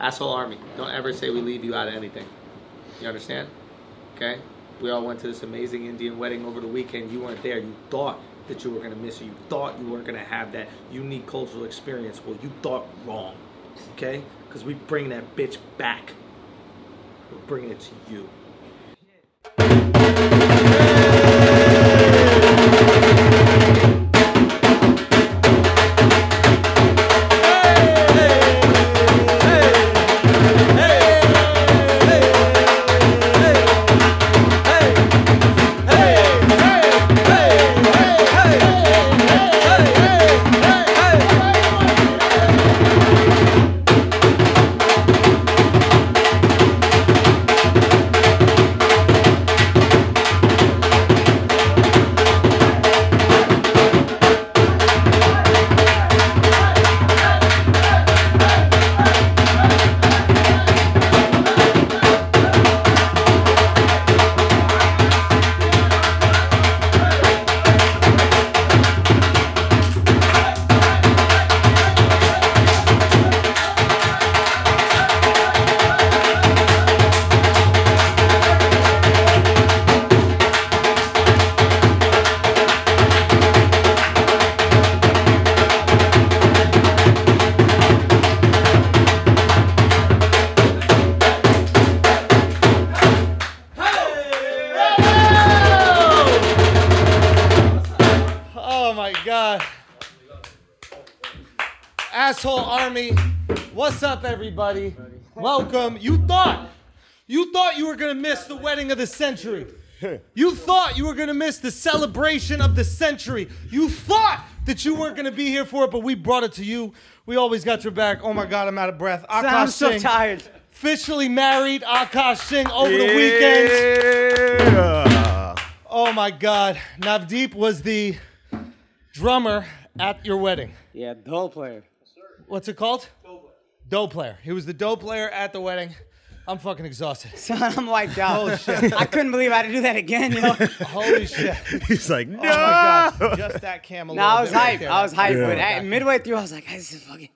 Asshole Army, don't ever say we leave you out of anything. You understand? Okay? We all went to this amazing Indian wedding over the weekend. You weren't there. You thought that you were going to miss it. You thought you weren't going to have that unique cultural experience. Well, you thought wrong. Okay? Because we bring that bitch back. We're bringing it to you. Oh my god. Asshole army. What's up everybody? Welcome. You thought you thought you were going to miss the wedding of the century. You thought you were going to miss the celebration of the century. You thought that you weren't going to be here for it, but we brought it to you. We always got your back. Oh my god, I'm out of breath. Akash I'm so Singh, tired. officially married Akash Singh over the weekend. Oh my God, Navdeep was the drummer at your wedding. Yeah, dull player. What's it called? Doe player. He was the doe player at the wedding. I'm fucking exhausted. Son, I'm wiped out. Oh, I couldn't believe I had to do that again, yo. Holy shit! He's like, no. Oh my Oh, God, just that cam. No, I was hyped. I was hyped, Yeah. but at, midway through, I was like, this is fucking.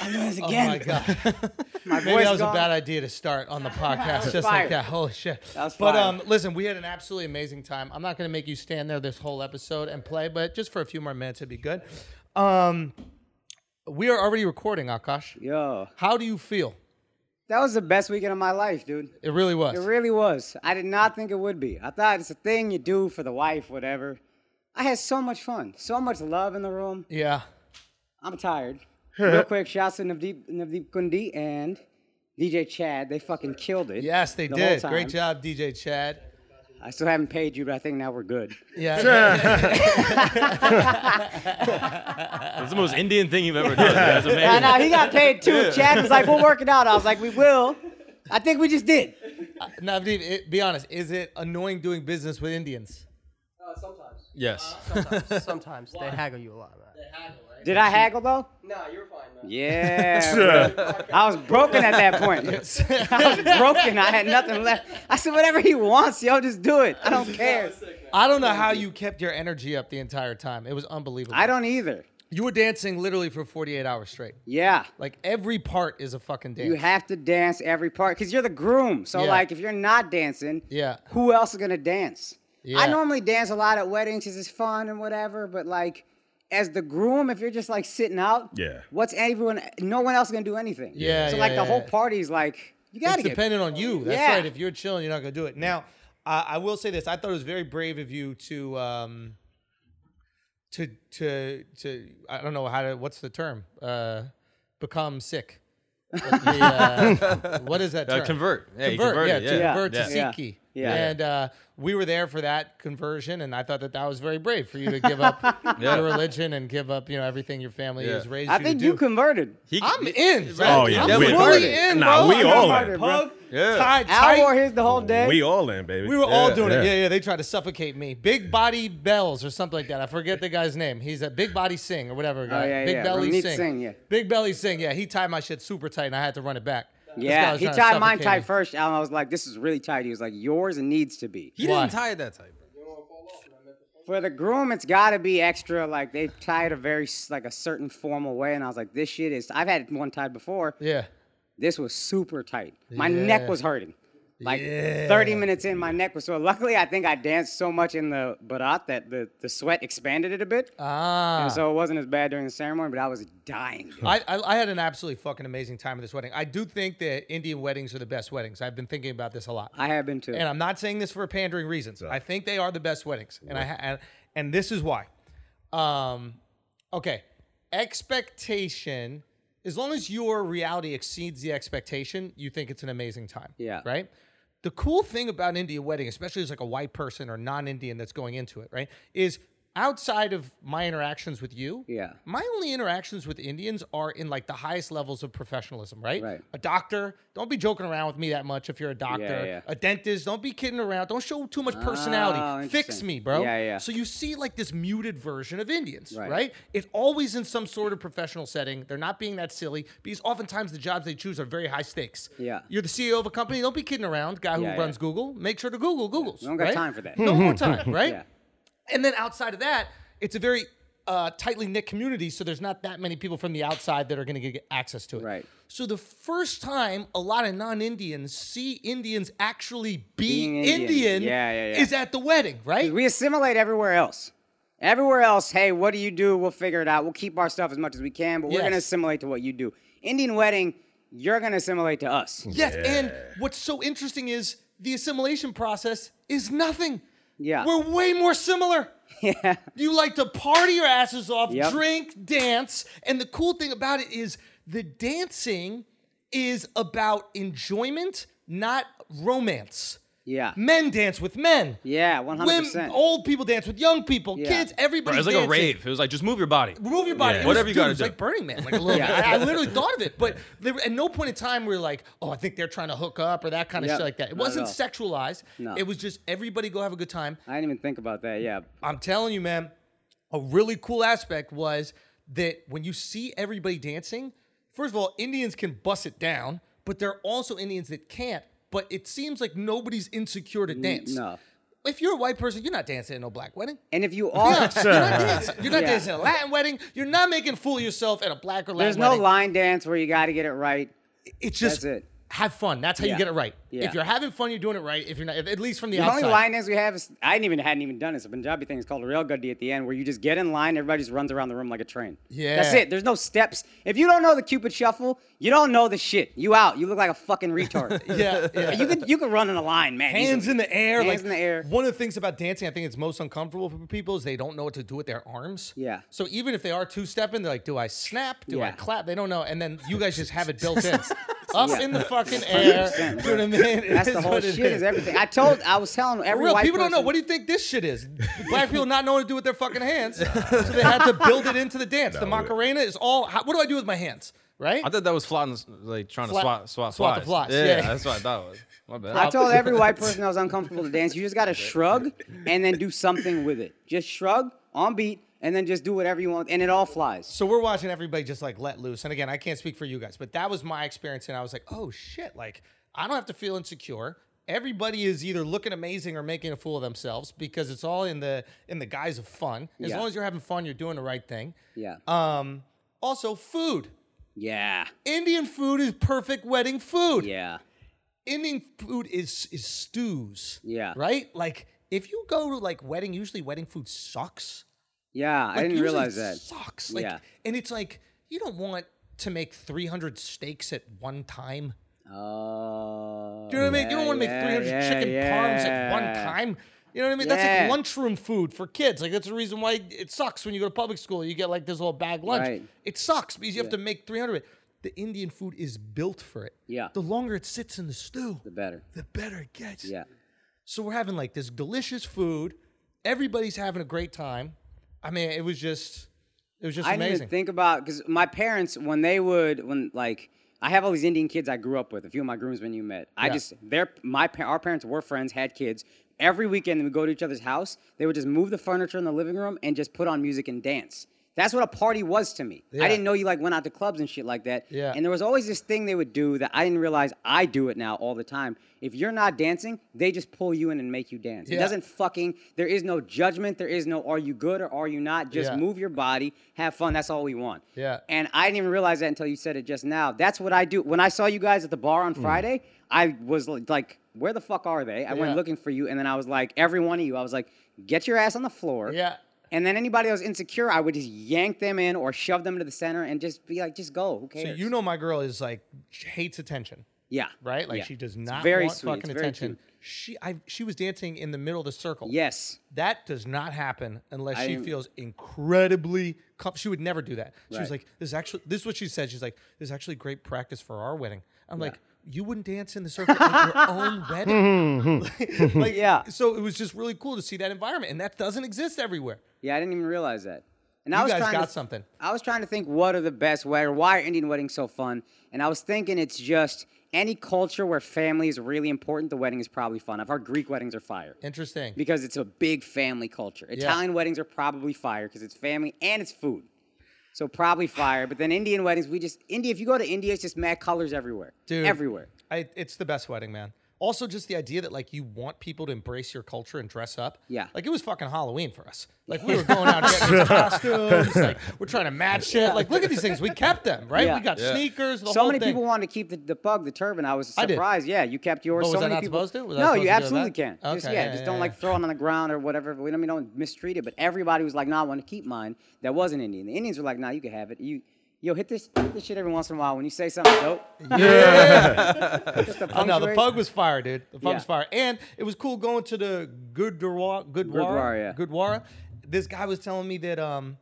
I'm doing this Oh my again. God. my Maybe voice that was gone. a bad idea to start on the podcast, just like fire. that. Holy shit! That was but fire. um, listen, we had an absolutely amazing time. I'm not gonna make you stand there this whole episode and play, but just for a few more minutes, it'd be good. Um, we are already recording, Akash. Yo, How do you feel? that was the best weekend of my life, dude. It really was. It really was. I did not think it would be. I thought it's a thing you do for the wife, whatever. I had so much fun, so much love in the room. yeah. I'm tired. Real quick, shouts to Navdeep, Navdeep Kundi and DJ Chad. They fucking killed it. Yes, they the whole did. Great time. job, DJ Chad. I still haven't paid you, but I think now we're good. Yeah. That's the most Indian thing you've ever done. That's amazing. I know he got paid too. Chad was like, "We'll work it out." I was like, "We will." I think we just did. Navdeep, it, be honest. Is it annoying doing business with Indians? sometimes. Yes. Sometimes. sometimes. they haggle you a lot, man. Did I haggle though? No, you're fine, man. Yeah. bro. I was broken at that point. I was broken. I had nothing left. I said, "Whatever he wants, yo, just do it. I don't care. I don't know how you kept your energy up the entire time. It was unbelievable. I don't either." You were dancing literally for 48 hours straight. Yeah. Like every part is a fucking dance. You have to dance every part because you're the groom. So Yeah. like, if you're not dancing, Yeah. who else is gonna dance? Yeah. I normally dance a lot at weddings because it's fun and whatever. But like, as the groom, if you're just like sitting out, Yeah. what's everyone? No one else gonna do anything. Yeah, So yeah, like the yeah, whole yeah. party's like, you gotta it's get. dependent on you. That's Yeah. right. If you're chilling, you're not gonna do it. Now, uh, I will say this: I thought it was very brave of you to, um, to, to, to. I don't know how to. What's the term? Uh, become sick. Like the, uh, what is that term? Uh, convert. Yeah, you Convert, yeah, converted, to yeah. convert to Yeah. Sikhi. Yeah. Yeah. And uh, we were there for that conversion, and I thought that that was very brave for you to give up your religion and give up, you know, everything your family Yeah. has raised I you think to you do. converted. He- I'm in. Bro. Oh, yeah, I'm we- fully we're- in, nah, bro. we I'm all hard, in. bro. Yeah. Tied I tight. wore his the whole day. We all in, baby. We were all doing it. yeah. Yeah, yeah. They tried to suffocate me. Big Body Bells or something like that. I forget the guy's name. He's a Big Body Singh or whatever. Guy. Oh, yeah, Big yeah. Belly Ramit Singh. Singh, yeah. Big Belly Singh. Yeah, he tied my shit super tight and I had to run it back. This guy yeah, was he trying to tied mine suffocate tight me. first, and I was like, "This is really tight." He was like, "Yours needs to be." He Why? didn't tie it that tight. For the groom, it's got to be extra. Like they tie it a very s- like a certain formal way, and I was like, "This shit is." I've had one tied before. Yeah. This was super tight. My neck Yeah. was hurting. Like Yeah. 30 minutes in, my neck was so. Luckily, I think I danced so much in the barat that the, the sweat expanded it a bit. Ah. And so it wasn't as bad during the ceremony, but I was dying. dude. I, I, I had an absolutely fucking amazing time at this wedding. I do think that Indian weddings are the best weddings. I've been thinking about this a lot. I have been too. and I'm not saying this for pandering reasons. I think they are the best weddings, and I ha- and, and this is why. Um, okay, expectation. As long as your reality exceeds the expectation, you think it's an amazing time. Yeah. Right. The cool thing about an Indian wedding, especially as like a white person or non-Indian that's going into it, right, is outside of my interactions with you. Yeah. My only interactions with Indians are in like the highest levels of professionalism, right? Right. A doctor, don't be joking around with me that much if you're a doctor. yeah. A dentist, don't be kidding around. Don't show too much personality. Oh, Fix interesting. me, bro. Yeah, yeah. So you see like this muted version of Indians, right. Right. It's always in some sort of professional setting. They're not being that silly because oftentimes the jobs they choose are very high stakes. Yeah. You're the CEO of a company, don't be kidding around. Guy who Yeah, yeah. runs Google, make sure to Google Google's. We don't got right? time for that. No more time, right? Yeah. And then outside of that, it's a very uh, tightly knit community, so there's not that many people from the outside that are going to get access to it. Right. So the first time a lot of non-Indians see Indians actually be Being Indian. Indian, Yeah, yeah, yeah. is at the wedding, right? we assimilate everywhere else. Everywhere else, hey, what do you do? We'll figure it out. We'll keep our stuff as much as we can, but we're gonna Yes. assimilate to what you do. Indian wedding, you're gonna assimilate to us. Yes, and what's so interesting is the assimilation process is nothing. Yeah. We're way more similar. Yeah. You like to party your asses off, Yep. drink, dance. And the cool thing about it is the dancing is about enjoyment, not romance. Yeah. Men dance with men. Yeah, one hundred Women, percent. old people dance with young people, Yeah. kids, everybody. It was like a dancing. rave. It was like just move your body. Move your body. Yeah. It was- Whatever you dude, gotta it was do. Like Burning Man, like a little Yeah. bit. I, I literally thought of it, but there, at no point in time we were like, "Oh, I think they're trying to hook up" or that kind of Yep. shit like that. It Not at wasn't all. sexualized. No. It was just everybody go have a good time. I didn't even think about that. Yeah. I'm telling you, man, a really cool aspect was that when you see everybody dancing, first of all, Indians can bust it down, but there are also Indians that can't. But it seems like nobody's insecure to dance. No. If you're a white person, you're not dancing at no black wedding. And if you all You're not dancing. You're not Yeah. dancing at a Latin wedding. You're not making a fool of yourself at a black or Latin there's no wedding. line dance where you gotta get it right. It's just That's it. have fun. That's how you Yeah. get it right. Yeah. If you're having fun, you're doing it right. If you're not, at least from the, The outside. only line dance we have is I didn't even hadn't even done it. It's a Punjabi thing. It's called a real goodie at the end, where you just get in line, everybody just runs around the room like a train. that's Yeah. it. There's no steps. If you don't know the Cupid shuffle, you don't know the shit. You out. You look like a fucking retard. yeah, yeah. you can you can run in a line, man. hands in the air. Hands like, in the air. One of the things about dancing, I think it's most uncomfortable for people is they don't know what to do with their arms. Yeah. So even if they are two stepping, they're like, "Do I snap? Do I Yeah. clap?" They don't know. And then you guys just have it built in, up in the fucking air. 100%, You know what I mean? It That's the is whole what it shit. Is everything. I told. I was telling every Real white people don't know. person- What do you think this shit is? Black people not knowing what to do with their fucking hands, so they had to build it into the dance. the No, it- Macarena is all. How, what do I do with my hands? Right? I thought that was flying, like trying Fly- to swat, swat, swat the flies, Yeah, yeah. that's what I thought it was. My bad. I told every white person that was uncomfortable to dance. You just gotta shrug and then do something with it. Just shrug on beat and then just do whatever you want, and it all flies. So we're watching everybody just like let loose. And again, I can't speak for you guys, but that was my experience. And I was like, oh shit, like I don't have to feel insecure. Everybody is either looking amazing or making a fool of themselves because it's all in the in the guise of fun. As Yeah. long as you're having fun, you're doing the right thing. Yeah. Um, also food. yeah. Indian food is perfect wedding food. Yeah. Indian food is is stews. Yeah. Right? Like if you go to like wedding, usually wedding food sucks. Yeah. I Like, didn't usually realize that. Sucks. Like, Yeah. and it's like you don't want to make 300 steaks at one time. Oh. Do you know what I mean? You don't want to yeah, make 300 yeah, chicken parms at one yeah. time. You know what I mean? That's Yeah. like lunchroom food for kids. Like that's the reason why it sucks when you go to public school. You get like this little bag lunch. Right. It sucks because you have to make 300. The Indian food is built for it. Yeah. The longer it sits in the stew, The better. the better it gets. Yeah. So we're having like this delicious food. Everybody's having a great time. I mean, it was just, it was just I amazing. didn't even think about because my parents when they would when like I have all these Indian kids I grew up with. A few of my groomsmen you met. I Yeah. just their my pa- our parents were friends, had kids. Every weekend we go to each other's house. They would just move the furniture in the living room and just put on music and dance. That's what a party was to me. Yeah. I didn't know you like went out to clubs and shit like that. Yeah. And there was always this thing they would do that I didn't realize I do it now all the time. If you're not dancing, they just pull you in and make you dance. Yeah. It doesn't fucking there is no judgment, there is no are you good or are you not? Just Yeah. move your body, have fun, that's all we want. Yeah. And I didn't even realize that until you said it just now. That's what I do. When I saw you guys at the bar Mm. on Friday, I was li- like, where the fuck are they? I Yeah. went looking for you, and then I was like, every one of you, I was like, get your ass on the floor. Yeah. And then anybody that was insecure, I would just yank them in or shove them to the center and just be like, just go. Who So cares? you know my girl is like she hates attention, yeah. right? Like Yeah. she does It's not very want sweet. It's fucking very attention. cute. She I she was dancing in the middle of the circle. Yes. That does not happen unless she I- feels incredibly com- she would never do that. She was Right. like, This is actually this is what she said. She's like, This is actually great practice for our wedding. I'm like, you wouldn't dance in the circle at your own wedding. like, Mm-hmm. Yeah. So it was just really cool to see that environment. And that doesn't exist everywhere. Yeah, I didn't even realize that. And I You was guys trying got to, something. I was trying to think what are the best way or why are Indian weddings so fun? And I was thinking it's just any culture where family is really important, the wedding is probably fun. I've heard Greek weddings are fire. Interesting. because it's a big family culture. Italian weddings are probably fire because it's family and it's food. So probably fire. But then Indian weddings, we just India. If you go to India, it's just mad colors everywhere, Dude. Everywhere. I, it's the best wedding, man. Also, just the idea that like you want people to embrace your culture and dress up. Yeah. Like it was fucking Halloween for us. Like we were going out getting into costumes. Like we're trying to match it. Like look at these things. We kept them, right? Yeah. We got Yeah. sneakers. The so whole many thing. people wanted to keep the, the pug, the turban. I was did. surprised. Yeah, you kept yours. Oh, was so I many not people. supposed to? Was I no, supposed you to do absolutely that? can. just Okay, yeah, yeah, just yeah, don't yeah. like throw it on the ground or whatever. We don't, we don't mistreat it. But everybody was like, "No, nah, I want to keep mine." That wasn't Indian. The Indians were like, "Nah, you can have it." You. Yo, hit this, hit this shit every once in a while when you say something dope. Just to Oh, no, the punctuate. pug was fire, dude. The pug Yeah. was fire, and it was cool going to the Gurdwara. Gurdwara, yeah. Gurdwara, Gurdwara. This guy was telling me that um,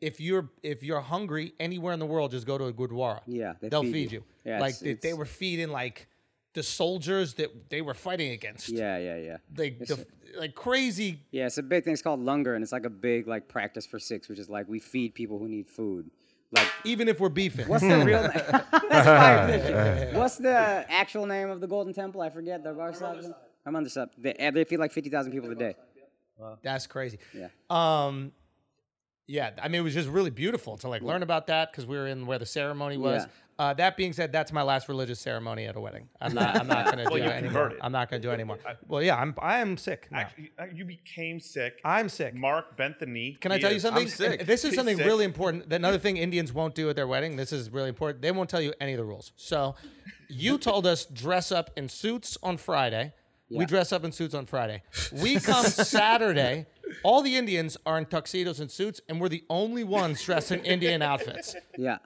if you're if you're hungry anywhere in the world, just go to a Gurdwara. Yeah, they they'll feed, feed you. you. Yeah, like it's- they, they it's- were feeding like the soldiers that they were fighting against. Yeah, yeah, yeah. like the, like crazy. Yeah, it's a big thing. It's called Lungar, and it's like a big like practice for six, which is like we feed people who need food. Like Even if we're beefing, what's the real? Hmm. That's fire fishing. What's the actual name of the Golden Temple? I forget. The Barcelona. I'm under sub. They, eh, they feed like fifty thousand people a day. that's crazy. Yeah. Um, yeah, I mean, it was just really beautiful to like learn about that because we were in where the ceremony was. Yeah. Uh, that being said, that's my last religious ceremony at a wedding. I'm not. I'm not gonna Well, do you it anymore. converted. I'm not gonna do it anymore. Well, yeah, I'm. I am sick. now. Actually, Uh, you became sick. I'm sick. Mark bent the knee. Can I He tell you is- something? I'm sick. And This is He's something sick. really important. that Another thing Indians won't do at their wedding. This is really important. They won't tell you any of the rules. So, you told us dress up in suits on Friday. We Yeah. dress up in suits on Friday. We come Saturday. All the Indians are in tuxedos and suits, and we're the only ones dressed in Indian outfits. Yeah.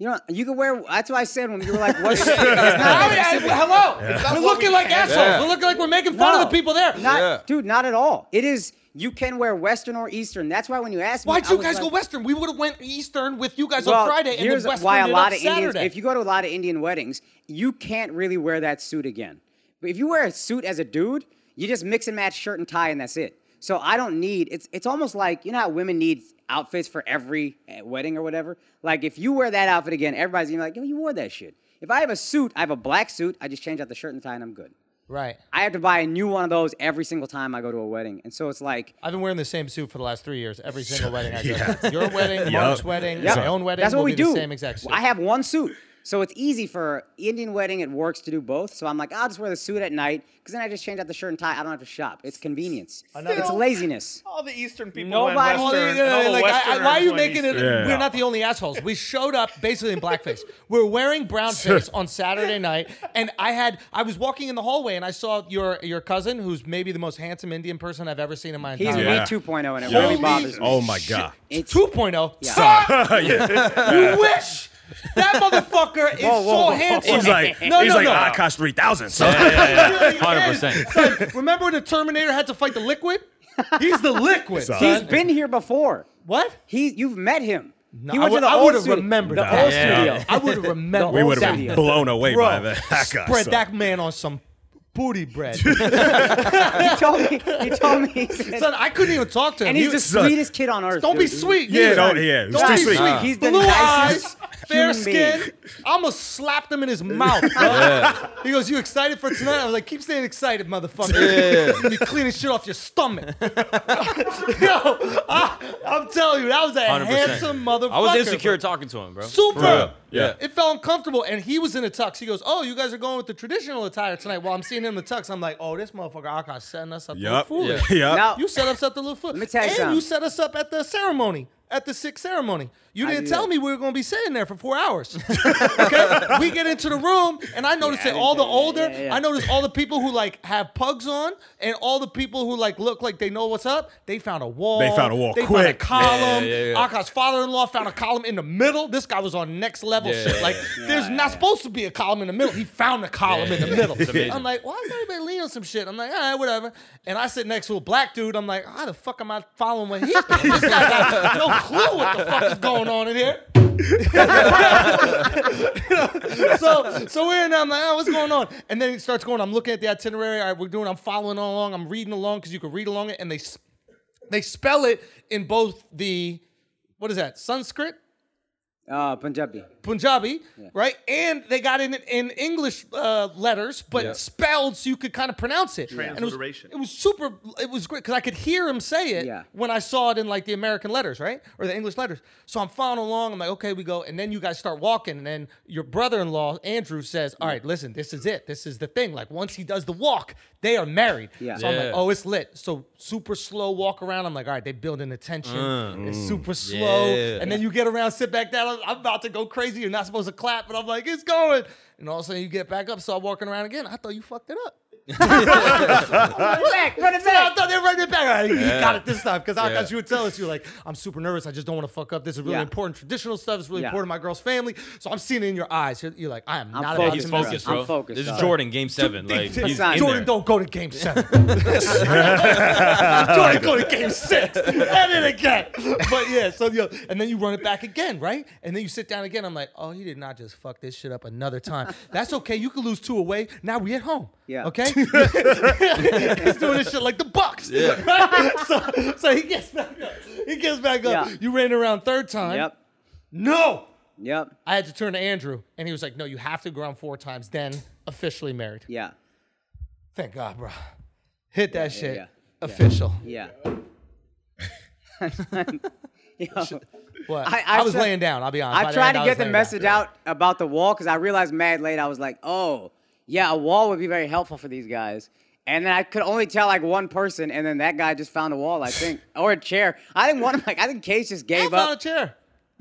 You know, you can wear. That's what I said when you were like, "What's?" it's not, I mean, I- hello, we're looking like assholes. Yeah. We're looking like we're making fun of No. the people there. not Yeah. dude, not at all. It is. You can wear Western or Eastern. That's why when you asked me, Why'd I you was guys like- go Western? We would have went Eastern with you guys Well, on Friday, and here's then Western why a lot of Saturday. Indians. If you go to a lot of Indian weddings, you can't really wear that suit again. But if you wear a suit as a dude, you just mix and match shirt and tie, and that's it. So I don't need. It's it's almost like you know how women need outfits for every eh, wedding or whatever. Like if you wear that outfit again, everybody's gonna be like, "Yo, you wore that shit." If I have a suit, I have a black suit. I just change out the shirt and tie, and I'm good. right. I have to buy a new one of those every single time I go to a wedding, and so it's like I've been wearing the same suit for the last three years. Every single wedding I go to. Your wedding, Mark's wedding, Yeah. my own wedding. That's what will we be do. The same exact suit. I have one suit. So it's easy for Indian wedding. It works to do both. So I'm like, I'll just wear the suit at night because then I just change out the shirt and tie. I don't have to shop. It's convenience. It's laziness. All the Eastern people Nobody- went Well, Western. yeah, yeah, all the like, I- I- Westerners why are you went making it? Eastern. Yeah. We're not the only assholes. We showed up basically in blackface. We're wearing brownface on Saturday night, and I had I was walking in the hallway and I saw your your cousin, who's maybe the most handsome Indian person I've ever seen in my He's entire me Yeah. life. 2.0, and it Yeah. really Holy bothers me. Oh my god. It's 2.0. Yeah. Suck! yeah. You oh. wish that motherfucker is Whoa, whoa, so whoa. handsome. He's like, no, he's no, like, no. "Ah, I cost three thousand. So Hundred percent. Son, remember when the Terminator had to fight the Liquid? He's the Liquid. Son. He's Son. been here before. what? He, you've met him. he I went would- to the I old would've studio. remembered the that. old Yeah. studio. I would have remembered. we would have Studio. been blown away Bro, by that. spread that man on some booty bread. He told me. He told me. he said- Son, I couldn't even talk to him. and he's He- the son. sweetest kid on earth. don't be dude. sweet. Yeah, neither. don't- yeah, he's don't too be sweet. sweet. Nah. He's the Blue eyes, nicest fair human being. skin. I almost slapped him in his mouth. bro. He goes, "You excited for tonight?" I was like, "Keep staying excited, motherfucker. You be cleaning shit off your stomach." Yo, I, am telling you, that was a 100%. handsome motherfucker. I was insecure bro. talking to him, bro. Super. real. Yeah. It felt uncomfortable, and he was in a tux. He goes, "Oh, you guys are going with the traditional attire tonight." While I'm seeing him in the tux, I'm like, "Oh, this motherfucker Akash setting us up to look Yup. foolish." Yup. Now, You set us up the little foot. Let me tell you and something. you set us up at the ceremony, at the sick ceremony. You didn't knew tell that. me we were going to be sitting there for four hours. okay, we get into the room, and I notice that all the older, yeah, yeah. I notice all the people who like have pugs on, and all the people who like look like they know what's up. They found a wall. They found a wall They found a quick. column. Yeah, yeah, yeah. Aka's father-in-law found a column in the middle. This guy was on next level Yeah, shit. yeah, Like yeah. there's not supposed to be a column in the middle. He found a column in the middle. It's amazing. I'm like like, why is everybody leaning on some shit? I'm like, all right, whatever. And I sit next to a black dude. I'm like, how the fuck am I following what he's doing? This guy got no clue what the fuck is going on in here. so so we're in there. I'm like, oh, what's going on? And then it starts going. I'm looking at the itinerary. All right, we're doing. I'm following along. I'm reading along because you can read along it. And they s- they spell it in both the what is that Sanskrit uh, Punjabi. Punjabi, right? And they got in in English uh, letters, but spelled so you could kind of pronounce it. And it was, Transliteration. it was super. It was great because I could hear him say it Yeah. when I saw it in like the American letters, right, or the English letters. So I'm following along. I'm like, okay, we go. And then you guys start walking, and then your brother-in-law Andrew says, "All right, listen, this is it. This is the thing. Like once he does the walk, they are married." Yeah. So I'm like, Yeah. oh, it's lit. So super slow walk around. I'm like, all right, they building the tension. it's Mm. super slow, yeah. and then you get around, sit back down. I'm- I'm about to go crazy. You're not supposed to clap, but I'm like, it's going. And all of a sudden, you get back up, start walking around again. I thought you fucked it up. Run it back. Run it Yeah, I back. thought they were right back. Like, You got it this time because I thought you would tell us. You're like, I'm super nervous. I just don't want to fuck up. This is really Yeah. important traditional stuff. It's really Yeah. important to my girl's family. So I'm seeing it in your eyes. You're, you're like, I am I'm not Yeah, about focused, he's to mess focused, I'm bro. focused, This is dog. Jordan, game seven. Like Jordan, he's Jordan in Jordan, there. don't go to game seven. Jordan, go to game six. And it again. But yeah, so yo, and then you run it back again, right? And then you sit down again. I'm like, oh, he did not just fuck this shit up another time. That's okay. You could lose two away. Now we at home. Yeah. Okay. He's doing this shit like the Bucks. Yeah. so, so he gets back up. He gets back up. Yeah. You ran around third time. Yep. No. Yep. I had to turn to Andrew, and he was like, "No, you have to go around four times, then officially married." Yeah. Thank God, bro. Hit that shit. yeah. Official. Yeah. Yo, What? I, I- I was try- laying down. I'll be honest. By I the tried end, to was get the laying message down. out about the wall because I realized mad late. I was like, oh, yeah, a wall would be very helpful for these guys. And then I could only tell like one person, and then that guy just found a wall, I think, or a chair. I think one of like I think Case just I gave found a up. chair.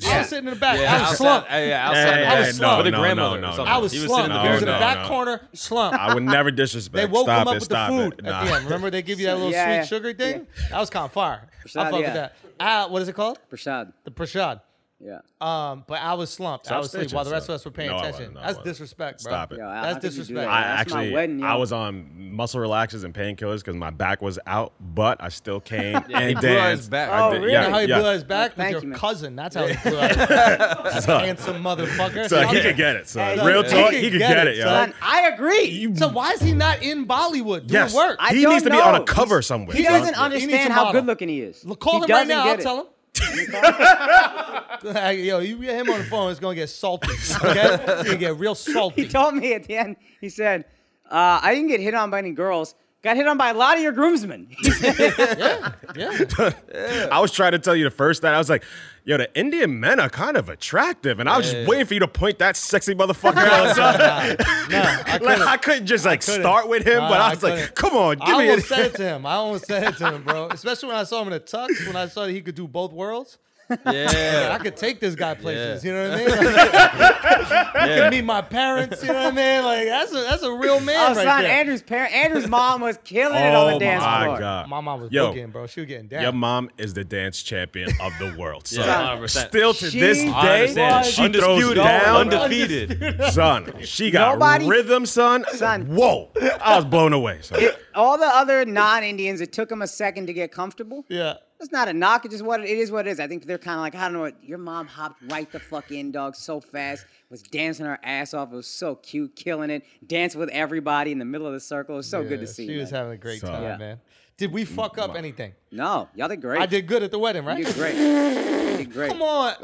I was sitting in the back. Yeah, I was outside- slumped. uh, yeah, outside. Yeah, I yeah, was slumped no, with a no, grandmother. no, no, or something. no. I was He was slumped. sitting in he the was back. in the no, back no. corner, slumped. I would never they disrespect. woke stop him up it, with the stop food it. at Nah. the end. Remember they give you that little Yeah, sweet yeah. sugary thing? That was kind of fire. I Prashad, fuck yeah. with that. Uh, what is it called? Prashad. The prashad. Yeah. Um, but I was slumped. I Stop was asleep snitching, while the rest son. of us were paying No, I wasn't. attention. No, I That's wasn't. disrespect, bro. Stop it. Yo, Al, how That's could you do disrespect. that? I That's my actually, wedding, yo. I was on muscle relaxers and painkillers because my back was out, but I still came and he danced. blew out his back. I Oh, did- really? You know how he blew out his back Thank with you, your man. cousin. That's how he blew out his back. So- Handsome motherfucker. So Fuck he yeah. could get it. So Hey, real he talk, could he could get get it, it, yo. son. Son, I agree. So why is he not in Bollywood doing Yes, work? I he don't needs to be on know. a cover somewhere. he son. doesn't He needs understand a how model. good looking he is. Look, call he him right doesn't now. get I'll it. tell him. Hey, Yo, you get him on the phone, it's gonna get salty. Okay, it's gonna get real salty. He told me at the end, he said, uh, I didn't get hit on by any girls. Got hit on by a lot of your groomsmen. He said, yeah, I was trying to tell you the first night. I was like, yo, the Indian men are kind of attractive. And I was just waiting for you to point that sexy motherfucker out. son. no, I like, couldn't. I couldn't just like couldn't. start with him, No, but I I was couldn't. like, come on, I give me almost it. said it to him. I almost said it to him, bro. Especially when I saw him in a tux. When I saw that he could do both worlds, Yeah. I could take this guy places. Yeah. You know what I mean? Like, I could meet my parents. You know what I mean? Like that's a that's a real man oh, right son, there. Andrew's parent, Andrew's mom was killing it on Oh the dance my floor. God. My mom was Yo, booking, bro. She was getting down. Your mom is the dance champion of the world. Son. Yeah, 100%. Still to She this I day, understand. was- she throws Undisputed, down. undefeated. Son, she got Nobody- rhythm, son. Son. Whoa. I was blown away. Son. All the other non Indians, it took them a second to get comfortable. Yeah. That's not a knock. It's just what it it is. What it is. I think they're kind of like I don't know. what Your mom hopped right the fuck in, dog, so fast. Was dancing her ass off. It was so cute, killing it. Danced with everybody in the middle of the circle. It was so good to Yeah, see. She was man. having a great So- time, Yeah. man. Did we fuck up anything? no, y'all did great. I did good at the wedding, You right? did great. You did great. Come on,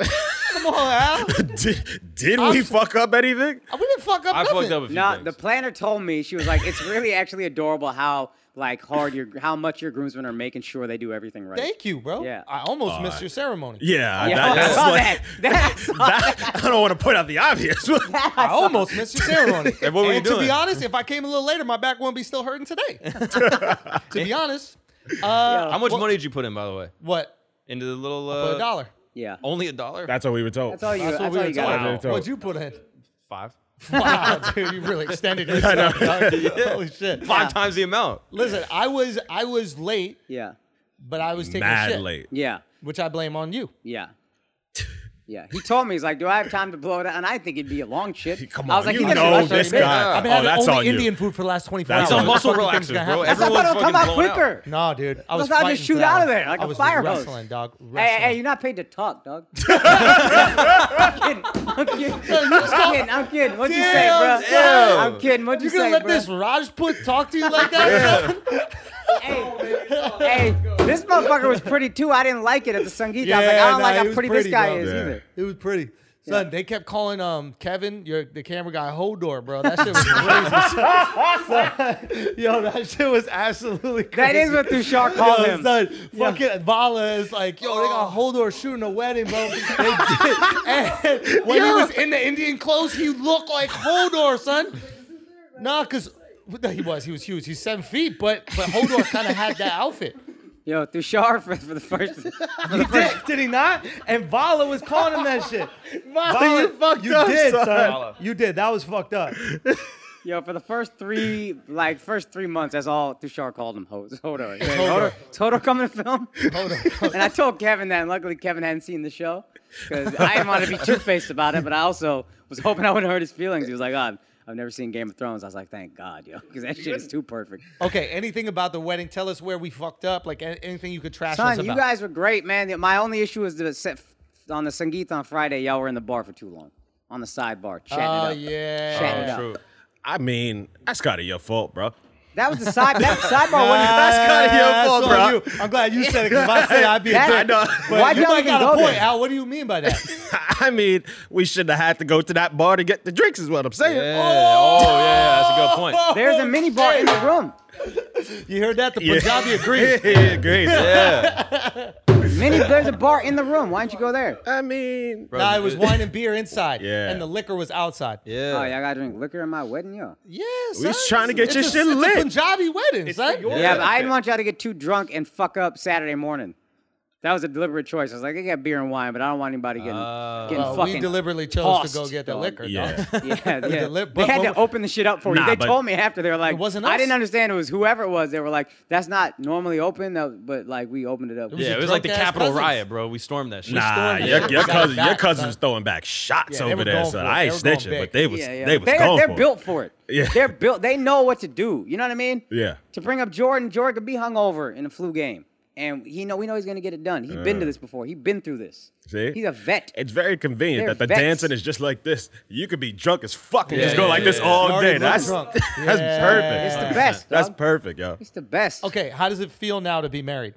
come on, Al. Did, did we fuck up anything? We didn't fuck up. I nothing. fucked up a few No, things. the planner told me she was like, it's really actually adorable how like hard your how much your groomsmen are making sure they do everything right. Thank you, bro. Yeah. I almost missed right. your ceremony. Yeah, Yeah, that- I that's saw like- that. That's that- I don't want to point out the obvious. I almost missed your ceremony. And what were you and to be doing? honest, if I came a little later, my back wouldn't be still hurting today. to be honest, How much money did you put in, by the way? what? Into the little For uh, a dollar. yeah. Only a dollar? that's what we were told. That's all you. That's, That's what we all you were got. Wow. told. What'd you put in? five. Wow, dude, you really extended yourself. dog. Holy shit. Five times the amount. Listen, I was I was late, Yeah. but I was taking a Mad shit, late. Yeah. which I blame on you. Yeah. Yeah. He told me he's like, do I have time to blow it out? And I think it'd be a long shit. Come I was on, like, you he doesn't know rush this anything. guy. I've been Oh, having that's only on you. Indian food for the last 24 hours. That's It's on on you. What the muscle fuck do you think's relaxers, gonna bro. happen? That's why I thought Everyone's it'll come fucking out blown quicker. No, dude. I was thought I'd fighting just shoot for that out of one. there like I a was fire hose. wrestling, dog. Wrestling. Hey, hey, you're not paid to talk, dog. I'm kidding. I'm kidding. I'm kidding. I'm kidding. What'd you say, Damn, bro? damn. I'm kidding. What'd you You gonna say, let bro? this Rajput talk to you like that? Hey, this motherfucker was pretty too. I didn't like it at the Sangeeta. I was like, Yeah, I don't nah, like he how was pretty, pretty, this guy bro. is Yeah. either. It was pretty. Son, they kept calling um Kevin, your the camera guy, Hodor, bro. That shit was crazy. Son, yo, that shit was absolutely crazy. That is what Tushar called Yo, him. son, fucking Vala is like, yo, they got Hodor shooting a wedding, bro. They did. And when he was in the Indian clothes, he looked like Hodor, son. Nah, cause no, he was, he was huge. He's seven feet, but but Hodor kind of had that outfit. Yo, Tushar for, for the first. For the He did, first did he not? And Vala was calling him that shit. Vala, you fucked you up, did, son. son. You did. That was fucked up. yo, for the first three, like first three months, that's all Tushar called him. Ho- Hodor. Hey, Hodor. Hodor. Hodor coming to film. And I told Kevin that, and luckily Kevin hadn't seen the show because I didn't want to be two faced about it, but I also was hoping I wouldn't hurt his feelings. He was like, "God, I've never seen Game of Thrones." I was like, "Thank God, yo," because that shit is too perfect. Okay, anything about the wedding? Tell us where we fucked up. Like an- anything you could trash us Son, about. you guys were great, man. My only issue was the set on the Sangeet on Friday. Y'all were in the bar for too long on the sidebar chatting Oh it up. yeah. Oh, Chatting it up. True. I mean, that's kind of your fault, bro. That was the side. That sidebar That's wasn't. kind of your That's fault, on bro. you. I'm glad you said it because if I said I'd be a That- I dick. know. But Why'd you y'all might even got a go point, there? Al. What do you mean by that? I mean, we should have had to go to that bar to get the drinks, is what I'm saying. oh, Yeah. Oh, yeah, that's a good point. There's a mini bar in the room. You heard that? The Yeah. Punjabi agrees. Yeah, agrees. Yeah. Mini. There's a bar in the room. Why don't you go there? I mean, Bro, Nah, it was wine and beer inside, Yeah. and the liquor was outside. Yeah. Oh, y'all gotta drink liquor in my wedding, yo. Yeah, son. We trying to It's get your a- shit it's lit. A Punjabi wedding, son. your- Yeah, but I didn't want y'all to get too drunk and fuck up Saturday morning. That was a deliberate choice. I was like, I got beer and wine, but I don't want anybody getting Oh. Uh, getting Well, we fucking. deliberately chose tossed, to go get the dog. liquor. dog. yeah. yeah, yeah. delib- they but- had but- to open the shit up for Nah, you. They but- told me after they were like, wasn't I us. didn't understand. It was whoever it was. They were like, that's not normally open, though, but like we opened it up. yeah, your it was like the drunk-ass Capitol cousins. riot, bro. We stormed that shit. Nah, stormed your, it. your We got cousin, back, your cousin son. was throwing back shots Yeah, they over were there. going So for it. I They ain't were going snitching, big. but they was yeah, yeah. they was are going they're for built for it. Yeah. They're built. They know what to do. You know what I mean? it. Yeah, To bring up Jordan, Jordan could be hungover in a flu game. And he know we know he's gonna get it done. He's been to this before. He's been through this. See? He's a vet. it's very convenient They're that the vets. dancing is just like this. You could be drunk as fuck and Yeah, just go yeah, like yeah, this yeah. You all already day. look That's drunk. that's Yeah. perfect. It's the best. That's dog. perfect, yo. It's the best. Okay, how does it feel now to be married?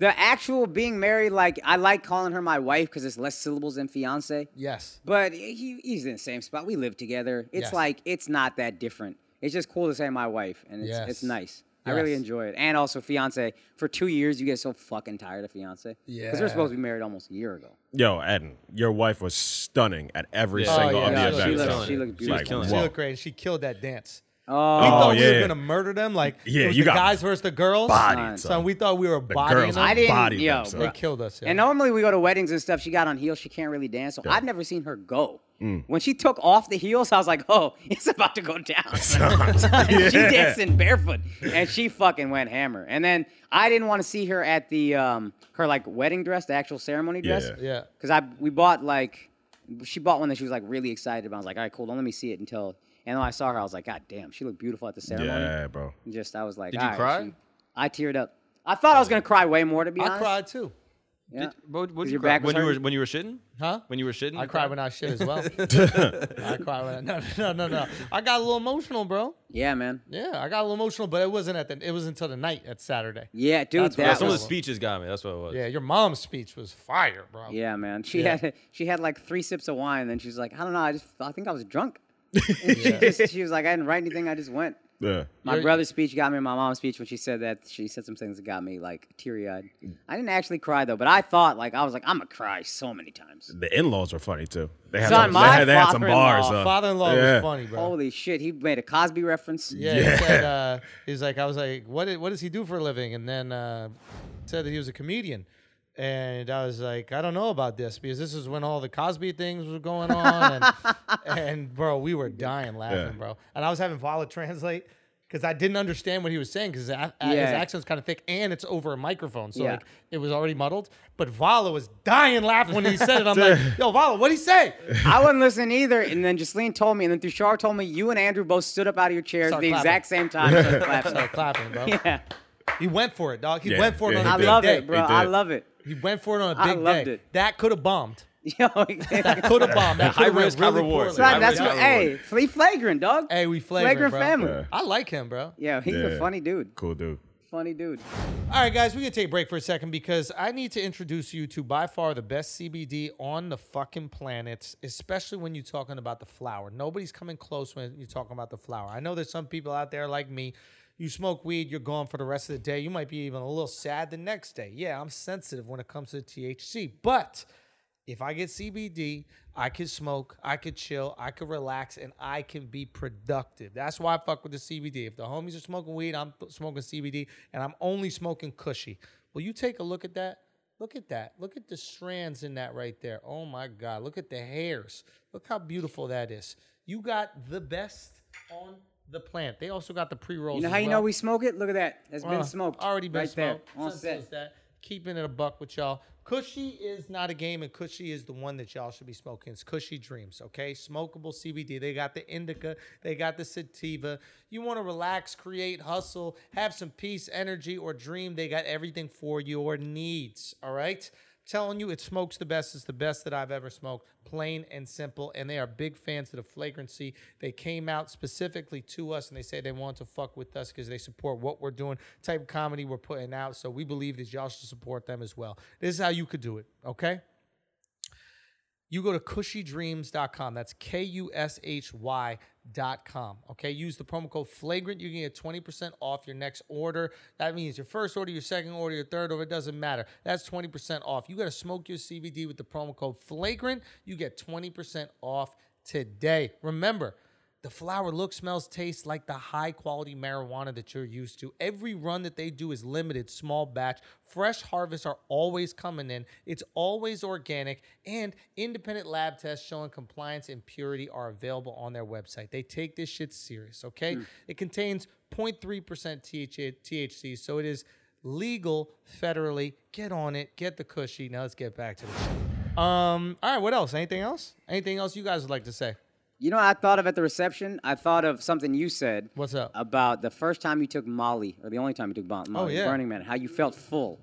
The actual being married, like I like calling her my wife because it's less syllables than fiance. Yes. But he, he's in the same spot. We live together. It's Yes. like it's not that different. It's just cool to say my wife, and it's Yes. it's nice. I really Yes. enjoy it. And also fiance. For two years, you get so fucking tired of fiance. Because Yeah. we're supposed to be married almost a year ago. Yo, Eden, your wife was stunning at every Yeah. single Oh, of yeah, the she events. looked- yo. she looked Like, beautiful. She looked She whoa. looked great and she killed that dance. We Oh, Oh, thought we were yeah. gonna murder them. Like Yeah, it was you the got guys versus the girls. son. Bodied, son. we thought we were The bodying girls them. I didn't- bodied yo, them, son. they killed us. Yeah. And normally we go to weddings and stuff. She got on heels. She can't really dance. So I've never seen her go. Mm. When she took off the heels, I was like, oh, it's about to go down. she dancing barefoot. And she fucking went hammer. And then I didn't want to see her at the um her like wedding dress, the actual ceremony dress. Yeah. Yeah. Cause I we bought like she bought one that she was like really excited about. I was like, all right, cool, don't let me see it until and then when I saw her, I was like, God damn, she looked beautiful at the ceremony. Yeah, bro. Just I was like, Did you "All right, cry? she- I teared up. I thought I was gonna cry way more to be I honest. cried too. Yeah. What, what Is did your you cry? back was When you were hurting? when you were shitting? Huh? When you were shitting? I you cried when I shit as well. I cried when I, no, no, no, no. I got a little emotional, bro. Yeah, man. Yeah, I got a little emotional, but it wasn't at the. It was until the night at Saturday. Yeah, dude. That's what I that Some of the was. speeches got me. That's what it was. Yeah, your mom's speech was fire, bro. Yeah, man. She had she had like three sips of wine, then she's like, I don't know, I just I think I was drunk. And she, just, she was like, I didn't write anything, I just went. Yeah. My brother's speech got me. My mom's speech when she said that she said some things that got me like teary eyed. I didn't actually cry though, but I thought like I was like I'm gonna cry so many times. The in laws were funny too. They had, Son, some, they my had, they had some father-in-law- bars. uh, Father-in-law yeah. was funny, bro. Holy shit, he made a Cosby reference. Yeah, He, said, uh, he was like, I was like, what, i- what does he do for a living? And then uh, said that he was a comedian. And I was like, I don't know about this because this is when all the Cosby things were going on. And, and bro, we were dying laughing, Yeah. bro. And I was having Vala translate because I didn't understand what he was saying because his, a- his Yeah. accent's kind of thick and it's over a microphone. So Yeah. like it was already muddled. But Vala was dying laughing when he said it. I'm like, yo, Vala, what'd he say? I wasn't listening either. And then Jocelyn told me, and then Thushar told me, you and Andrew both stood up out of your chairs Start the clapping. exact same time. and started clapping. Started clapping, bro. yeah, He went for it, dog. He Yeah, went for it yeah, on he a I did. big love day. it, bro. He I did. love it. He went for it on a I big loved day. it. That could have bombed. Yo, exactly. Could have bombed. That High could have risk, high really reward. poorly. Right, Son, that's Yeah. what. Hey, flea flagrant, dog. Hey, we flagrant, flagrant bro. family. Yeah. I like him, bro. Yeah, he's a Yeah. funny dude. Cool dude. Funny dude. All right, guys, we're gonna take a break for a second because I need to introduce you to by far the best CBD on the fucking planet, especially when you're talking about the flower. Nobody's coming close when you're talking about the flower. I know there's some people out there like me. You smoke weed, you're gone for the rest of the day. You might be even a little sad the next day. Yeah, I'm sensitive when it comes to THC, but if I get CBD, I could smoke, I could chill, I could relax, and I can be productive. That's why I fuck with the CBD. If the homies are smoking weed, I'm th- smoking CBD, and I'm only smoking cushy. Will you take a look at that? Look at that. Look at the strands in that right there. Oh my God. Look at the hairs. Look how beautiful that is. You got the best on the plant. They also got the pre rolls. You know how you know we smoke it? Look at that. It's Uh, been smoked. Already been right smoked. There, on Simple set. as that. Keeping it a buck with y'all. Cushy is not a game, and Cushy is the one that y'all should be smoking. It's Cushy Dreams, okay? Smokable CBD. They got the indica, they got the sativa. You want to relax, create, hustle, have some peace, energy, or dream. They got everything for your needs, all right? Telling you, it smokes the best. It's the best that I've ever smoked, plain and simple. And they are big fans of the flagrancy. They came out specifically to us and they say they want to fuck with us because they support what we're doing, type of comedy we're putting out. So we believe that y'all should support them as well. This is how you could do it, okay? you go to cushydreams.com. That's K U S H Y dot com. Okay. Use the promo code flagrant. You can get 20% off your next order. That means your first order, your second order, your third order, it doesn't matter. That's 20% off. You got to smoke your CBD with the promo code flagrant. You get 20% off today. Remember, the flower looks, smells, tastes like the high quality marijuana that you're used to. Every run that they do is limited, small batch. Fresh harvests are always coming in. It's always organic, and independent lab tests showing compliance and purity are available on their website. They take this shit serious, okay? It contains 0.3% THC, THC, so it is legal federally. Get on it, get the cushy. Now let's get back to the show. Um, all right, what else? Anything else? Anything else you guys would like to say? You know, what I thought of at the reception. I thought of something you said. What's up? About the first time you took Molly, or the only time you took Oh, Mo- Molly, yeah. Burning Man. How you felt full.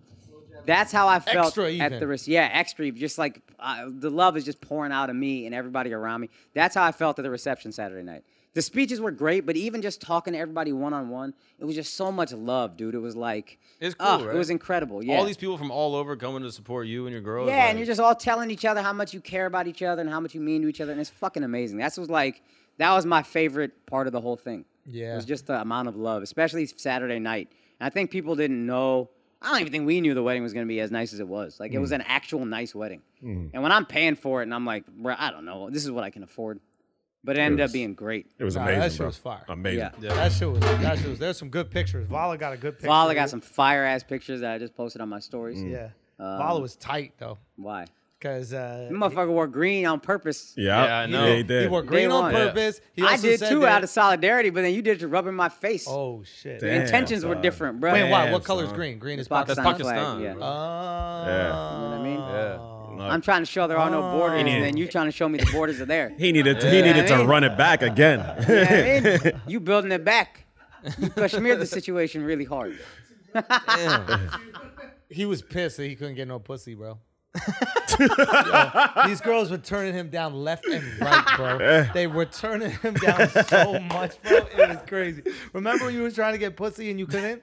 That's how I felt Extra at the even. res- yeah extra just like uh, the love is just pouring out of me and everybody around me. That's how I felt at the reception Saturday night. The speeches were great, but even just talking to everybody one on one, it was just so much love, dude. It was like It's cool, ah, right? It was incredible. Yeah, All these people from all over coming to support you and your girl. Yeah, and you're just all telling each other how much you care about each other and how much you mean to each other, and it's fucking amazing. That's was like that was my favorite part of the whole thing. Yeah. it was just the amount of love, especially Saturday night. And I think people didn't know. I don't even think we knew the wedding was going to be as nice as it was. Like it Mm. was an actual nice wedding. And when I'm paying for it, and I'm like, bro, I don't know, this is what I can afford. But it ended up was- being great. It was Nah, that amazing. shit bro. was fire. Amazing. Yeah. That shit was. That shit was. There's some good pictures. Vala got a good picture. Mm. Vala got some fire ass pictures that I just posted on my stories. Yeah. Uh, Vala was tight though, Why? because uh, The motherfucker wore green on purpose. Yeah, Yeah, I he- know. They he did. wore green Day on one. purpose. He I also did said too that- out of solidarity, but then you did your rubbing my face. Oh shit. Damn. The intentions were son. different, bro. Wait, why? Damn, What color's son. green? Green is It's Pakistan. Pakistan, Pakistan, flag. Yeah. bro. Oh. Yeah. You know what I mean? Yeah. I'm trying to show there are no borders, needed- and then you trying to show me the borders are there. He needed. To, he needed I to mean- run it back again. You know what I mean? You building it back. You Kashmir the situation really hard. He was pissed that he couldn't get no pussy, bro. Yo, these girls were turning him down left and right, bro. They were turning him down so much, bro. It was crazy. Remember when you were trying to get pussy and you couldn't?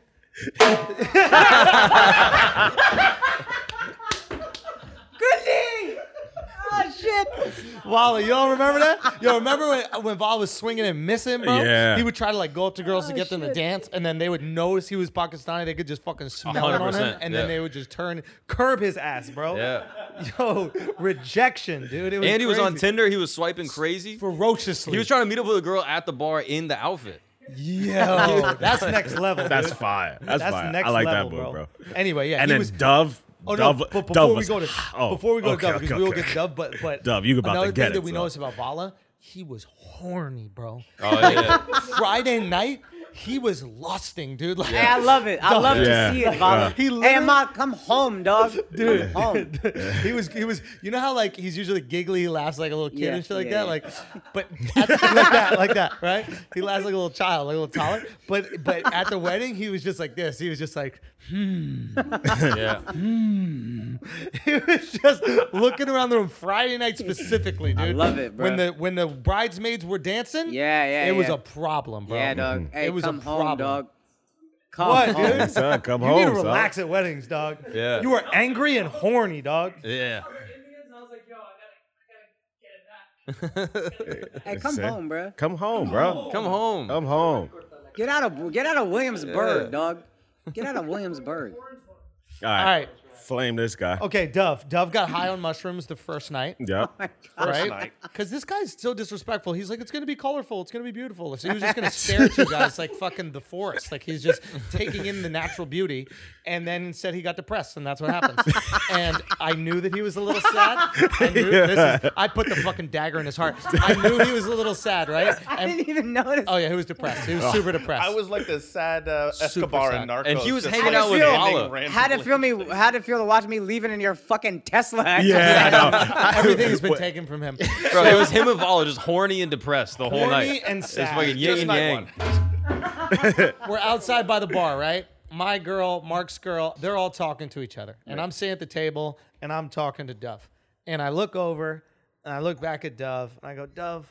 Oh shit! Wally, you don't remember that? Yo, remember when when Val was swinging and missing, bro? Yeah. He would try to like go up to girls to get them to dance, and then they would notice he was Pakistani. They could just fucking smell it on him, 100%, and yeah. then they would just turn curb his ass, bro. Yeah. Yo, rejection, dude. It was Andy was on Oh. crazy. Tinder. He was swiping crazy. ferociously. He was trying to meet up with a girl at the bar in the outfit. Yo, that's next level. That's dude. fire. That's, That's fire. next I like level, that move, bro. Anyway, yeah, And he then was- Dove. Oh Dove, no! But before Dove we was- go to Oh, before we go okay, to Dove, because okay, we will okay. get Dove. But but Dove, you about to another get thing it, that we so. noticed about Vala, he was horny, bro. Oh yeah. Friday night, he was lusting, dude. Like, Hey, I love it. I love Yeah. to see it, Vala. Yeah. He hey, literally- Ma, come home, dog. Dude, come home. he was he was you know how like he's usually giggly he laughs like a little kid Yeah, and shit like that yeah, yeah. like but at the- like that like that right he laughs like a little child like a little toddler but but at the wedding he was just like this he was just like hmm. yeah. he was just looking around the room Friday night specifically dude love it, bro. when the when the bridesmaids were dancing Yeah, yeah, it was yeah. a problem bro Yeah, dog. Hey, it was come a home, problem dog. Come What, home. dude? Son, come you home. need to son. relax at weddings dog Yeah. you were angry and horny dog Yeah. Hey, come Say- home, bro. Come home, bro. Come home. Oh, Come home. Get out of get out of Williamsburg, Yeah. dog. Get out of Williamsburg. All all right. right Flame this guy. okay Dove Dove got high on mushrooms the first night Yeah. right? Because this guy's so disrespectful. He's like, it's gonna be colorful, it's gonna be beautiful. So he was just gonna stare at you guys like fucking the forest. Like he's just taking in the natural beauty. And then instead he got depressed, and that's what happens. and I knew that he was a little sad. I knew this is, I put the fucking dagger in his heart. I knew he was a little sad, right? I And- didn't even notice. oh yeah, he was depressed. He was super depressed. I was like the sad uh, Escobar sad. and Narcos. And he was just hanging like out with standing Vala. randomly. How'd it feel me? How'd it feel to watch me leaving in your fucking Tesla? Yeah, I know. Everything has been taken from him. Bro, it was him and Vala just horny and depressed the whole Horny night. and sad. It's fucking Just yin and night yang. one. we're outside by the bar, right? My girl, Mark's girl, they're all talking to each other. And I'm sitting at the table and I'm talking to Dove. And I look over and I look back at Dove and I go, Dove,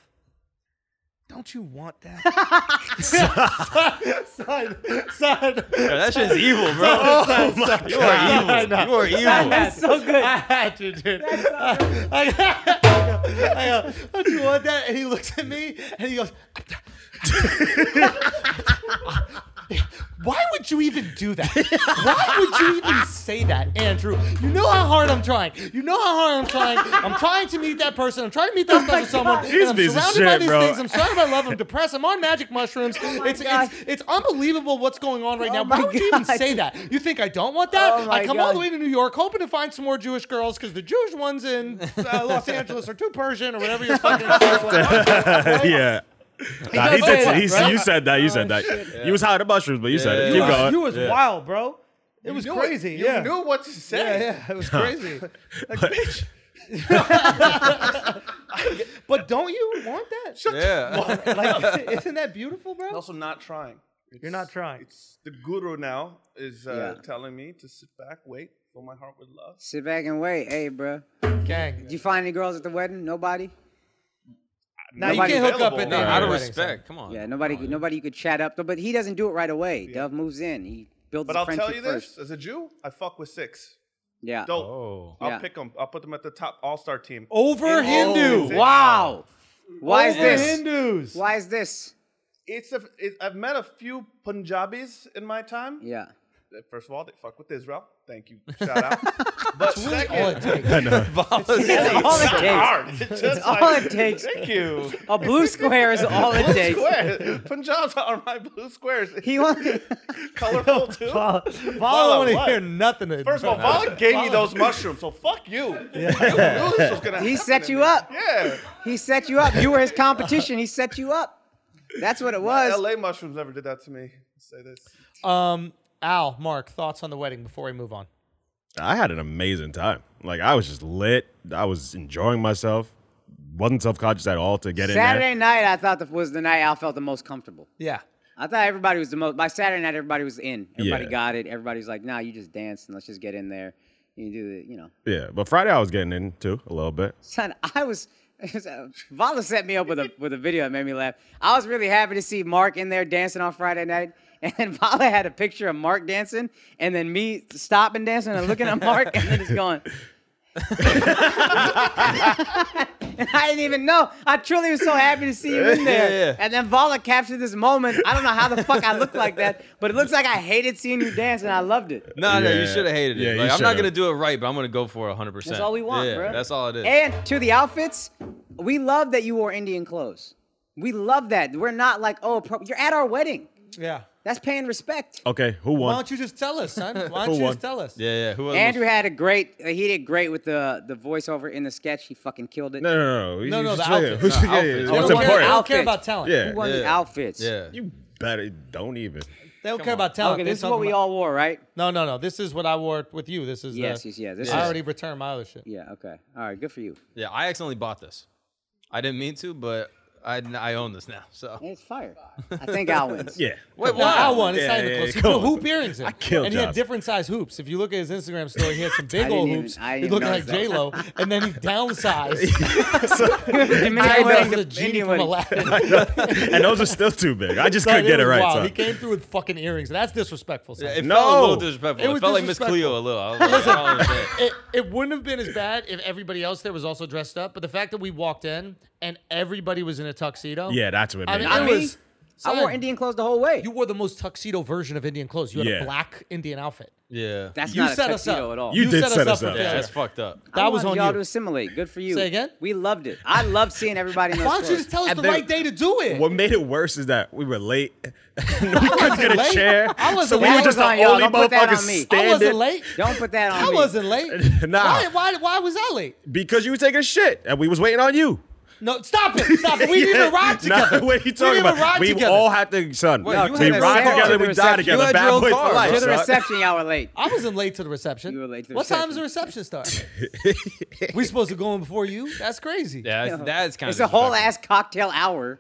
don't you want that? son, son, son. Bro, that shit's evil, bro. Oh my you are evil. You are evil. That's so good. I had to, dude. I, I, I go, don't you want that? And he looks at me and he goes, Why would you even do that? Why would you even say that, Andrew? You know how hard I'm trying. You know how hard I'm trying. I'm trying to meet that person. I'm trying to meet that special someone. Oh and He's I'm piece of surrounded by shit, these bro. things. I'm surrounded by love. I'm depressed. I'm on magic mushrooms. it's, God. it's it's unbelievable what's going on right now. my Why would you even God. say that? You think I don't want that? Oh my I come all God. the way to New York hoping to find some more Jewish girls because the Jewish ones in uh, Los Angeles are too Persian or whatever you're fucking. yeah. Nah, he does say did, that, he, right? you said that. You said that. You was high on the mushrooms, but you said it. Yeah. Keep You going. You was wild, bro. It was You knew crazy. You yeah. knew what to yeah, say. yeah, it was crazy. like, bitch. but don't you want that? Shut Yeah. like, isn't that beautiful, bro? Also, not trying. You're not trying. It's the guru now is uh, Yeah. telling me to sit back, wait, fill my heart with love. Sit back and wait. Hey, bro. Gang. Did you find any girls at the wedding? Nobody. Now you Nobody's can't hook up available. at the No, end out the of wedding, son. respect. Come on. Yeah, nobody. Nobody you could chat up. to, But he doesn't do it right away. Dove moves in. He builds. But a I'll friendship tell you this: First. as a Jew, I fuck with six. Yeah. Dope. Oh. I'll Yeah. pick them. I'll put them at the top All Star team. Over Hindu. Wow. Wow. Why is Over this? Hindus. Why is this? It's a. It, I've met a few Punjabis in my time. Yeah. First of all, they fuck with Israel. Thank you. Shout out. but All second, it takes. That's all it takes. hard. It's just all like, it takes. Thank you. A blue square is all it Blue takes. squares. Punjabs are my blue squares. He wants. Colorful too. Vala, Vala, Vala, want to what? hear nothing. to- First of all, Vala gave me those mushrooms, so fuck you. You knew this was gonna He happen set to you me. up. Yeah. He set you up. You were his competition. He set you up. That's what it was. LA mushrooms never did that to me. Say this. um, Al, Mark, thoughts on the wedding before we move on. I had an amazing time. Like I was just lit. I was enjoying myself. Wasn't self conscious at all to get in there. Saturday night, I thought that was the night I felt the most comfortable. Yeah. I thought everybody was the most. By Saturday night, everybody was in. Everybody Yeah. got it. Everybody was like, "Nah, you just dance and let's just get in there. You do the, you know." Yeah, but Friday I was getting in too a little bit. Son, I was. uh, Vala set me up with a with a video that made me laugh. I was really happy to see Mark in there dancing on Friday night, and then Vala had a picture of Mark dancing, and then me stopping dancing and looking at Mark, and then just going. and I didn't even know. I truly was so happy to see you in there. Yeah, yeah. And then Vala captured this moment. I don't know how the fuck I look like that, but it looks like I hated seeing you dance, and I loved it. No, no, you Yeah. should have hated it. Yeah, you like, I'm not shoulda. gonna do it right, but I'm gonna go for it 100. percent That's all we want, yeah, bro. That's all it is. And to the outfits, we love that you wore Indian clothes. We love that. We're not like, oh, pro- you're at our wedding. Yeah. That's paying respect. Okay, who Why won? don't you just tell us, son? Why don't Who you won? just tell us? yeah, yeah. Who else? Andrew had a great. uh, He did great with the the voiceover in the sketch. He fucking killed it. No, no, no. You No, no, just the look at outfits. who's- The yeah, yeah, outfits. yeah. They What's don't care- I important? don't care about talent. Yeah. Who won the Yeah. outfits? yeah. You better don't even. They don't care about talent. Okay, They this is talk what we about- all wore, right? No, no, no. This is what I wore with you. This is the- Yes, yes, yeah. This I is- already returned my other shit. Yeah. Okay. All right. Good for you. Yeah, I accidentally bought this. I didn't mean to, but I I own this now. So It's fire. I think Al wins. Yeah. wait, No, I won. It's Yeah, not even yeah, close. He come put on. hoop earrings in. I killed And he had Josh. different size hoops. If you look at his Instagram story, he had some big I old didn't even- hoops. I He didn't looked like notice J that. Lo, and then he downsized. Dominican was wedding a to genie Indian from wedding. Aladdin. and those are still too big. I just couldn't get it was right. wild. son. He came through with fucking earrings. That's disrespectful. son. it No. felt a little disrespectful. It It, was felt like Miss disrespectful. Cleo a little. I was like, I don't understand. it, it wouldn't have been as bad if everybody else there was also dressed up, but the fact that we walked in and everybody was in a tuxedo. Yeah, that's what I made mean, it. Not it me. was. I wore son, Indian clothes the whole way. You wore the most tuxedo version of Indian clothes. You had a Yeah. black Indian outfit. yeah, That's you not a set us tuxedo up. at all. You did set, us set us up. up. for yeah, failure. that's fucked up. I That was wanted on y'all you. to assimilate. Good for you. Say again? We loved it. I loved seeing everybody in those Why don't you clothes. just tell us And the then- right day to do it? What made it worse is that we were late. we couldn't get late. a chair. I wasn't so we late. were just the That was on y'all. only Don't put that motherfuckers on me. I I standing. wasn't late. Don't put that on I me. wasn't late. Nah. Why, why, why was I late? Because you were taking a shit and we was waiting on you. No, stop it. Stop it. We didn't even ride Nah, together. what are you we talking didn't about? even ride we together. all had to, son. Well, you we had a ride car. together, To the we die reception. together. You had Bad your own boy car, for life. to the son. reception, y'all were late. I wasn't late to the reception. You were late to the what time reception. does the reception start? we supposed to go in before you? That's crazy. Yeah, that's, that's kind It's of a whole ass cocktail hour.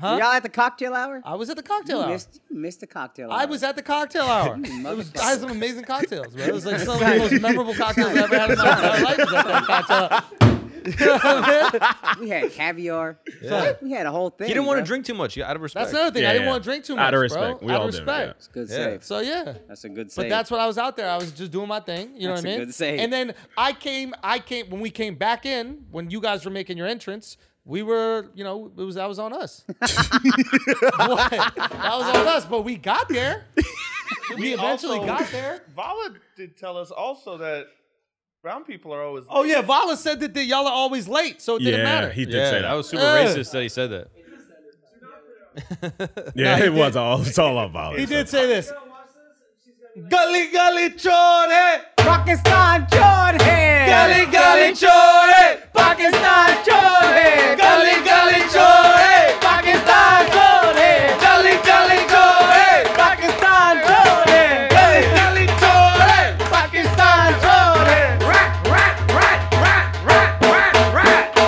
Huh? Y'all at the cocktail hour? I was at the cocktail You hour. missed, you missed the cocktail hour. I was at the cocktail hour. It was, I had some amazing cocktails, bro. It was like some of the most memorable cocktails I've ever had in my entire life. Was at that cocktail. hour. We had caviar. We had a whole thing. He didn't want bro. to drink too much. Yeah, out of respect. That's another thing. I Yeah, didn't yeah. want to drink too much, Out of bro. respect. We out all of did it, respect. It's a good Yeah. save. So yeah. That's a good save. But that's what I was out there. I was just doing my thing. You know That's what I a mean? good save. And then I came. I came when we came back in. When you guys were making your entrance, we were. You know, it was that was on us. What? That was on us. But we got there. We eventually also- got there. Vala did tell us also that brown people are always. Oh yeah, Vala said that, that y'all are always late, so it didn't Yeah, matter. he did yeah, say that was super Yeah. racist that he said that. Yeah, he it was did. all. It's all on violence. he did say this. Gully gully chore, Pakistan Jordan. gully gully chore, Pakistan Jordan. gully gully chore, Pakistan Jordan. gully gully chore. Pakistan Jordan. Pakistan Jordan. Rat, rat, rat, rat, rat, rat, rat.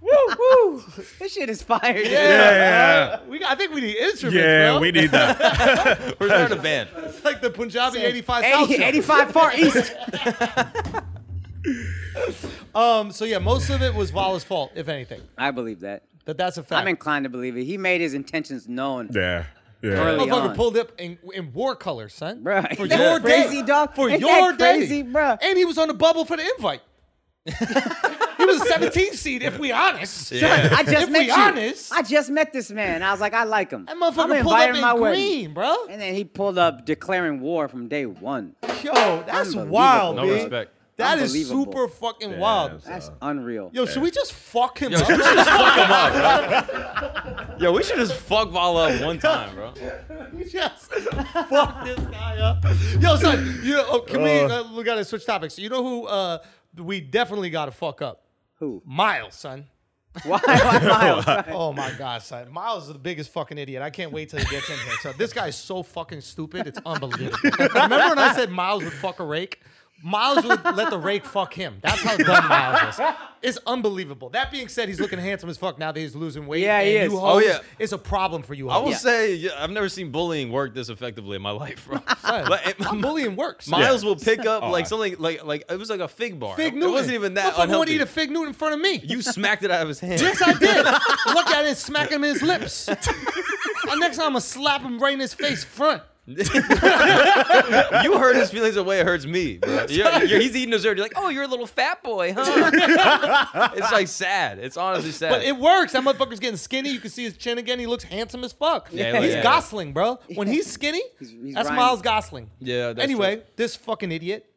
Woo, woo. This shit is fire. dude. Yeah, yeah, We, I think we need yeah. instruments, Yeah, bro. we need that. We're starting a band. It's like the Punjabi 85 South 80, show. 85 far east. Um, so yeah, most of it was Vala's fault, if anything. I believe that. But that's a fact. I'm inclined to believe it. He made his intentions known. Yeah, yeah. Early. Motherfucker on. pulled up in, in war colors, son. Bruh. For Ain't that your crazy, day. dog? For Ain't your that day. crazy, bruh? And he was on the bubble for the invite. he was a 17 seed, if we honest. Yeah. I just If met we you. honest- I just met this man. I was like, I like him. That I'm gonna motherfucker pulled up invite him in to my green, wedding. bro. And then he pulled up declaring war from day one. Yo, that's Unbelievable. wild, No B. respect. That is Unbelievable. super fucking wild. That's Uh. unreal. Yo, should we just fuck him up? Yo, we should just fuck Vala up one time, bro. Yes. Fuck this guy up. Yo, son, you know, oh, can we, uh, we gotta switch topics. You know who uh, we definitely gotta fuck up? Who? Miles, son. Why, why Miles? Oh my God, son. Miles is the biggest fucking idiot. I can't wait till he gets in here. So this guy is so fucking stupid. It's unbelievable. Remember when I said Miles would fuck a rake? Miles would let the rake fuck him. That's how dumb Miles is. It's unbelievable. That being said, he's looking handsome as fuck now that he's losing weight. Yeah, he and is. You Oh, hoes- yeah. It's a problem for you. I will hoes. say yeah, I've never seen bullying work this effectively in my life, bro. But it- How bullying works. Miles will pick up like I- something like like it was like a fig bar. Fig it Newton. wasn't even that Motherfucker would unhealthy. eat a fig Newton in front of me. you smacked it out of his hand. Yes, I did. Look at it, smack him in his lips. Uh, Next time, I'm gonna slap him right in his face front. you hurt his feelings the way it hurts me. Bro. You're- you're- he's eating dessert. You're like, oh, you're a little fat boy, huh? it's like sad. It's honestly sad. But it works. That motherfucker's getting skinny. You can see his chin again. He looks handsome as fuck. Yeah, he's yeah. Gosling, bro. When he's skinny, he's that's Ryan- Miles Gosling. Yeah, that's anyway, true. this fucking idiot.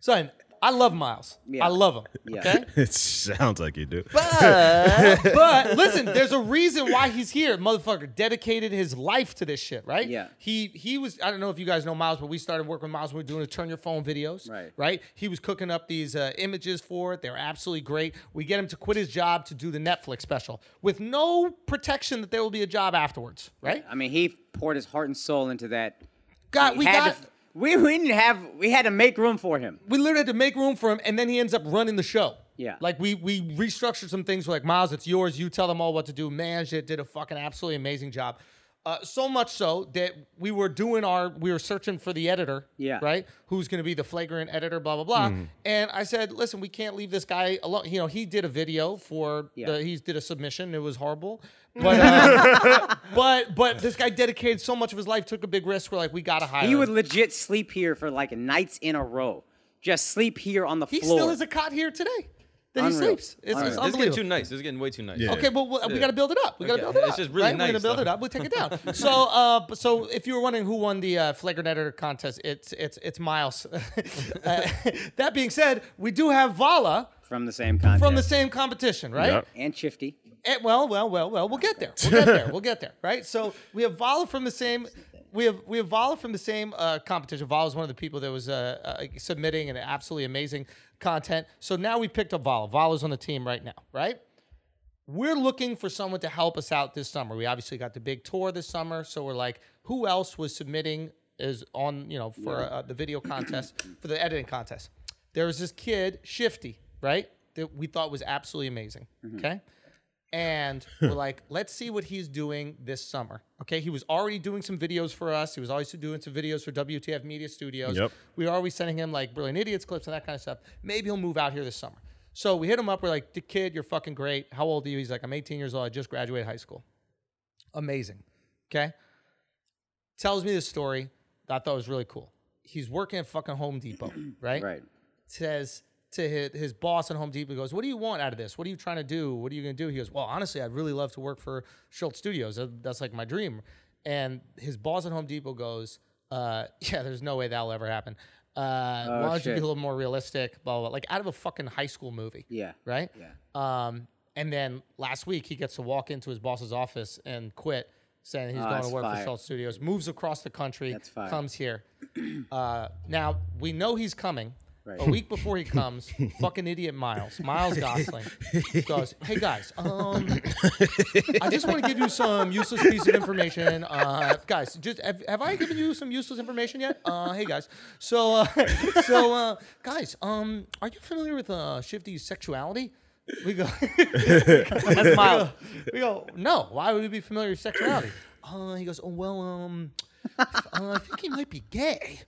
Son, I love Miles. Yeah. I love him. Yeah. Okay. It sounds like you do. But listen, there's a reason why he's here. Motherfucker dedicated his life to this shit, right? Yeah. He he was. I don't know if you guys know Miles, but we started working with Miles. when We were doing the turn your phone videos, Right. Right. He was cooking up these uh, images for it. They're absolutely great. We get him to quit his job to do the Netflix special with no protection that there will be a job afterwards, right? I mean, he poured his heart and soul into that. God, Uh, we had got. to, we, we didn't have we had to make room for him. we literally had to make room for him, and then he ends up running the show. Yeah. Like we we restructured some things. We're like, Miles, it's yours. You tell them all what to do. Manage it. Did a fucking absolutely amazing job. Uh, so much so that we were doing our we were searching for the editor. Yeah. Right. Who's going to be the flagrant editor? Blah blah blah. And I said, listen, we can't leave this guy alone. You know, he did a video for Yeah. the, he did a submission. It was horrible, but. Uh, But but this guy dedicated so much of his life, took a big risk. We're like, we gotta hire. He Uh. him. would legit sleep here for like nights in a row. Just sleep here on the He floor. still has a cot here today that he Unreal. sleeps. It's, it's Unreal. This is getting too unbelievable. nice. This is getting way too nice. Yeah. Okay, but we, we got to build it up. We got to Okay. build it up. It's just really right? We're gonna nice, build it though. up. We'll take it down. so, uh, but- so if you were wondering who won the uh, flagrant editor contest, it's it's it's Miles. Uh, that being said, we do have Vala from the same contest. from the same competition, right? Yep. and Shifty. Eh, well, well, well, well, we'll get there. We'll get there. We'll get there. Right. So we have Vala from the same. We have we have Vala from the same uh, competition. Vala is one of the people that was uh, uh, submitting and absolutely amazing content. So now we picked up Vala. Vala's on the team right now. Right. We're looking for someone to help us out this summer. We obviously got the big tour this summer, so we're like, who else was submitting is on you know for uh, the video contest for the editing contest? There was this kid Shifty, right? That we thought was absolutely amazing. Okay and we're like, let's see what he's doing this summer. Okay, he was already doing some videos for us. He was always doing some videos for WTF Media Studios. Yep. We were always sending him like Brilliant Idiots clips and that kind of stuff. Maybe he'll move out here this summer. So we hit him up. We're like, "D- kid, you're fucking great. How old are you? He's like, I'm 18 years old. I just graduated high school. Amazing. Okay. Tells me this story that I thought was really cool. He's working at fucking Home Depot, right? Right. says to his, his boss at Home Depot, he goes, What do you want out of this? What are you trying to do? What are you going to do? He goes, Well, honestly, I'd really love to work for Schultz Studios. That- That's like my dream. And his boss at Home Depot goes, uh, Yeah, there's no way that'll ever happen. Uh, why don't you Oh, shit. be a little more realistic? Blah, blah, blah. Like out of a fucking high school movie. Yeah. Right? Yeah. Um, and then last week, he gets to walk into his boss's office and quit, saying he's going to Oh, that's work for fire. Schultz Studios, moves across the country, That's fire. comes here. Uh, now we know he's coming. A week before he comes, fucking idiot Miles, Miles Gosling, goes, "Hey guys, um, I just want to give you some useless piece of information, uh, guys. Just have, have I given you some useless information yet? Uh, hey guys, so uh, so uh, guys, um, are you familiar with uh, Shifty's sexuality? We go, That's Miles. we go, no. Why would we be familiar with sexuality? Uh, he goes, oh well, um, uh, I think he might be gay.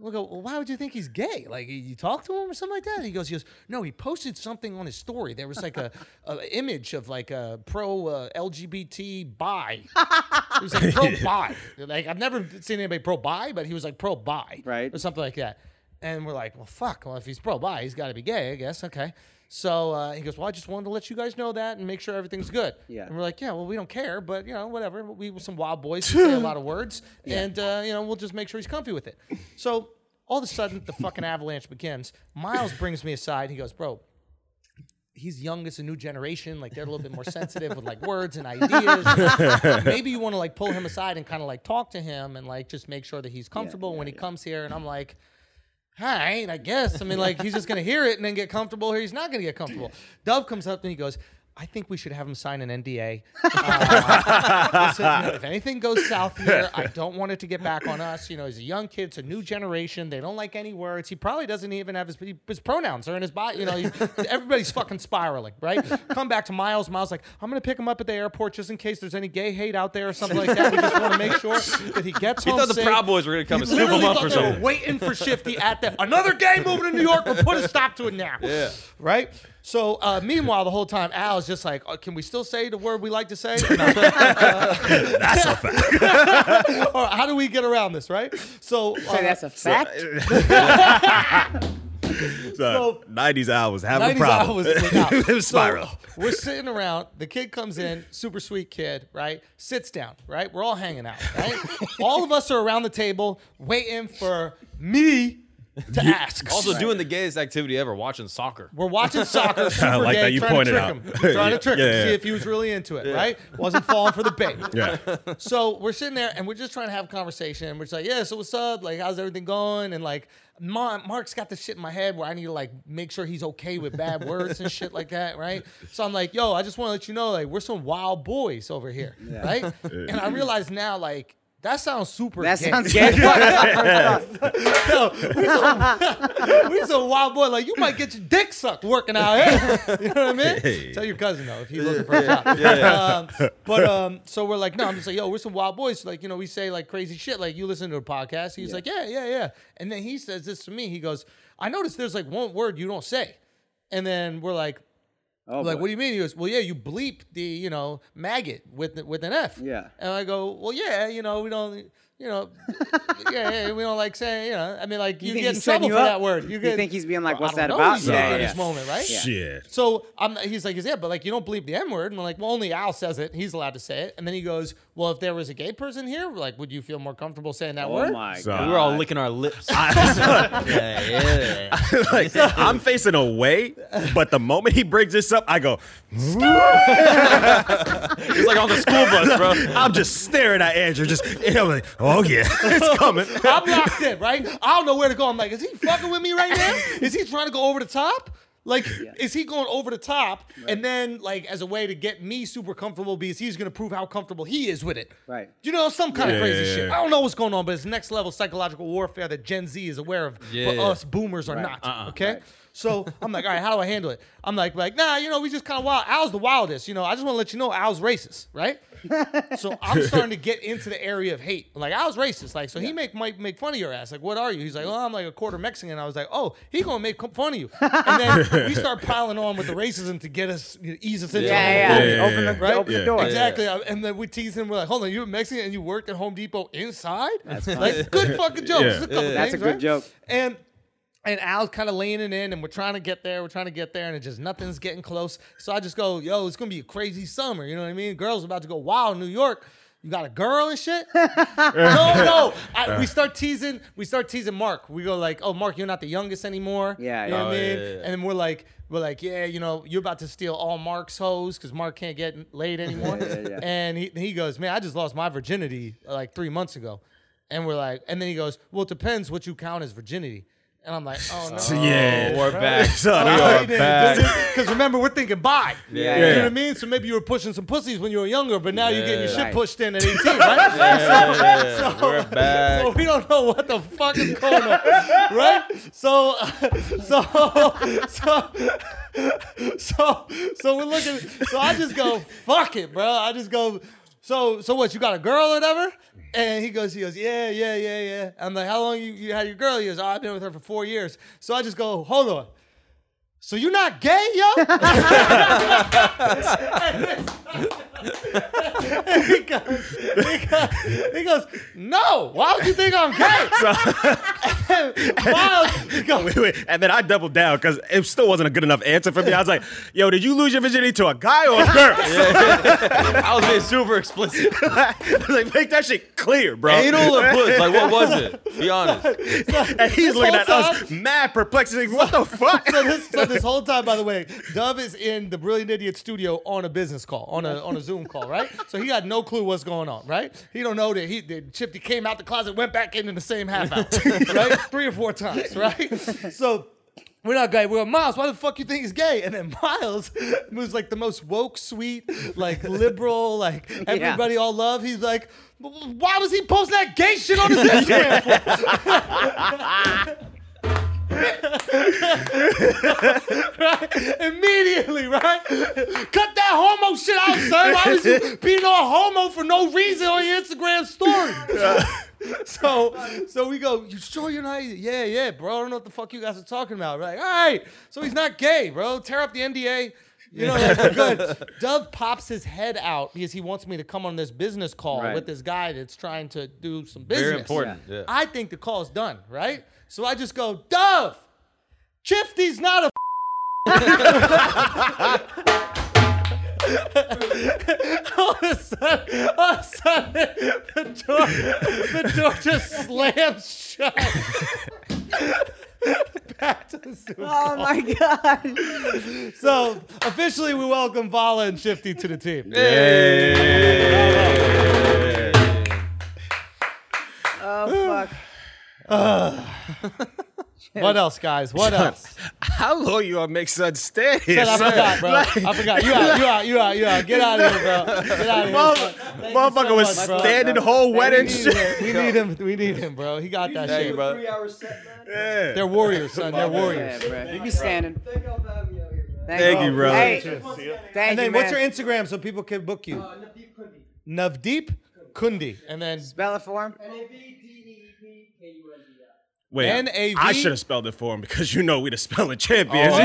We go, well, why would you think he's gay? Like you- you talk to him or something like that? He goes, he goes, no, he posted something on his story. There was like a, a image of like a pro uh, LGBT bi. He was like pro bi. Like I've never seen anybody pro bi, but he was like pro bi, Right. or something like that. And we're like, well, fuck. Well, if he's pro bi, he's got to be gay, I guess. Okay. So uh, he goes, well, I just wanted to let you guys know that and make sure everything's good. Yeah. And we're like, yeah, well, we don't care, but you know, whatever. We were some wild boys who say a lot of words, and uh, you know, we'll just make sure he's comfy with it. So all of a sudden, the fucking avalanche begins. Miles brings me aside. He goes, bro, he's young. It's a new generation. Like they're a little bit more sensitive with like words and ideas. Maybe you want to like pull him aside and kind of like talk to him and like just make sure that he's comfortable when he comes here. And I'm like, all right, I guess. I mean, like he's just gonna hear it and then get comfortable, or he's not gonna get comfortable. Dove comes up to me, he goes, I think we should have him sign an NDA. Uh, listen, if anything goes south here, I don't want it to get back on us. You know, he's a young kid, it's a new generation. They don't like any words. He probably doesn't even have his his pronouns are in his body. You know, he's, everybody's fucking spiraling, right? Come back to Miles. Miles like, I'm gonna pick him up at the airport just in case there's any gay hate out there or something like that. We just want to make sure that he gets He home thought the safe. Proud Boys were gonna come He and scoop literally him up thought or they were something. Waiting for Shifty at that. Another gay moving to New York will put a stop to it now. Yeah. Right? So, uh, meanwhile, the whole time, Al is just like, oh, can we still say the word we like to say? No. That's a fact. or how do we get around this, right? So, uh, Say that's a fact. So- So, 90s Al was having 90s a Al problem. was like, no. it was So, spiral. we're sitting around. The kid comes in, super sweet kid, right? Sits down, right? We're all hanging out, right? all of us are around the table waiting for me to ask. Also doing the gayest activity ever, watching soccer. We're watching soccer. Super I like gay, that you trying pointed to trick out. him. We're trying to Yeah, trick yeah, him, see yeah. if he was really into it, right? Wasn't falling for the bait. Yeah. So we're sitting there and we're just trying to have a conversation. And we're just like, yeah, so what's up? Like, how's everything going? And like, Ma- Mark's got this shit in my head where I need to like make sure he's okay with bad words and shit like that, right? So I'm like, yo, I just want to let you know, like, we're some wild boys over here, right? And I realize now, like, that sounds super. That gay. sounds gay. Yo, we so, we so wild boy. Like you might get your dick sucked working out here. You know what I mean? Tell your cousin though if he's looking for a job. Um, but um, so we're like, no, I'm just like, yo, we're some wild boys. Like you know, we say like crazy shit. Like you listen to the podcast. He's like, yeah, yeah, yeah. And then he says this to me. He goes, I noticed there's like one word you don't say. And then we're like, Oh, like, boy. what do you mean? He goes, well, yeah, you bleep the, you know, maggot with with an F. Yeah. And I go, well, yeah, you know, we don't, you know, yeah, yeah, we don't like saying, you know, I mean, like, you, think get in he's setting trouble you for up? that word. You get- think he's being like, Well, "What's I that don't know about?" He's Yeah, thinking yeah, in yeah. this moment, right? Shit. So I'm, he's like, yeah, but like you don't bleep the M word, and I'm like, well, only Al says it, and he's allowed to say it. And then he goes, well, if there was a gay person here, like, would you feel more comfortable saying that Oh word? my So- We god. were all licking our lips. yeah, yeah. Like, I'm facing away, but the moment he brings this up, I go, It's like on the school bus, bro. I'm just staring at Andrew, just, and I'm like, oh yeah, it's coming. I'm locked in, right? I don't know where to go. I'm like, is he fucking with me right now? Is he trying to go over the top? Like, is he going over the top? And then, like, as a way to get me super comfortable because he's going to prove how comfortable he is with it. Right. You know, some kind of Yeah, crazy yeah, shit. yeah. I don't know what's going on, but it's next level psychological warfare that Gen Z is aware of, Yeah, but yeah. us boomers are not. Uh-uh. Okay? So I'm like, all right, how do I handle it? I'm like, like, nah, you know, we just kind of wild. Al's the wildest, you know. I just want to let you know Al's racist, right? So I'm starting to get into the area of hate. Like I was racist. Like so he make might make fun of your ass. Like what are you? He's like, oh, I'm like a quarter Mexican. I was like, oh, he gonna make fun of you. And then we start piling on with the racism to get us you know, ease us into the whole Yeah, yeah, Yeah, movie. yeah, Open the yeah. Right? open the door. Exactly. uh, And then we tease him. We're like, hold on, you're Mexican and you worked at Home Depot inside? That's Like, good fucking joke. Yeah. Just a couple That's a things, good right? joke. And and Al's kind of leaning in, and we're trying to get there. We're trying to get there, and it just nothing's getting close. So I just go, yo, it's gonna be a crazy summer. You know what I mean? Girls about to go wild, in New York. You got a girl and shit? no, no. I, we start teasing. We start teasing Mark. We go like, "Oh, Mark, you're not the youngest anymore." Yeah, you know yeah. what I Oh, yeah, mean. yeah, yeah. And then we're like, we're like, "Yeah, you know, you're about to steal all Mark's hoes because Mark can't get laid anymore." yeah, yeah. And he, he goes, Man, I just lost my virginity uh, like three months ago. And we're like, and then he goes, Well, it depends what you count as virginity. And I'm like, Oh no. yeah. Oh, we're back. Son, We I- are back. Because remember, we're thinking bye. Yeah, You know yeah. what I mean? So maybe you were pushing some pussies when you were younger, but now you're getting your shit Right. pushed in at 18, right? Yeah, we're back. So we don't know what the fuck is going on, right? So, so, so, so, so we're looking. So I just go, fuck it, bro. I just go. So, so what? You got a girl or whatever? And he goes, he goes, yeah, yeah, yeah, yeah. I'm like, how long you, you had your girl? He goes, oh, I've been with her for four years. So I just go, hold on. So you're not gay, yo? he, goes, he, goes, he goes, no. Why would you think I'm gay? Miles, he goes, Wait, wait. And then I doubled down because it still wasn't a good enough answer for me. I was like, yo, did you lose your virginity to a guy or a girl? I was being super explicit. like, make that shit clear, bro. Anal or puss? Like, what was it? Be honest. and he's looking whole at us mad perplexed. He's Like, what the fuck? so this, so this whole time, by the way, Dove is in the Brilliant Idiot studio on a business call, on a on a Zoom call, right? So he got no clue what's going on, right? He don't know that he that Chifty came out the closet, went back in in the same half hour, right? Three or four times, right? So. We're not gay. We're Miles. Why the fuck you think he's gay? And then Miles was like the most woke, sweet, like liberal, like everybody all love. He's like, "W- why was he posting that gay shit on his Instagram? for?" right? Immediately, right? Cut that homo shit out, son. Why was you being all homo for no reason on your Instagram story? so so we go, you sure you're not? Yeah, yeah, bro. I don't know what the fuck you guys are talking about. We're like, all right. So he's not gay, bro. Tear up the NDA. You know, like, we're good. Dove pops his head out because he wants me to come on this business call Right. with this guy that's trying to do some business. Very important. Yeah. I think the call's done, right? So I just go, Dove, Chifty's not a. all of a sudden, all of a sudden, the door, the door just slams shut. Back to the Zoom. Oh my god. So officially, we welcome Vala and Shifty to the team. Oh fuck. What else, guys? What else? How long you gonna make such stay? Shit, I son? forgot, bro. Like, I forgot. You out, you out, you out, you out. Get out of here, bro. Get out of here. mother- Thank you motherfucker so was much, bro. standing whole wedding We need shit. him. We need him. We need him, bro. He got that Thank you, shit. brother. Three hour set, man. They're warriors, son. They're warriors. Yeah, bro. You be standing. Thank y'all for having me out here, man. Thank, Thank you. you, brother. Hey, thank And you, then man. what's your Instagram so people can book you? Uh, Naveed Kundi. Navdeep Kundi. And then Spell it for him. E N-A-V-D-E-E-P-K-U-N-D-I. Wait, N-A-V- I should have spelled it for him because you know we the spelling champions. You- Wait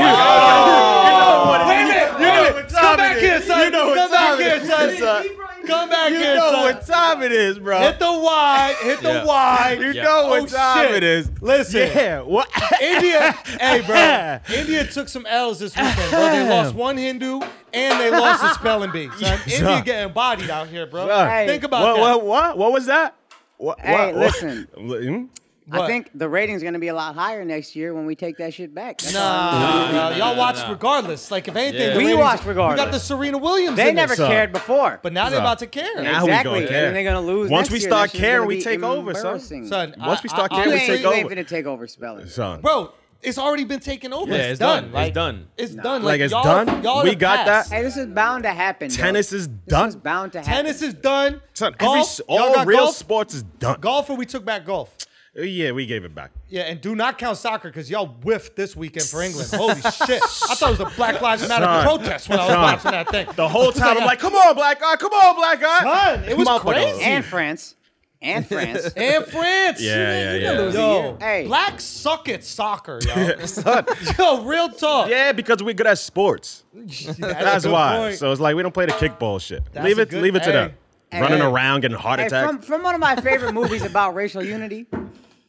a minute! Wait a minute! Come back here, son! You know what Come back time here, it son! is, E son. Come back You here, know son! what time it is, bro. Hit the Y! Hit the Yeah. Y! You Yeah. know what Oh, time shit. it is. Listen, Yeah. What? India, hey, bro, India took some L's this weekend, bro. They lost one Hindu and they lost a spelling bee, son. India Son. getting bodied out here, bro. Son. Hey. Think about What, that. what? What? What was that? What, Hey, what- listen. what- Hmm? What? I think the rating's gonna be a lot higher next year when we take that shit back. That's all. Nah, no, nah, no, y'all no, watched no. regardless. Like if anything, Yeah. the We ratings- watched We got regardless. the Serena Williams. They in never this, son. cared before. but now they're Son. about to care. Now we exactly, gonna and care. then they're gonna lose. Once next we year, start that shit's gonna caring, we be take over, son. embarrassing. Son, Once I- we start I- You caring, we honestly- ain't, take you ain't over. finna take over spelling. Son. Bro, it's already been taken over. Yeah, it's done. It's Like, done. It's done. Like, it's y'all- done? Y'all We have got passed. that? Hey, this is bound to happen. bro. Tennis is This is done. bound to happen. Tennis is done. Son, every, golf, s- y'all all got real golf? sports is done. Uh, Golf or we took back golf. Yeah, we gave it back. Yeah, and do not count soccer because y'all whiffed this weekend for England. Holy shit. I thought it was a Black Lives Matter Son. protest when I was Son. watching that thing. The whole time I'm like, come on, black guy, come on, black guy. Son, it was Motherfucker. crazy. and France, and France. and France. Yeah, yeah, You yeah. gonna lose a Yo, year. Hey. black suck at soccer, yo. yo, real talk. Yeah, because we're good at sports. That's, That's a good why. point. So it's like we don't play the kickball shit. That's leave a it, good- leave it to them. Hey. Running Hey. around, getting heart Hey, attacks. from, from one of my favorite movies about racial unity,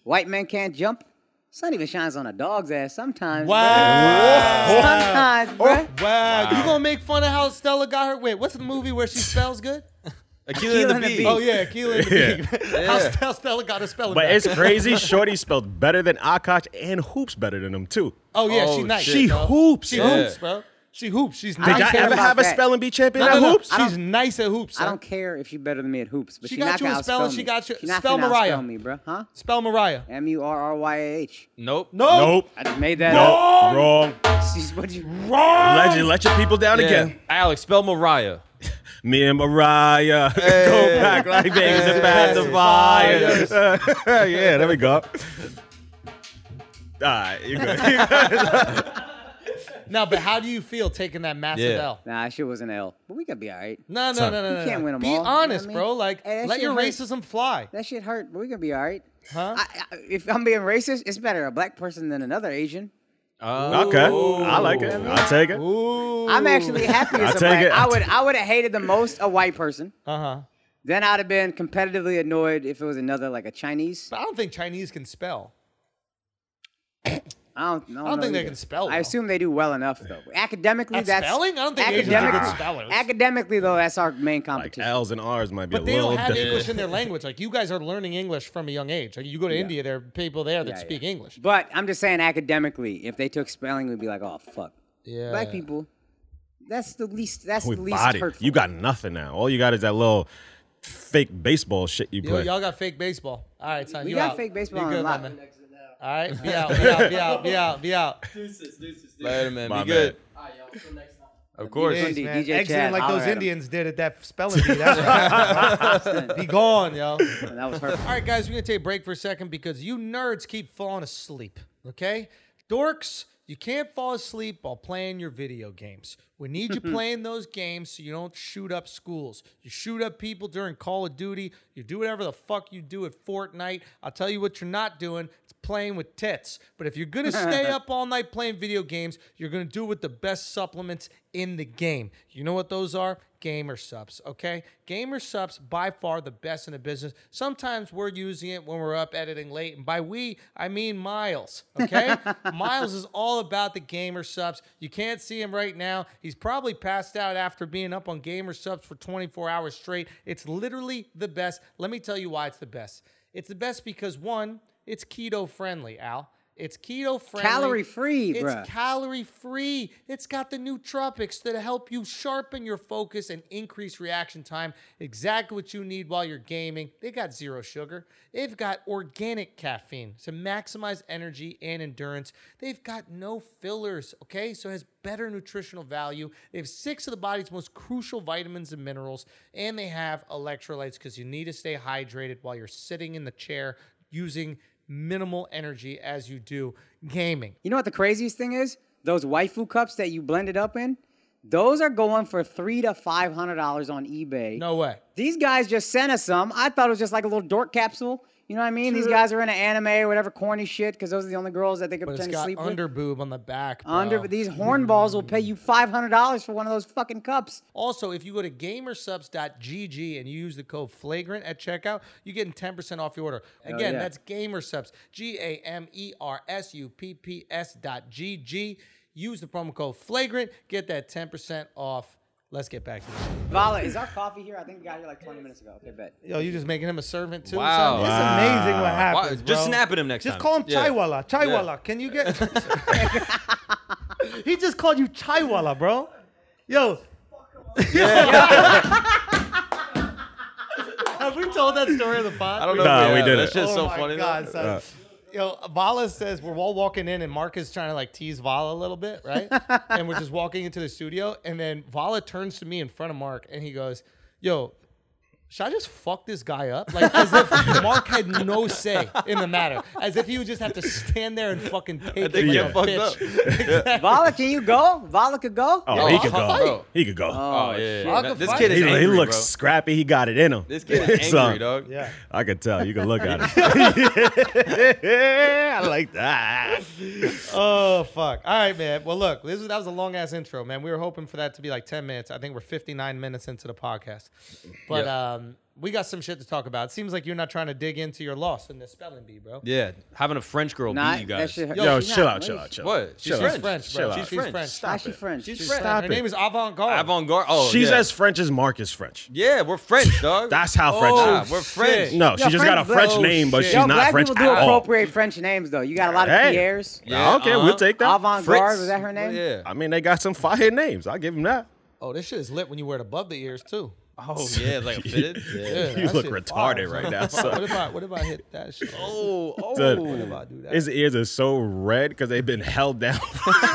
White Men Can't Jump. Sun even shines on a dog's ass sometimes. bruh. Wow. Sometimes, Oh. bruh. Wow. You gonna make fun of how Stella got her? Wait, what's the movie where she spells good? Aquila and the Bee. Oh yeah, Keelan. Yeah. How Stella- Stella got her spelling But back. it's crazy. Shorty spelled better than Akash and hoops better than him too. Oh yeah, Oh, she nice. shit, She bro. hoops. She yo. hoops, bro. She hoops. She's Did nice. y'all I care ever about have a that. spelling bee champion No, at no, no. hoops? She's nice at hoops. I son. don't care if you better than me at hoops, but She she, got not you in gonna outspell spelling, me. she got you- She not spell finna Mariah. outspell me, bruh. Huh? Spell Mariah. M U R R Y A H. Nope. No. Nope. I just made that up. Nope. Wrong. She's what you. Legend, let your people down Yeah. again. Alex, spell Mariah. Me and Mariah go back like babies and past the fire. yeah, there we go. All right, you good. You good. Now, but how do you feel taking that massive Yeah. L? Nah, she was an L, but we could be all right. No, no, no, Son. no, no. You can't no. win 'em Be all, you know what I honest, mean? bro. Like, Hey, that let shit your hurt. racism fly. That shit hurt, but we could be all right. Huh? I, I, if I'm being racist, it's better a black person than another Asian. Oh. Okay, I like it. I'll take it. Ooh. I'm actually happy I as a take black. it. I would I would have hated the most a white person. Uh huh. Then I'd have been competitively annoyed if it was another like a Chinese. But I don't think Chinese can spell. I don't, I don't, I don't think know they either. can spell, I though. assume they do well enough though. Academically, At that's spelling? I don't think Asians are academically, good spellers. academically though, that's our main Like competition. L's and R's might be But a they little don't have different. English in their language. Like you guys are learning English from a young age. Like you go to India, there are people there that Yeah, speak yeah. English. but I'm just saying academically, if they took spelling, we'd be like, oh fuck, Yeah. black people. That's the least. That's We the least bodied. hurtful. You got nothing now. All you got is that little fake baseball shit you Yo, play. y'all got fake baseball. All right, son. We you got out. fake baseball You on good, my lock. man. Exit now. All right, be out, be out, be out, be out, be out. Deuces, deuces, deuces. Later, man. My Be good. All right, y'all. Till next time. Of course. Peace. Peace, man. DJ Exiting Chad, like holler those at him. Indians did at that spelling bee. That's what happened. be gone, yo. That was hurtful. All right, guys, we're gonna take a break for a second because you nerds keep falling asleep. Okay, dorks, you can't fall asleep while playing your video games. We need you playing those games so you don't shoot up schools. You shoot up people during Call of Duty. You do whatever the fuck you do at Fortnite. I'll tell you what you're not doing. It's playing with tits. But if you're gonna stay up all night playing video games, you're gonna do it with the best supplements in the game. You know what those are? Gamer subs, okay? Gamer subs by far the best in the business. Sometimes we're using it when we're up editing late, and by we, I mean Miles, okay? Miles is all about the gamer subs. You can't see him right now. He's probably passed out after being up on gamer subs for 24 hours straight. It's literally the best. Let me tell you why it's the best. It's the best because one, it's keto friendly, Al. It's keto friendly. Calorie-free, It's bruh. calorie free. It's got the nootropics that help you sharpen your focus and increase reaction time. Exactly what you need while you're gaming. They got zero sugar. They've got organic caffeine to maximize energy and endurance. They've got no fillers, okay? So it has better nutritional value. They have six of the body's most crucial vitamins and minerals, and they have electrolytes because you need to stay hydrated while you're sitting in the chair using minimal energy as you do gaming. You know what the craziest thing is? Those waifu cups that you blended up in, those are going for three to five hundred dollars on eBay. No way. These guys just sent us some. I thought it was just like a little dork capsule. You know what I mean? These guys are into anime or whatever corny shit because those are the only girls that they could But it's pretend to got sleep with. underboob on the back. Bro. Under these hornballs will pay you five hundred dollars for one of those fucking cups. Also, if you go to gamersubs.gg and you use the code flagrant at checkout, you're getting 10% off your order. Again, yeah. that's gamersubs, G A M E R S U P P S dot GG. Use the promo code flagrant, get that 10% off. Let's get back to this. Vala, is our coffee here? I think we got here like twenty minutes ago. Okay, bet. Yo, you just making him a servant too? or Wow. something? It's amazing what Wow, happens. Just bro. snap at him next Just time. call him Yeah. Chaiwala. Chaiwala. Can you get? he just called you Chaiwala, bro. Yo, Have we told that story on the pod? I don't know. Nah, if we have. did That's it. just oh so my funny. though. God, son. Yo, Vala says we're all walking in, and Mark is trying to like tease Vala a little bit, right? and we're just walking into the studio, and then Vala turns to me in front of Mark, and he goes, "Yo, should I just fuck this guy up?" Like as if Mark had no say in the matter, as if he would just have to stand there and fucking take it They like Yeah. a get fucked up. bitch. Vala, can you go? Vala could go. Oh, Yeah, he I'll could fight. go. He could go. Oh, yeah. yeah. I'll This fight. kid he, is he angry, looks uh, bro. scrappy. He got it in him. This kid is So, angry, dog. yeah. I could tell. You can look at it. I like that. Oh fuck! All right, man. Well, look, this was, that was a long ass intro, man. We were hoping for that to be like ten minutes. I think we're fifty nine minutes into the podcast, but Yep. um, we got some shit to talk about. It seems like you're not trying to dig into your loss in the spelling bee, bro. Yeah, having a French girl Nah, beat you that guys. shit hurt. Yo, she's chill not out, chill racist. out, chill out. What? She's Chill French. out. French, bro. Chill She's out. French. Ah, Stop she it. French. She's She's French. stop Her it. name is Avant Garde. Avant garde. Oh, She's yeah. as French as Mark is French. Yeah, we're French, dog. That's how French Nah, is. we're French. No, she Yo, just got a French- French Oh, name, but shit. she's Yo, not black French people do at all. appropriate French names though. You got a lot of Hey. Pierres. Yeah, okay, uh-huh. we'll take that. Avant Fritz. Garde, was that her name? Yeah. I mean, they got some fire names. I'll give them that. Oh, this shit is lit when you wear it above the ears too. Oh, yeah, like a fitted. Yeah. you that look shit retarded fire, right now. What So. if I what if I hit that shit? Oh, oh. Dude, What if I do that? his ears are so red because they've been held down.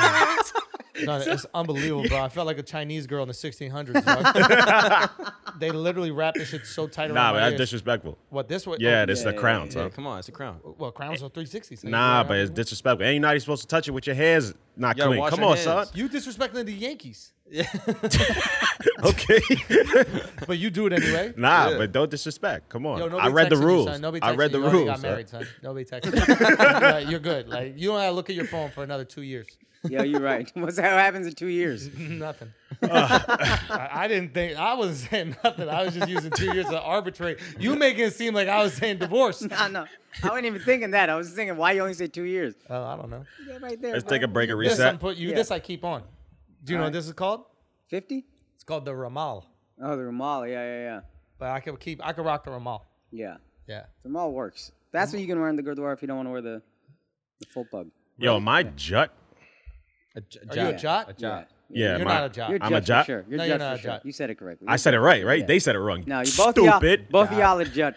No, it's unbelievable, bro. I felt like a Chinese girl in the 1600s. Dog. they literally wrap this shit so tight around nah, my but that's ears. disrespectful. What this way? Yeah, oh, this is the yeah, crown, Yeah, so. come on, it's a crown. Well, crowns are 360. so you Nah, can't but have it's them. disrespectful. Ain't you not even supposed to touch it with your hands not You gotta clean. wash Come your on, son. hands. You disrespecting the Yankees, Okay. but you do it anyway. nah, Yeah. but don't disrespect. Come on. Yo, nobody I read the texting you, rules. son. Nobody I texting read the you. You already rules. Got son. married, son. Nobody texting. you. you're good. Like you don't have to look at your phone for another two years. Yeah, you're right. What's that? What happens in two years? nothing. Uh. I, I didn't think I wasn't saying nothing. I was just using two years to arbitrate. You making it seem like I was saying divorce. I know. I wasn't even thinking that. I was thinking, why you only say two years? Oh, I don't know. Yeah, right there. Let's take a break and This I reset. put you. Yeah. This I keep on. Do you know what Alright. this is called? Fifty? It's called the Ramal. Oh, the Ramal. Yeah, yeah, yeah, But I could keep. I could rock the Ramal. yeah. Yeah. The Ramal works. That's what you can wear in the Gurdwara if you don't want to wear the, the full pug. Yo, my jut. A j- Are you a jot. jot? Yeah. Yeah, You're my, not a jot. You're Uh, I'm judge a jot. for sure. No, You're judge you're for not a sure. jot. You said it correctly. I said it right, right? They said it wrong. no, you both y'all, Stupid. both of y'all are jut.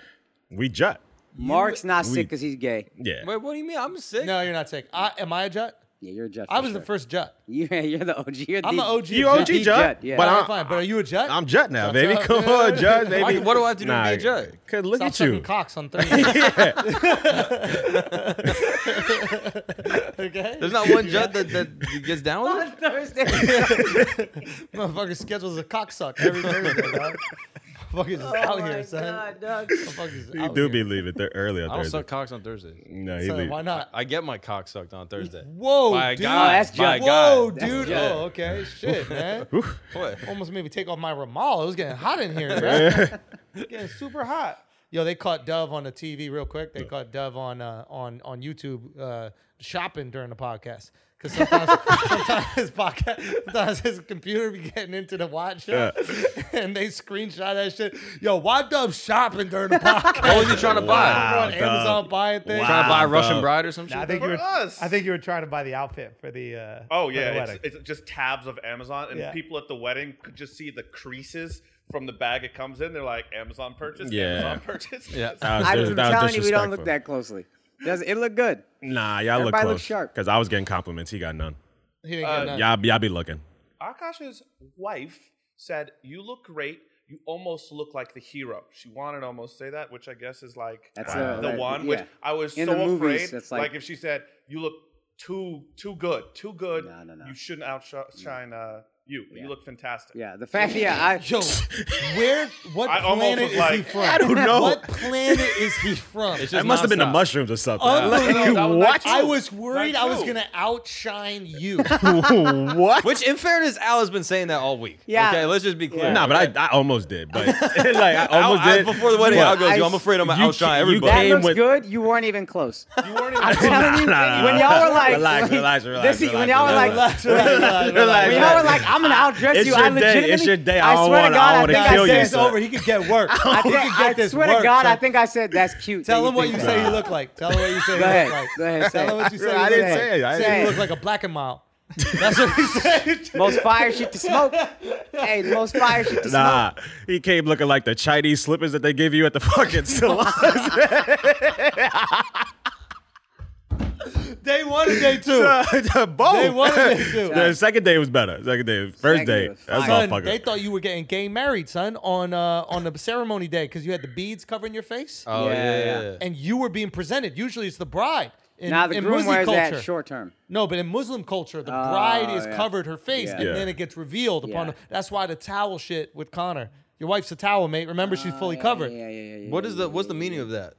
we jut. Mark's not sick We- because he's gay. Yeah. Wait, what do you mean? I'm sick. No, you're not sick. I, am I a jut? Yeah, you're a judge. I was the first jut. Yeah, you're the OG. You're I'm the the OG. You OG Jut, Jut, yeah. but All right, I'm, fine, but are you a jut? I'm Jut now, Shut baby. up. Come on, Jut, Why- baby. what do I have to do Nah, to be a judge? Cause look Stop at you. sucking cocks on Thursday. okay, There's not one judge that, that gets down with On it. Thursday. motherfucker schedules a cocksuck every Thursday. Dog. Fuckers is out here, son. Motherfuckers is He out do here. be leaving th- early on I don't Thursday. suck cocks on Thursday. No, he Son, leave. why not? I get my cock sucked on Thursday. Whoa, By dude. God, Oh, that's by judge. God. Whoa, dude. Yeah. Oh, okay. Shit, man. What? Almost made me take off my Ramal. It was getting hot in here, man. getting super hot. Yo, they caught Dove on the TV real quick. They caught Dove on uh, on on YouTube uh, shopping during the podcast. Because sometimes, sometimes his podcast, sometimes his computer be getting into the watch shop, and they screenshot that shit. Yo, why Dove shopping during the podcast? What was he trying to We're buy? on Dove. Amazon buying things. Wow. Trying to buy a Wow, Russian dog. bride or some shit? Nah, I think For you were. us. I think you were trying to buy the outfit for the. Uh, Oh for the yeah, wedding. it's, it's just tabs of Amazon, and Yeah. people at the wedding could just see the creases from the bag it comes in. They're like Amazon purchase, Yeah. Amazon purchase. yeah. That was, I'm dis- that was telling you, we don't look disrespectful. that closely. Does it look good? Nah, y'all look Everybody close. looks sharp. Cause I was getting compliments. He got none. He didn't get Uh, none. Y'all, y'all be looking. Akash's wife said, "You look great. You almost look like the hero." She wanted to almost say that, which I guess is like That's uh, a- the that- one. yeah. Which I was In so the movies, afraid. that's like, like- if she said, "You look too too good, too good. No, no, no. You shouldn't outshine uh, you. You Yeah. look fantastic." Yeah, the fact. Yeah, I. Yo, where? What I almost planet was is he like- from? I don't know. What planet is he from? It's just It must have been the nonstop. mushrooms or something. No, that was What? my I too. Oh, was worried My I was too. gonna outshine you. what? Which, in fairness, Al has been saying that all week. Yeah. Okay, let's just be clear. Nah, but I, I almost did. But like I almost I- I- did before the wedding, But Al goes, I- yo, I'm afraid I'm going to you outshine ca- you everybody. can't- That Came looks with- good. You weren't even close. You weren't even. Nah, nah, when nah. y'all were like, relax, like, relax, relax, this- when relax, y'all were like, relax, relax, when y'all were like, I'm gonna outdress It's you. your I day. legitimately, It's your day. I I, don't swear wanna- to I God, I, wanna think I kill you, said, It's sir. over. He could get work. he I, think, could get I this swear work. to God, son. I think I said that's cute. Tell that him what you think say he that. looked like. Tell him what you say he Go ahead. looked like. Go ahead. Say Tell it. him what you say. I he didn't looked say like. it. I Say he didn't- looked like a black and mild. That's what he said. Most fire shit to smoke. hey, the most fire shit to smoke. Nah, he came looking like the Chinese slippers that they give you at the fucking salon. Day one and day two. Both. They wanted it to. The second day was better. Second day, first Second day, day was that's fire. Son, motherfucker. they thought you were getting gay married, son, on uh, on the ceremony day because you had the beads covering your face. Oh, Yeah, yeah, yeah, yeah. yeah. and you were being presented. Usually, it's the bride. In, Now the in groom Muslim wears culture. that short term. No, but in Muslim culture, the bride is Oh, yeah. covered her face, Yeah. and Yeah. then it gets revealed upon. Yeah. The, that's why the towel shit with Connor. Your wife's a towel, mate. Remember, she's fully covered. Ah, Yeah, yeah, yeah, yeah. What is the what's the meaning of that?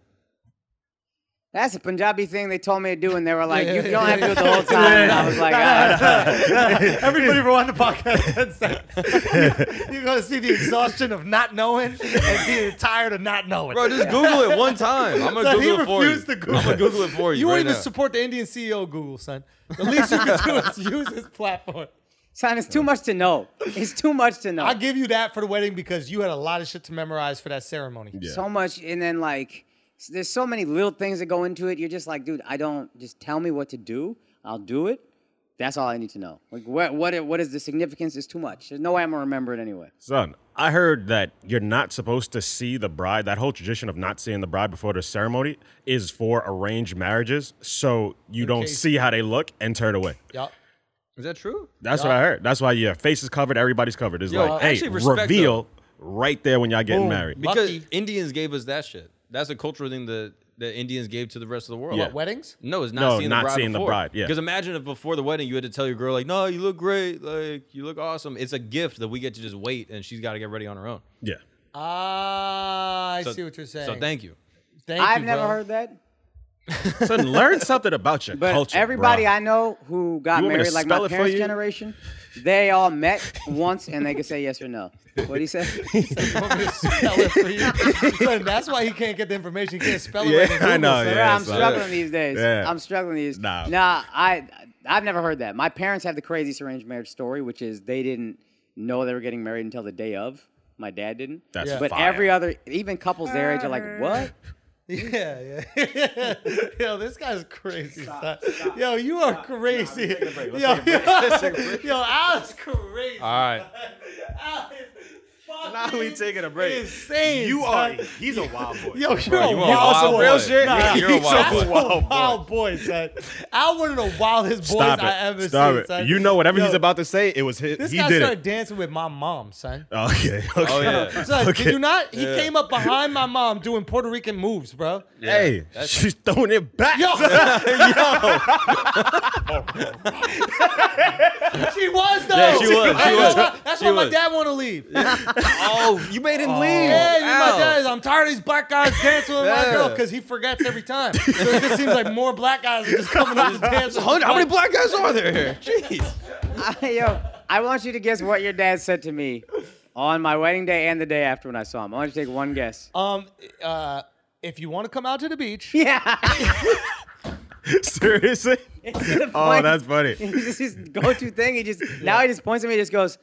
That's a Punjabi thing they told me to do, and they were like, Yeah, "You yeah, don't have to do it the yeah. whole time." And I was like, uh, Everybody rewind the podcast. You're gonna see the exhaustion of not knowing and being tired of not knowing. Bro, just Google it one time. I'm gonna Son, he Google it for you. refused to Google I'm gonna it. Google it for you. you won't right even now. support the Indian CEO of Google, son. The least you can do is use his platform. "Son, it's too much to know. It's too much to know. I give you that for the wedding because you had a lot of shit to memorize for that ceremony. Yeah. so much and then like s- there's so many little things that go into it you're just like dude i don't just tell me what to do i'll do it that's all i need to know like what what i- what is the significance is too much there's no way i'm gonna remember it anyway Son, I heard that you're not supposed to see the bride. That whole tradition of not seeing the bride before the ceremony is for arranged marriages, so you don't case- see how they look and turn away. Yup. Is that true? That's what I heard. That's why your face is covered, everybody's covered. It's Yo, like, I hey, actually respect reveal right there when y'all getting married. Because Lucky. Indians gave us that shit. That's a cultural thing that the Indians gave to the rest of the world. Yeah. What, weddings? No, it's not No, seeing not the bride. seeing the before. bride, yeah. Because imagine if before the wedding you had to tell your girl like, "No, you look great. Like, you look awesome." It's a gift that we get to just wait, and she's got to get ready on her own. Yeah. Ah, I So- see what you're saying. So thank you. Thank i've you, never bro. heard that Son, learn something about your but culture. everybody bro. i know who got You want me to married like my spell it for parents you? generation they all met once and they could say yes or no what do you say You want me to spell it for you? Son, That's why he can't get the information. He can't spell it. Yeah, right in Google, I know, son. yeah. Yeah, I'm son. struggling these days. Yeah. I'm struggling these. Nah. Nah, I I've never heard that. My parents have the craziest arranged marriage story, which is they didn't know they were getting married until the day of. My dad didn't. That's but fire. every other, even couples their age are like, what? Yeah, yeah. Yo, this guy's crazy. son. Yo, you are crazy. Yo, yo, yo, Al's crazy. All right. Al is Now we taking a break. Insane. You are. son. He's a wild boy. Yo, you're a you wild, are on some wild real boy. shit? Nah, Yeah, you're a he's wild so boy. wild, boy, son. I one of the wildest boys Stop I it. ever Stop seen, it. son. You know whatever Yo, he's about to say, it was his. This he guy did started it. dancing with my mom, son. Okay. okay. Oh yeah. Son, Okay. did you not? He came up behind my mom doing Puerto Rican moves, bro. Hey, she's throwing it back. Yo, she was though. Yeah, she was, I she know was. why- That's She why my was. dad want to leave. Oh, you made him leave. Yeah, you know, Ow. my dad is. I'm tired of these black guys dancing with my Yeah. girl because he forgets every time. So it just seems like more black guys are just coming up to dance. with How my- many black guys are there here? Jeez. Yo, I want you to guess what your dad said to me on my wedding day and the day after when I saw him. I want you to take one guess. Oh. Um, uh, if you want to come out to the beach, Yeah. Seriously? Oh, that's funny. He's just his go-to thing. He just now he just points at me. and just goes,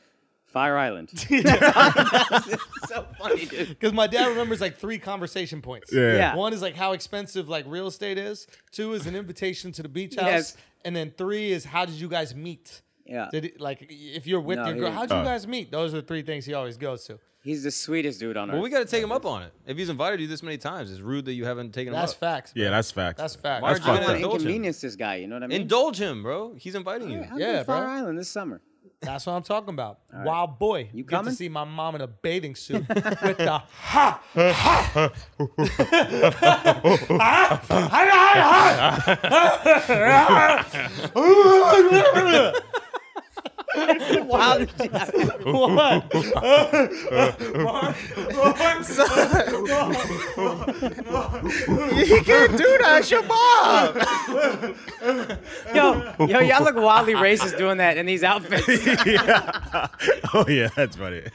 Fire Island. so funny, dude. because my dad remembers like three conversation points. Yeah. One is like how expensive like real estate is. Two is an invitation to the beach house, Yes. and then three is how did you guys meet? Yeah. Did it, like if you're with No, your he girl, didn't. how did you Oh. guys meet? Those are the three things he always goes to. He's the sweetest dude on earth. Well, we got to take him up on it. If he's invited you this many times, it's rude that you haven't taken That's him up. facts. Yeah, bro. that's facts. that's facts. Why That's aren't I you don't fucked gonna want to up. indulge him? inconvenience this guy. You know what I mean? Indulge him, bro. He's inviting you. I'm Yeah, yeah, Fire bro. Island this summer. That's what I'm talking about. Wild boy. You Get coming? to see my mom in a bathing suit with the ha ha. Wow. What? You can't do that. It's your mom. yo, yo, y'all look wildly racist doing that in these outfits. yeah. Oh, yeah, that's funny. we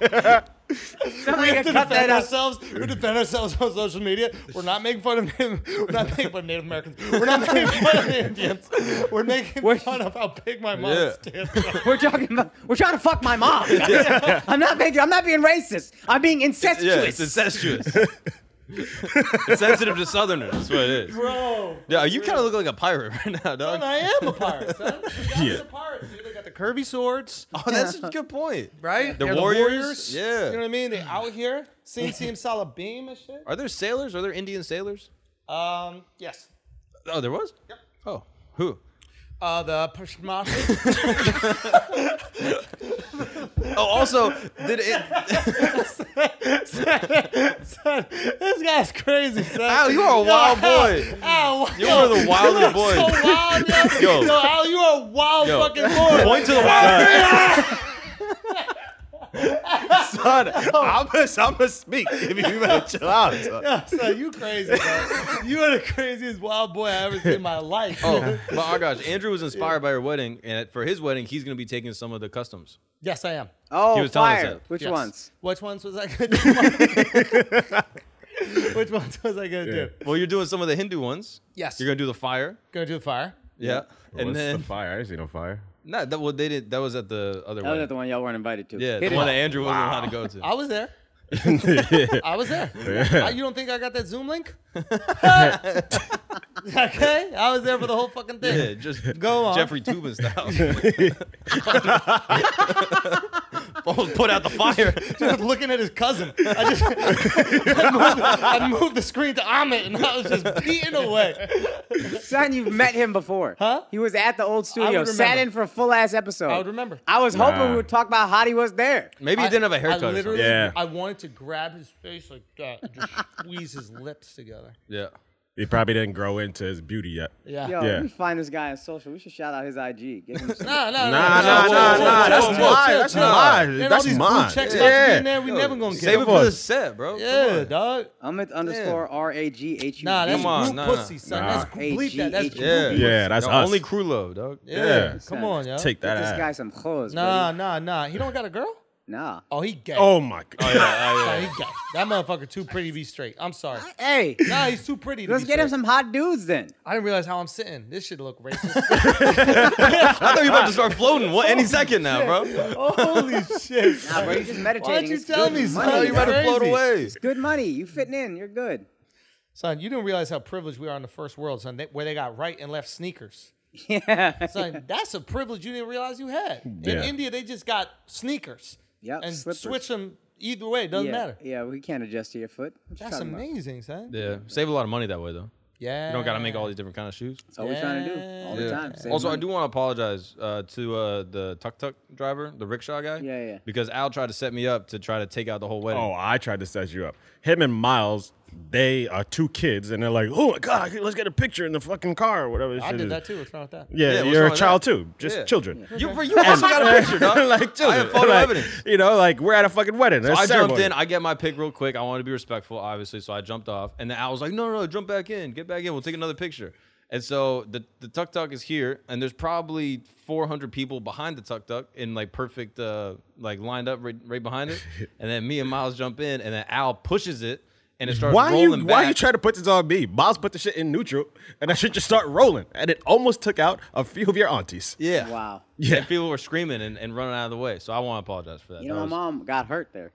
Somebody have to cut that defend out. ourselves. We defend ourselves on social media. We're not making fun of Native, we're not making fun of Native Americans. We're not making fun of Indians. We're making We're- fun of how big my mom Yeah. stands. We're talking about. We're trying to fuck my mom. I'm not being. I'm not being racist. I'm being incestuous. Yeah, it's incestuous. it's sensitive to Southerners. That's what it is. Bro. Yeah, you kind of look like a pirate right now, dog. I am a pirate, son. Yeah. The pirates, dude, they got the curvy swords, Oh, that's a good point. right? The They're warriors? You Yeah. know what I mean? They out here, seeing Team Salabim and shit. Are there sailors? Are there Indian sailors? Um, yes. Oh, there was. Yep. Oh, who? Uh, the Peshmerga. Oh, also, did it? this guy's crazy, son. Al, you are a Yo, Al, wild boy. Al, You are the wilder boy. So wild, yo. Yo. yo, Al, you are a wild Yo. fucking boy. Point to the wild. Son, I'm going to speak if you better chill out. son. Son, you crazy, bro. You are the craziest wild boy I ever seen in my life. Oh my gosh, Andrew was inspired by her wedding, and for his wedding, he's gonna be taking some of the customs. Yes, I am. He Oh, was telling us fire. that. Which Yes. ones? Which ones was I gonna do? Which ones was I gonna do? Well, you're doing some of the Hindu ones. Yes. You're gonna do the fire. Gonna do the fire. Yeah. And What's then the fire? I didn't see no fire. no, that well they did. That was at the other That was wedding. the one y'all weren't invited to. yeah, Hit the it. one that Andrew wasn't allowed to go to. I was there. I was there. I- you don't think I got that Zoom link? okay, I was there for the whole fucking thing. Yeah, just Go on. Jeffrey Tubin style. Both put out the fire. just looking at his cousin. I just I moved, I moved the screen to Amit and I was just beating away. Son, you've met him before. Huh? He was at the old studio, remember. sat in for a full ass episode. I would remember. I was hoping Nah. we would talk about how hot he was there. Maybe he didn't have a haircut. I or literally, something. Yeah. I wanted to grab his face like that and just squeeze his lips together. yeah. He probably didn't grow into his beauty yet. Yeah. Yo, Yeah. let me find this guy on social. We should shout out his IG. Give him some- No, no, no, Nah, nah, whoa, nah, whoa, nah, whoa, that's whoa, mine, chill, that's chill. mine, And all that's these blue mine. checks Yeah. about to be in there, we Yo, never gonna get. Save it them. for the set, bro. Come Yeah, on. dog. Amit underscore R A G H U. Nah, that's Come on, group nah, nah. pussy, son. Nah. That's group. Bleep that. That's group. Yeah. Yeah, that's Yo, us. Only crew love, dog. Yeah. Yeah. Come on, yo. Take Get that this ass. guy some clothes. Nah, Nah, nah, nah. He don't got a girl. nah. Oh, he gay. Oh, my God. Nah, he gay. That motherfucker too pretty to be straight. I'm sorry. Hey, Nah, he's too pretty. To let's be get him straight. some hot dudes then. I didn't realize how I'm sitting. This should look racist. I thought you were about to start floating. What? Any second now, bro. Holy shit. Nah, bro, you're just meditating. Why'd you It's tell good me, son? money, Oh, you dog. better Gotta float Crazy. away. It's good money. You fitting in. You're good. Son, you didn't realize how privileged we are in the first world, son, they, where they got right and left sneakers. Yeah. Son, that's a privilege you didn't realize you had. In Yeah. India, they just got sneakers Yep, and slippers. switch them. Either way, it doesn't yeah, matter. Yeah, we can't adjust to your foot. What you That's talking about? amazing, son. Yeah, save a lot of money that way though. Yeah. You don't got to make all these different kind of shoes. That's all we're trying to do all the Yeah. time. Save also, I money. do want to apologize uh, to uh, the tuk tuk driver, the rickshaw guy. Yeah, yeah. Because Al tried to set me up to try to take out the whole wedding. Oh, I tried to set you up. Him and Miles, they are two kids, and they're like, "Oh my god, let's get a picture in the fucking car or whatever." this I shit did is." that too. What's wrong with that? Yeah, Yeah, what's you're wrong a with child that? too, just Yeah. children. You, bro, you also got a picture, dog. like children. I have photo Like, evidence. You know, like we're at a fucking wedding. So There's I jumped ceremony. in. I get my pick real quick. I wanted to be respectful, obviously. So I jumped off. And then Al was like, no, no, no, jump back in. Get back in. We'll take another picture. And so the, the tuk tuk is here, and there's probably 400 people behind the tuk tuk in like perfect, uh, like lined up right, right behind it. and then me and Miles jump in, and then Al pushes it, and it starts why you rolling back. why you trying to put this on me? Miles put the shit in neutral, and that shit just start rolling, and it almost took out a few of your aunties. Yeah. Wow. Yeah. And people were screaming and, and running out of the way. So I want to apologize for that. You know, That my was- mom got hurt there.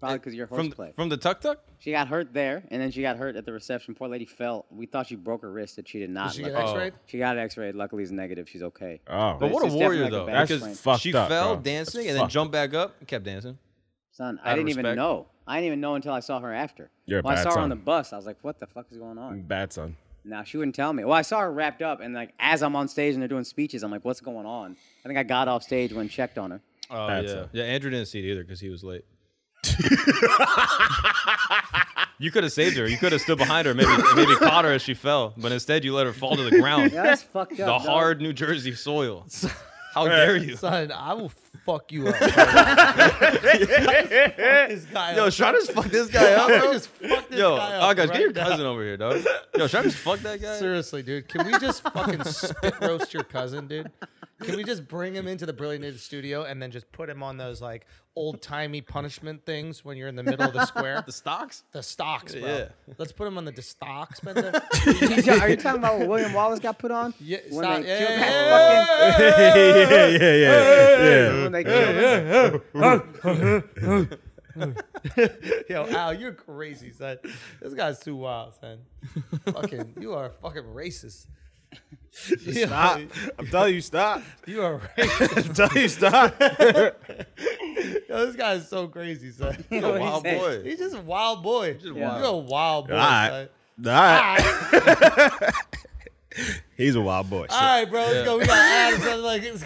Probably because of your from, horseplay. from the tuk tuk? She got hurt there, and then she got hurt at the reception. Poor lady fell. We thought she broke her wrist, that she did not. Did she Luck- get X-rayed? Oh. She got an X-ray. Luckily, it's negative. She's okay. Oh, But it's what a just warrior, definitely though. like a back because sprain. Fucked she up, fell bro. dancing That's and then fucked jumped back up and kept dancing. Son, Out I of didn't even respect. know. I didn't even know until I saw her after. You're a when I bad saw her on son. the bus, I was like, "What the fuck is going on?" bad son. Now she wouldn't tell me. Well, I saw her wrapped up, and like as I'm on stage and they're doing speeches, I'm like, "What's going on?" I think I got off stage when checked on her. Oh That's yeah, it. yeah. Andrew didn't see it either because he was late. you could have saved her. You could have stood behind her, maybe maybe caught her as she fell. But instead, you let her fall to the ground. Yeah, that's fucked up. the dog. hard New Jersey soil. How dare you? Son, I will fuck you up. bro. this guy Yo, up. should I just fuck this guy up? Bro? just fuck this Yo, guy Akash, up. get right your now. cousin over here, dog. Yo, should I just fuck that guy? Seriously, dude. Can we just fucking spit roast your cousin, dude? Can we just bring him into the Brilliant Idiots studio and then just put him on those like old timey punishment things when you're in the middle of the square? The stocks? The stocks, bro. Yeah. Let's put him on the, the stocks, Spencer. You ta- Are you talking about what William Wallace got put on? Yeah, when stop. they Yeah, killed yeah, that yeah, fucking. yeah, yeah, yeah, yeah. When they killed him. Yo, Al, you're crazy, son. This guy's too wild, son. fucking, you are fucking racist. You are- Stop. I'm telling you, stop. You are racist. I'm telling you, stop. Yo, this guy is so crazy, son. What he Wild said. boy. He's just a wild boy. wild. You're a wild boy, All right. son. All right. He's a wild boy. so- All right, bro, let's go. We got ads. I'm like, it's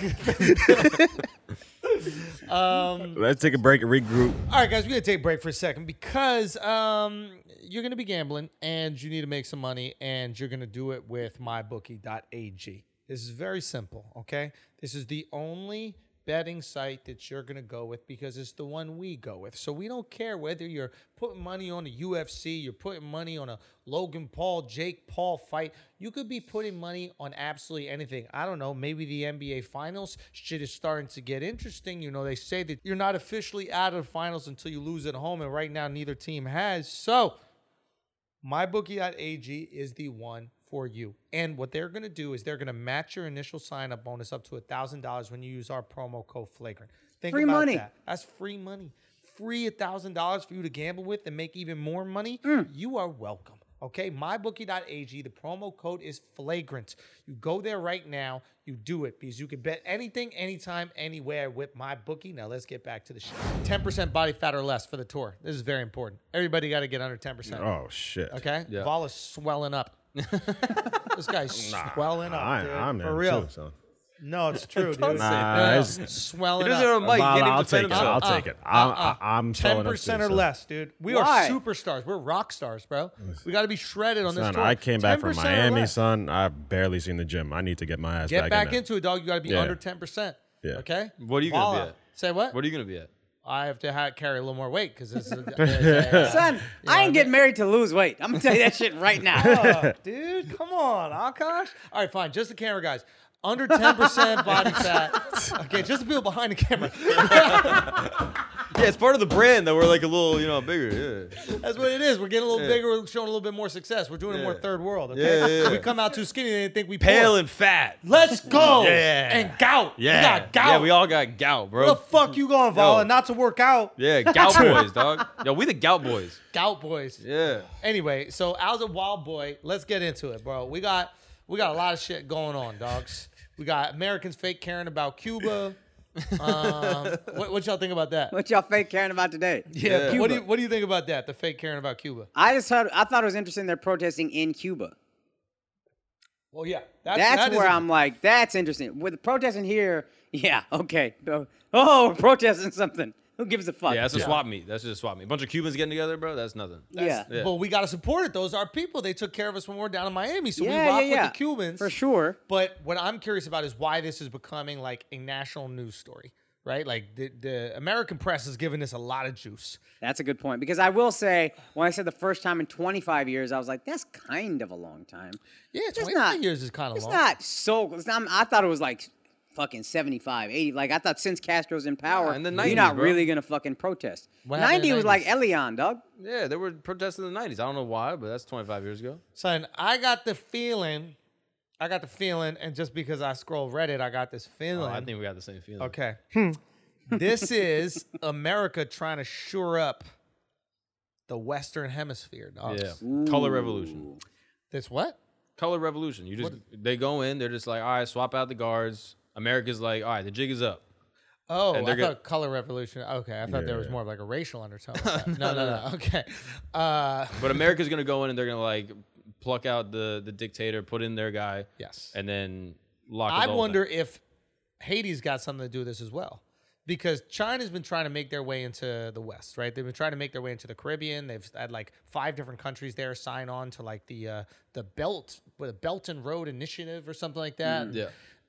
good. um, Let's take a break and regroup. all right, guys, we're gonna take a break for a second because um, you're gonna be gambling and you need to make some money, and you're gonna do it with mybookie.ag. This is very simple, okay? This is the only betting site that you're gonna go with because it's the one we go with. So we don't care whether you're putting money on the UFC, you're putting money on a Logan Paul, Jake Paul fight. You could be putting money on absolutely anything. I don't know, maybe the NBA finals shit is starting to get interesting. You know, they say that you're not officially out of the finals until you lose at home, and right now neither team has. So MyBookie.ag is the one for you. And what they're going to do is they're going to match your initial sign up bonus up to $1,000 when you use our promo code Flagrant. Think Free about money. that. That's free money. Free $1,000 for you to gamble with and make even more money. You are welcome. Okay, mybookie.ag, the promo code is flagrant. You go there right now, you do it because you can bet anything, anytime, anywhere with mybookie. Now let's get back to the show. 10% body fat or less for the tour. This is very important. Everybody got to get under 10%. Oh shit. Okay, Yeah. Vol is swelling up. this guy's swelling up, I, dude. I'm for in real. Too, so. No, it's true, dude. Nah, Yeah, it's- swelling He doesn't up. have a mic. I'll, Get him I'll to defend take it. I'll himself. take it. uh. I'm, I- I'm showing Uh, Ten up too, percent or so. less, dude. We Why? are superstars. We're rock stars, bro. We got to be shredded on this Son, tour. I came back from 10% or Miami, less. son. I've barely seen the gym. I need to get my ass Get back, back, in there. into it, dog. You got to be Yeah. under ten percent. Yeah. Okay. What are you gonna be Vala, at? Say what? What are you going to be at? I have to ha- carry a little more weight because this is. Son, I ain't getting married to lose weight. I'm gonna tell you that shit right now. Fuck, dude. Come on, Akash. All right, fine. Just the camera, guys. Under 10% body fat. Okay, just the people behind the camera. Yeah, it's part of the brand that we're like a little, you know, bigger. Yeah. That's what it is. We're getting a little bigger. We're showing a little bit more success. We're doing it more Yeah. third world. Okay? Yeah, yeah, yeah. We come out too skinny. They think we Pale poor. and fat. Let's go. Yeah. And gout. Yeah. We got gout. Yeah, we all got gout, bro. Where the fuck you going, Vala? Yo. Not to work out. Yeah, Gout Boys, dog. Yo, we the Gout Boys. Gout boys. Yeah. Anyway, so Al's a wild boy. Let's get into it, bro. We got we got a lot of shit going on, dogs. We got Americans fake caring about Cuba. Um, what, what y'all think about that? What y'all fake caring about today? Yeah. Yeah. What do you What do you think about that? The fake Karen about Cuba. I just heard. I thought it was interesting. They're protesting in Cuba. Well, yeah. That's that is where a- i I'm like, that's interesting. With the protesting here, yeah, okay. Oh, Oh, we're protesting something. Who gives a fuck? Yeah, that's a swap meet. That's just a swap meet. A bunch of Cubans getting together, bro. That's nothing. yeah. yeah. But we gotta support it. Those are people. They took care of us when we were down in Miami, so Yeah, we rock yeah, yeah. with the Cubans For sure. But what I'm curious about is why this is becoming like a national news story, right? Like the, the American press is giving this a lot of juice. That's a good point because I will say when I said the first time in 25 years, I was like, "That's kind of a long time." Yeah, it's not- years is kind of It's long. not so. It's not, I thought it was like fucking 75, 80. Like I thought since Castro's in power, Yeah, in the you're 90s, not bro. really gonna fucking protest. What happened in 90 the was 90s? like Elion, dog. Yeah, they were protesting in the 90s. I don't know why, but that's 25 years ago. Son, I got the feeling, I got the feeling, and just because I scroll Reddit, I got this Oh, feeling. I think we got the same feeling. okay, Hmm. this is America trying to shore up the Western Hemisphere, dogs. Yeah. Color revolution. This what? Color revolution. You just they go in, they're just like, all right, swap out the guards. America's like, all right, the jig is up. Oh, I And thought they're go- color revolution. Okay, I thought there was more of like a racial undertone. with that. no, no, no, Okay. Uh, But America's gonna go in and they're gonna like pluck out the the dictator, put in their guy, yes. and then lock. I his whole wonder thing. if Haiti's got something to do with this as well. Because China's been trying to make their way into the West, right? They've been trying to make their way into the Caribbean. They've had like five different countries there sign on to like the uh, the Belt, with a Belt and Road Initiative or something like that. Yeah.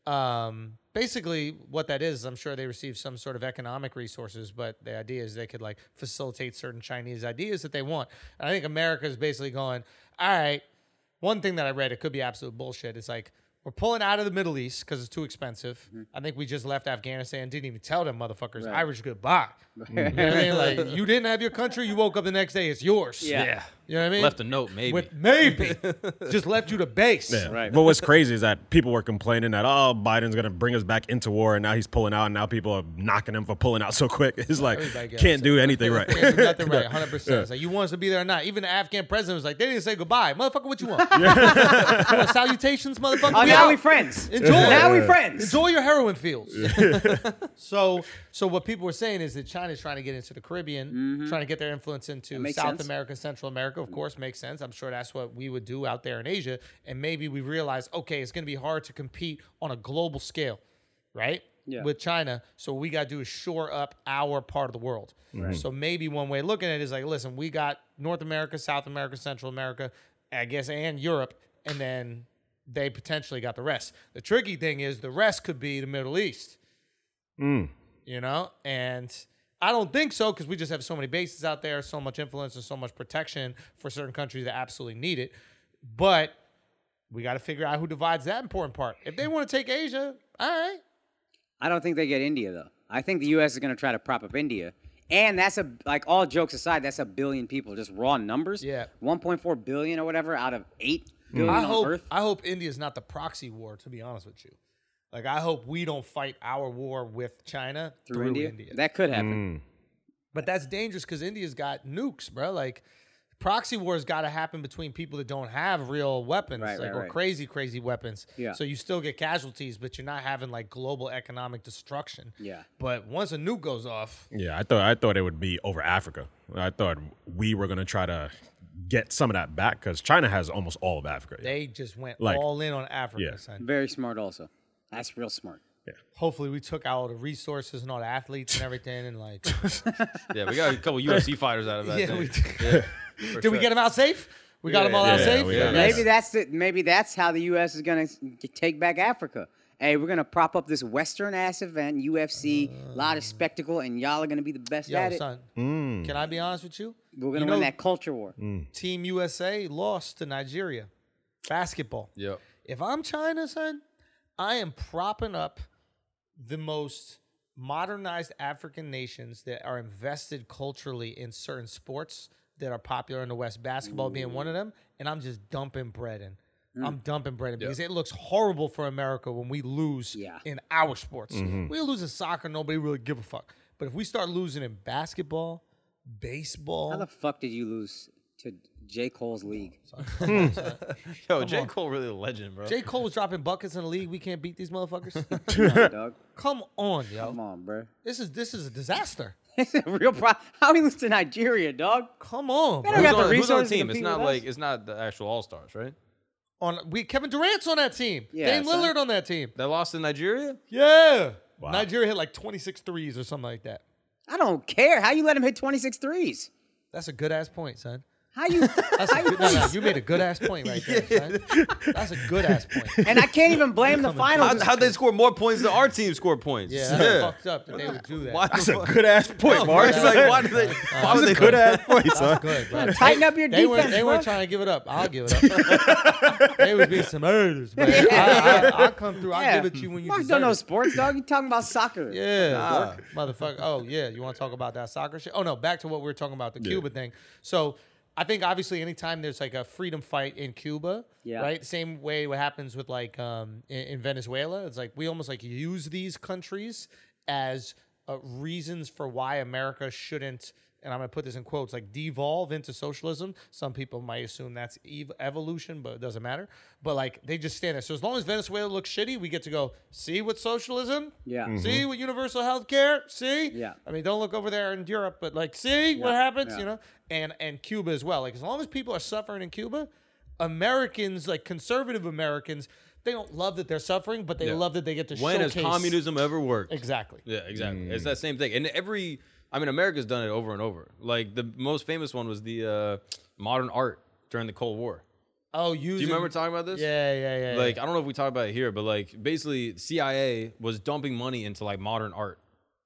um, basically what that is i'm sure they receive some sort of economic resources but the idea is they could like facilitate certain chinese ideas that they want and i think america is basically going all right one thing that i read it could be absolute bullshit it's like we're pulling out of the middle east because it's too expensive i think we just left afghanistan didn't even tell them motherfuckers irish goodbye you know what i mean like you didn't have your country you woke up the next day it's yours Yeah. you know what i mean Left a note, maybe. with maybe just left you to base Yeah. But what's crazy is that people were complaining that oh Biden's gonna bring us back into war and now he's pulling out and now people are knocking him for pulling out so quick. It's like Everybody gets can't it. do anything right. Can't do nothing right. 100. percent It's like you want us to be there or not. Even the Afghan president was like, they didn't say goodbye, motherfucker. What you want? You want salutations, motherfucker. Oh, now out. we friends. Enjoy. Now we friends. Enjoy your heroin fields. so, so what people were saying is that China's trying to get into the Caribbean, trying to get their influence into Mm-hmm. makes South sense. Mm-hmm. America, Central America. Of course, makes sense. I'm sure that's what we would do out there in Asia. And maybe we realize, okay, it's going to be hard to compete on a global scale, right? Yeah. With China, so what we got to do is shore up our part of the world. So maybe one way of looking at it is like, listen, we got North America, South America, Central America, I guess, and Europe, and then they potentially got the rest. The tricky thing is the rest could be the Middle East. You know, and I don't think so because we just have so many bases out there, so much influence, and so much protection for certain countries that absolutely need it. But we got to figure out who divides that important part. If they want to take Asia, all right. I don't think they get India though. I think the U.S. is going to try to prop up India, and that's a like all jokes aside, that's a billion people, just raw numbers. Yeah. Hmm. 1.4 billion or whatever out of eight billion I on hope Earth. I hope India's not the proxy war. To be honest with you, like I hope we don't fight our war with China through, through India. India. That could happen. But that's dangerous because India's got nukes, bro. Like proxy wars got to happen between people that don't have real weapons, Right, like right, or right. crazy, crazy weapons. Yeah. So you still get casualties, but you're not having like global economic destruction. Yeah. But once a nuke goes off, Yeah, I thought I thought it would be over Africa. I thought we were gonna try to get some of that back because China has almost all of Africa. they just went Like- all in on Africa. Yeah. Son. Very smart, also. That's real smart. Hopefully, we took out all the resources and all the athletes and everything, and like, yeah, we got a couple UFC fighters out of that. yeah, thing. we Yeah, did we get them out safe? We got them all out yeah, safe. we got 'em Yeah. out. Maybe that's the, maybe that's how the U.S. is going to take back Africa. Hey, we're going to prop up this Western ass event, UFC, a lot of spectacle, and y'all are going to be the best at Uh. Yo, it. son, Mm. can I be honest with you? We're going You to win know- that culture war. Team USA lost to Nigeria, basketball. Yep. If I'm China, son, I am propping up the most modernized African nations that are invested culturally in certain sports that are popular in the West, basketball being one of them, and I'm just dumping bread in. I'm dumping bread in because it looks horrible for America when we lose Yeah. in our sports. We lose in soccer, nobody really give a fuck. But if we start losing in basketball, baseball, How the fuck did you lose to J. Cole's league. Yo, J. Cole really a legend, bro. J. Cole's dropping buckets in the league. We can't beat these motherfuckers. dog. Come on, yo. Come on, bro. This is this is a disaster. It's a real problem. How we lose to Nigeria, dog? Come on. They bro. don't got on, the who's on the resources. to team? It's compete not with like us. it's not the actual All Stars, right? On we Kevin Durant's on that team. Yeah, Dame son. Lillard on that team. They lost to Nigeria. Yeah. Nigeria hit like 26 threes or something like that. I don't care. How you let him hit 26 threes? That's a good ass point, son. How you? That's a good, no, no, you made a good ass point right there, son. That's a good ass point. and I can't even blame the finals. How, how'd they score more points than our team scored points? Yeah, that's fucked up that they would do that. Why the That's a fuck- good ass point, No, bro, Mark. it's like, why did they? Why would they good ass point, son. Good, bro. Tighten up your They weren't, defense, they bro. weren't trying to give it up. I'll give it up. they would be some murders, man. I, I, I'll come through. I'll Yeah. give it to you when you Mark deserve don't know it. sports, dog. You talking about soccer? Yeah, motherfucker. Oh yeah, you want to talk about that soccer shit? Oh no, back to what we were talking about the Cuba thing. So I think obviously anytime there's like a freedom fight in Cuba, Yeah. right? Same way what happens with like um, in, in Venezuela. It's like we almost like use these countries as uh, reasons for why America shouldn't. And I'm gonna put this in quotes, like devolve into socialism. Some people might assume that's ev- evolution, but it doesn't matter. But like they just stand there. So as long as Venezuela looks shitty, we get to go see what socialism Yeah. Mhm. See what universal health care? See? Yeah. I mean, don't look over there in Europe, but like, see what Yeah, happens, yeah. you know? And and Cuba as well. Like, as long as people are suffering in Cuba, Americans, like conservative Americans, they don't love that they're suffering, but they Yeah. love that they get to When has showcase. communism ever worked? Exactly. Yeah, exactly. It's that same thing. And every, I mean, America's done it over and over. Like the most famous one was the uh, modern art during the Cold War. Oh, using, Do you remember talking about this? Yeah, yeah, yeah. Like I don't know if we talked about it here, but like basically CIA was dumping money into like modern art,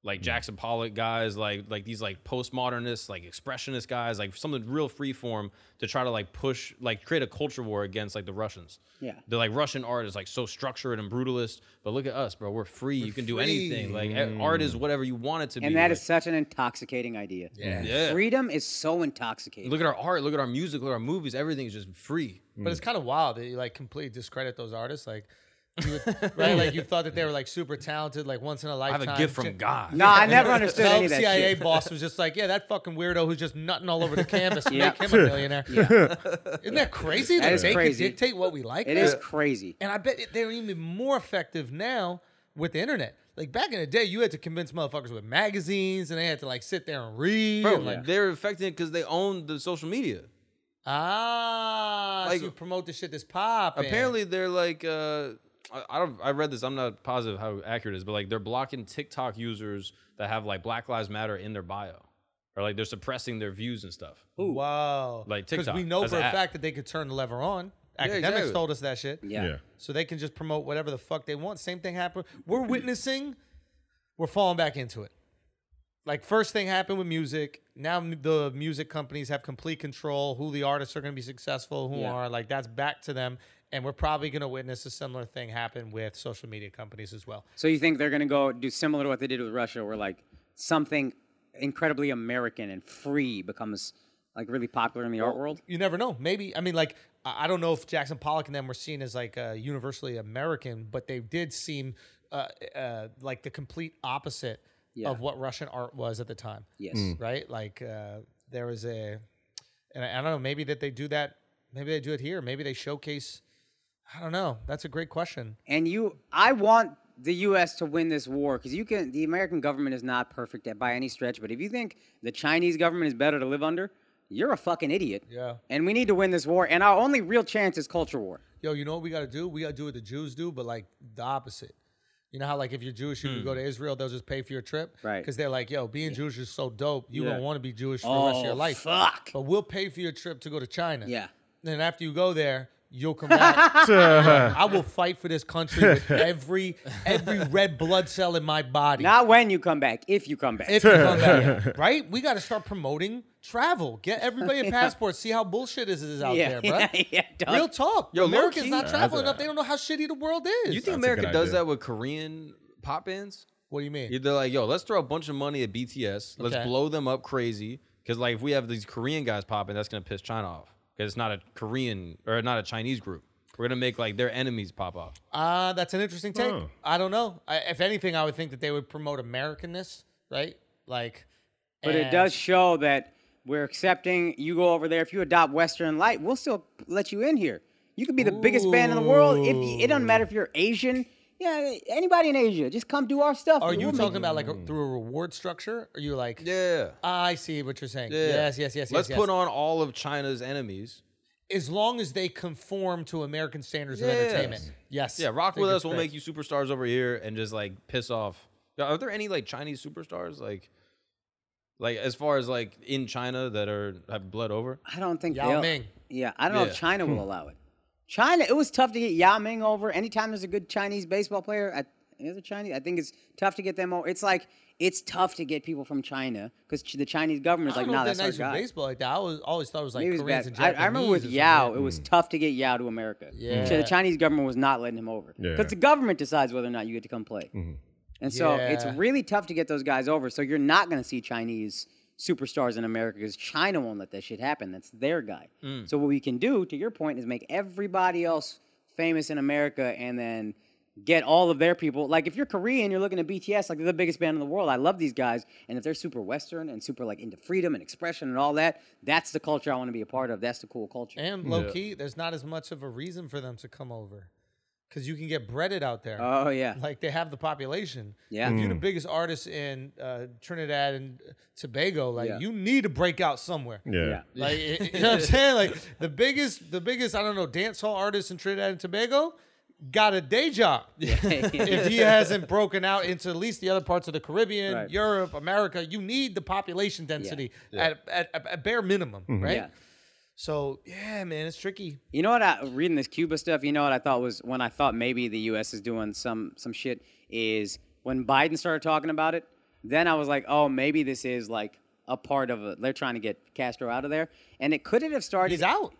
like Mm. Jackson Pollock guys, like like these like postmodernists, like expressionist guys, like something real freeform to try to like push, like create a culture war against like the Russians. Yeah. they're like Russian art is like so structured and brutalist, but look at us, bro, we're free. you can do anything. Like e- art is whatever you want it to be. And that like- is such an intoxicating idea. yeah. Freedom is so intoxicating. Look at our art. Look at our music. Look at our movies. Everything is just free. But it's kind of wild that you like completely discredit those artists. Like, you would, right? Like you thought that they were like super talented, like once in a I have lifetime. a gift from gen- God. no, I never understood Some any of that CIA shit. boss was just like, yeah, that fucking weirdo who's just nutting all over the canvas. Yeah. Make him a millionaire. Isn't that crazy? That, is they crazy. can dictate what we like. It now? is crazy. And I bet it- they're even more effective now with the internet. Like back in the day, you had to convince motherfuckers with magazines, and they had to like sit there and read. Bro, and, like, they're affecting it because they own the social media. ah, Like- so you "Ah, promote the shit that's pop. Apparently, they're like, uh, I, I don't. I read this. I'm not positive how accurate it is, but like they're blocking TikTok users that have like Black Lives Matter in their bio, or like they're suppressing their views and stuff. wow, Like because TikTok we know as for a an app. fact that they could turn the lever on. Academics exactly. told us that shit. Yeah. Yeah. so they can just promote whatever the fuck they want. Same thing happened. We're witnessing. We're falling back into it. Like first thing happened with music. Now m- the music companies have complete control who the artists are going to be successful, who Yeah. are like that's back to them. And we're probably going to witness a similar thing happen with social media companies as well. So you think they're gonna go do similar to what they did with Russia, where like something incredibly American and free becomes like really popular in the art world? You never know. Maybe I mean, like I I don't know if Jackson Pollock and them were seen as like uh, universally American, but they did seem uh, uh, like the complete opposite Yeah. of what Russian art was at the time. Yes. right? Like uh, there was a, and I, I don't know, maybe that they do that, maybe they do it here, maybe they showcase. I don't know. That's a great question. And you, I want the U.S. to win this war because you can. The American government is not perfect at, by any stretch, but if you think the Chinese government is better to live under, you're a fucking idiot. Yeah. And we need to win this war, and our only real chance is culture war. Yo, you know what we got to do? We got to do what the Jews do, but like the opposite. You know how like if you're Jewish, you can go to Israel, they'll just pay for your trip, Hmm. Right. Because they're like, yo, being Jewish is so dope. You don't want to be Jewish for the rest of your Oh, life. fuck. But we'll pay for your trip to go to China. Yeah. Then after you go there, you'll come back. I will fight for this country with every every red blood cell in my body. Not when you come back, if you come back. If you come back, right? We got to start promoting travel. Get everybody a passport. See how bullshit is is out yeah, there, bro. yeah, yeah, dog. Real talk. Yo, Americans low-key- not Yeah, traveling enough. They don't know how shitty the world is. You think That's a America good does idea. that with Korean pop bands? what do you mean? They're like, yo, let's throw a bunch of money at BTS. Let's Okay. blow them up crazy. Because like, if we have these Korean guys popping, that's gonna piss China off. Because it's not a Korean or not a Chinese group. We're gonna make like their enemies pop off. Uh, that's an interesting take. Oh. I don't know. I, if anything, I would think that they would promote Americanness, right? Like, But it does show that We're accepting. You go over there. If you adopt Western light, we'll still let you in here. You could be the biggest band in the world. If you, it doesn't matter if you're Asian, yeah, anybody in Asia, just come do our stuff. Are We'll you make- talking about like a, through a reward structure? Are you like, Mm. Yeah. I see what you're saying. Yeah. Yes, yes, yes, Let's yes. put yes. on all of China's enemies. as long as they conform to American standards of Yes. entertainment. Yes. Yeah, rock Think with it's us. We'll great. make you superstars over here and just like piss off. Are there any like Chinese superstars like, like as far as like in China that are have bled over? I don't think Yao they'll- Ming. Hmm. Yeah, I don't know Yeah. if China will allow it. China, it was tough to get Yao Ming over. Anytime there's a good Chinese baseball player, I, is it Chinese? I think it's tough to get them over. It's like it's tough to get people from China because the Chinese government's I like, don't no, know if that's they're our nice with baseball guy. like that. I always, always thought it was like Maybe it was Koreans and bad. Japanese. I, I remember or with something. Yao, it was tough to get Yao to America. So Yeah. the Chinese government was not letting him over because Yeah. the government decides whether or not you get to come play. And so it's Yeah. really tough to get those guys over. So you're not going to see Chinese superstars in America because China won't let that shit happen. That's their guy. So what we can do, to your point, is make everybody else famous in America and then get all of their people. Like if you're Korean, you're looking at BTS, like they're the biggest band in the world. I love these guys. And if they're super Western and super like into freedom and expression and all that, that's the culture I want to be a part of. That's the cool culture. And low key, there's not as much of a reason for them to come over because you can get breaded out there. oh yeah. like they have the population. Yeah. If you're the biggest artist in uh, Trinidad and uh, Tobago, like Yeah. you need to break out somewhere. Yeah. Like you know what I'm saying? Like the biggest, the biggest, I don't know, dance hall artist in Trinidad and Tobago got a day job. if he hasn't broken out into at least the other parts of the Caribbean, Right. Europe, America, you need the population density At, at, at bare minimum, right? Yeah. So yeah, man, it's tricky. You know what? I reading this Cuba stuff. You know what I thought was when I thought maybe the U.S. is doing some some shit is when Biden started talking about it. Then I was like, oh, maybe this is like a part of a, they're trying to get Castro out of there, and it couldn't have started. He's out.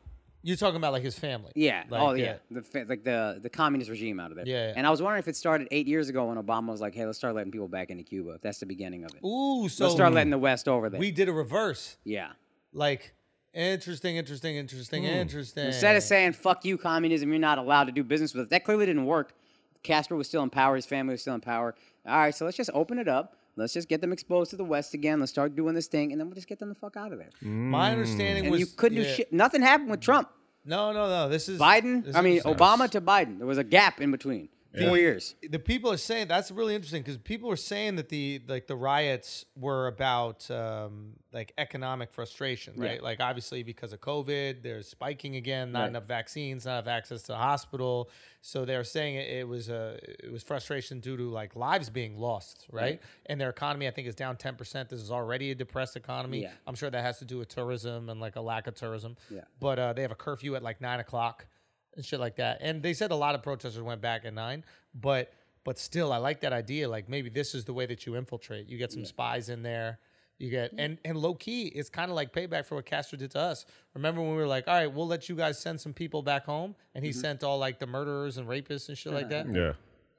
You're talking about like his family. Yeah. Like, oh yeah. The fa- like the the communist regime out of there. Yeah, yeah. And I was wondering if it started eight years ago when Obama was like, hey, let's start letting people back into Cuba. If that's the beginning of it, Ooh, so let's start letting the West over there. we did a reverse. yeah. Like interesting, interesting, interesting, interesting. Hmm. Instead of saying "fuck you, communism," you're not allowed to do business with us. That clearly didn't work. Castro was still in power. His family was still in power. All right, so let's just open it up. Let's just get them exposed to the West again. Let's start doing this thing, and then we'll just get them the fuck out of there. Mm. my understanding And was you couldn't do yeah. shit. Nothing happened with Trump, No, no, no. This is Biden. this I is mean, interesting. Obama to Biden. There was a gap in between. Four years. the people are saying that's really interesting because people are saying that the like the riots were about um, like economic frustration, right? Like obviously because of COVID, there's spiking again, not enough vaccines, not enough access to the hospital. So they're saying it, it was a it was frustration due to like lives being lost, right? And their economy, I think, is down ten percent. This is already a depressed economy. Yeah. I'm sure that has to do with tourism and like a lack of tourism. Yeah. But uh, they have a curfew at like nine o'clock and shit like that. And they said a lot of protesters went back at nine, but but still, I like that idea. Like maybe this is the way that you infiltrate. You get some spies in there. You get and and low key, it's kind of like payback for what Castro did to us. Remember when we were like, all right, we'll let you guys send some people back home, and he Mm-hmm. sent all like the murderers and rapists and shit like that. Yeah.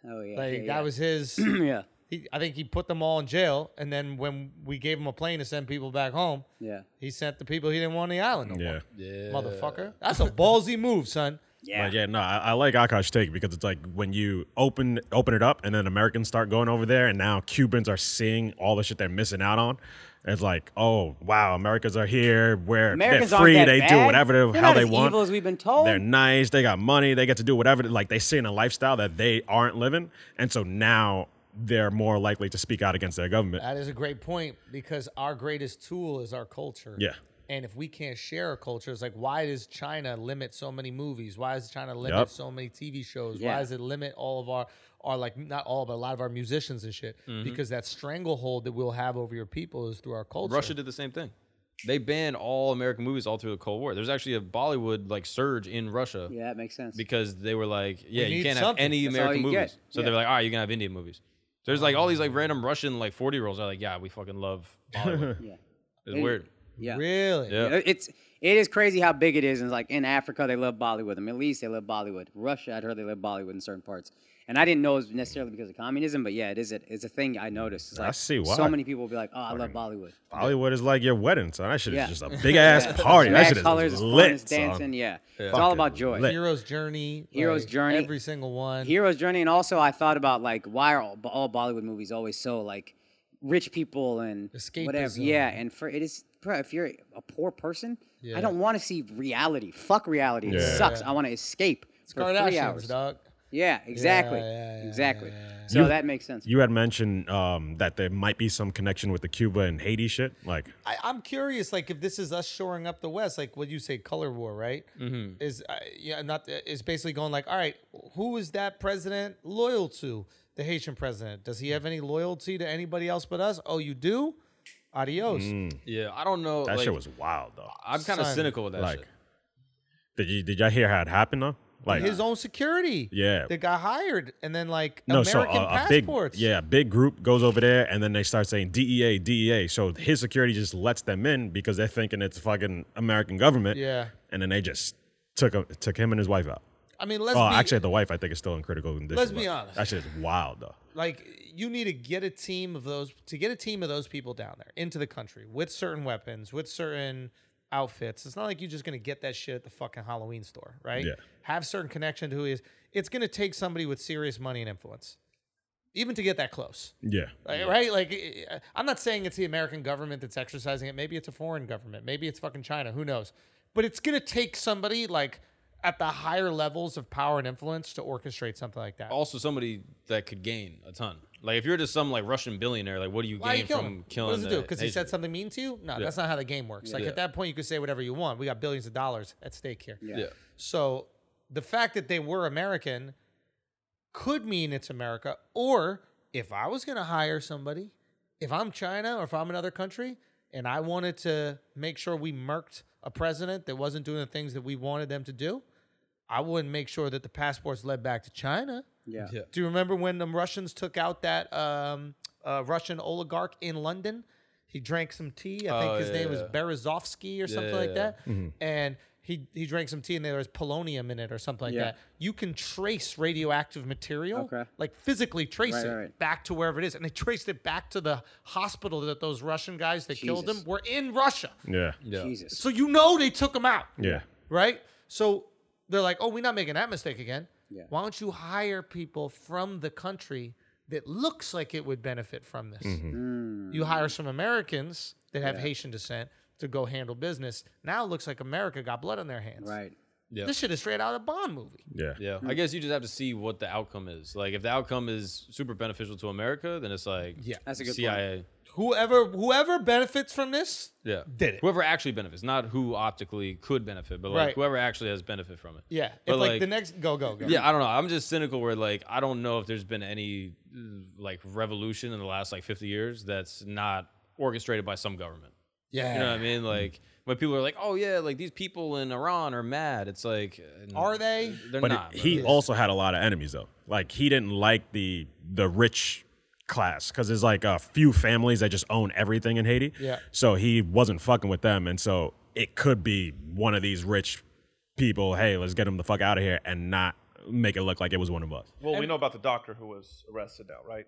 Oh Uh-huh. yeah. Like yeah, that yeah. was his. yeah. he, I think he put them all in jail, and then when we gave him a plane to send people back home, Yeah. he sent the people he didn't want on the island no Yeah. more. Motherfucker, that's a ballsy move, son. Like, yeah, no, I, I like Akash take because it's like when you open open it up and then Americans start going over there and now Cubans are seeing all the shit they're missing out on. It's like, oh wow, Americans are here. Where Americans they're aren't free, that they do bad. whatever the They're hell not they as want. evil as we've been told. They're nice. They got money. They get to do whatever. Like they see in a lifestyle that they aren't living, and so now they're more likely to speak out against their government. That is a great point because our greatest tool is our culture. Yeah. And if we can't share a culture, it's like why does China limit so many movies? Why does China limit Yup. so many TV shows? Yeah. Why does it limit all of our our like not all but a lot of our musicians and shit? Because that stranglehold that we'll have over your people is through our culture. Russia did the same thing. They banned all American movies all through the Cold War. There's actually a Bollywood like surge in Russia Yeah, that makes sense. because they were like, yeah, need you can't something. have any That's all American you movies. get. So they're like, all right, you can have Indian movies. So there's like all these like random Russian like 40 year olds are like, yeah, we fucking love Bollywood. Yeah. It's weird. yeah. Really? Yeah. Uh, It's it is crazy how big it is. And like in Africa, they love Bollywood. The Middle East, they love Bollywood. Russia, I'd heard they love Bollywood in certain parts. And I didn't know it was necessarily because of communism, but yeah, it is. A, it's a thing I noticed. It's I like see why. so many people will be like, "Oh, I love Bollywood." Hollywood is like your wedding, son. That shit Yeah. is just a big ass party. That Mad shit is colors, it's fun, lit, it's son. dancing. Yeah. it's all about joy. lit. Hero's journey. Hero's like, journey. Every single one. Hero's journey, and also I thought about like why are all, all Bollywood movies always so like rich people and whatever? Escapism. Yeah, and for it is bro, if you're a poor person, I don't want to see reality. Fuck reality. It sucks. I want to escape for three Kardashians, hours. dog. Yeah, exactly. yeah, yeah, exactly. So You- that makes sense. You had mentioned um, that there might be some connection with the Cuba and Haiti shit. Like, I, I'm curious, like if this is us shoring up the West, like what you say, color war, right? Mm-hmm. Is uh, yeah, not is basically going like, all right, who is that president loyal to? The Haitian president. Does he have any loyalty to anybody else but us? Oh, you do. Adios. Mm. Yeah, I don't know. that like, shit was wild, though. I'm kind of Son, cynical with that Like, shit. did you did y'all hear how it happened though? Like His own security. Yeah. That got hired, and then like no, American so uh, a, a big passports. yeah, a big group goes over there and then they start saying E DEA, DEA. So his security just lets them in because they're thinking it's fucking American government. Yeah. and then they just took him, took him and his wife out. I mean, let's oh, be, actually, the wife I think is still in critical condition. Let's be but honest. that shit is wild though. like you need to get a team of those to get a team of those people down there into the country with certain weapons, with certain outfits. It's not like you're just gonna get that shit at the fucking Halloween store, right? Yeah. Have certain connection to who he is. It's gonna take somebody with serious money and influence, even to get that close. Yeah, Like, Right? Like, eh, I'm not saying it's the American government that's exercising it. Maybe it's a foreign government. Maybe it's fucking China. Who knows? But it's going to take somebody like at the higher levels of power and influence to orchestrate something like that. Also, somebody that could gain a ton. Like if you're just some like Russian billionaire, like what do you Why are you gain killing from him? killing? What does it the do? Because he Asian? said something mean to you? No, that's not how the game works. Like Yeah. at that point, you could say whatever you want. We got billions of dollars at stake here. Yeah. So the fact that they were American could mean it's America. Or if I was going to hire somebody, if I'm China or if I'm another country, and I wanted to make sure we murked a president that wasn't doing the things that we wanted them to do, I wouldn't make sure that the passports led back to China. Yeah. Do you remember when the Russians took out that um, uh, Russian oligarch in London? He drank some tea. I think Oh, his yeah, name yeah. was Berezovsky or something yeah, like yeah. Mm-hmm. that. And he, he drank some tea and there was polonium in it or something like Yeah. that. You can trace radioactive material, Okay. like physically trace Right, it right, right. back to wherever it is. And they traced it back to the hospital that those Russian guys that killed him Jesus. were in Russia. yeah, Jesus. So you know they took him out yeah. right? So they're like, oh, we're not making that mistake again. Yeah. Why don't you hire people from the country that looks like it would benefit from this? Mm-hmm. Mm. You hire some Americans that have Haitian descent to go handle business. Now it looks like America got blood on their hands. Right. This shit is straight out of the Bond movie. Yeah. Yeah, I guess you just have to see what the outcome is. Like, if the outcome is super beneficial to America, then it's like Yeah. That's a good point. CIA. Whoever whoever benefits from this, Yeah, Did it. Whoever actually benefits, not who optically could benefit, but like Right. whoever actually has benefit from it. yeah. But If like, like- the next go go go. Yeah, I don't know. I'm just cynical where like I don't know if there's been any uh, like revolution in the last like 50 years that's not orchestrated by some government. yeah. You know what I mean? Like when people are like, "Oh yeah, like these people in Iran are mad." It's like, uh, no, Are they? They're But not. it- bro. he also had a lot of enemies though. Like he didn't like the the rich class because there's like a few families that just own everything in Haiti. Yeah. So he wasn't fucking with them, and so it could be one of these rich people. Hey, let's get him the fuck out of here, and not make it look like it was one of us. Well, we know about the doctor who was arrested now, right?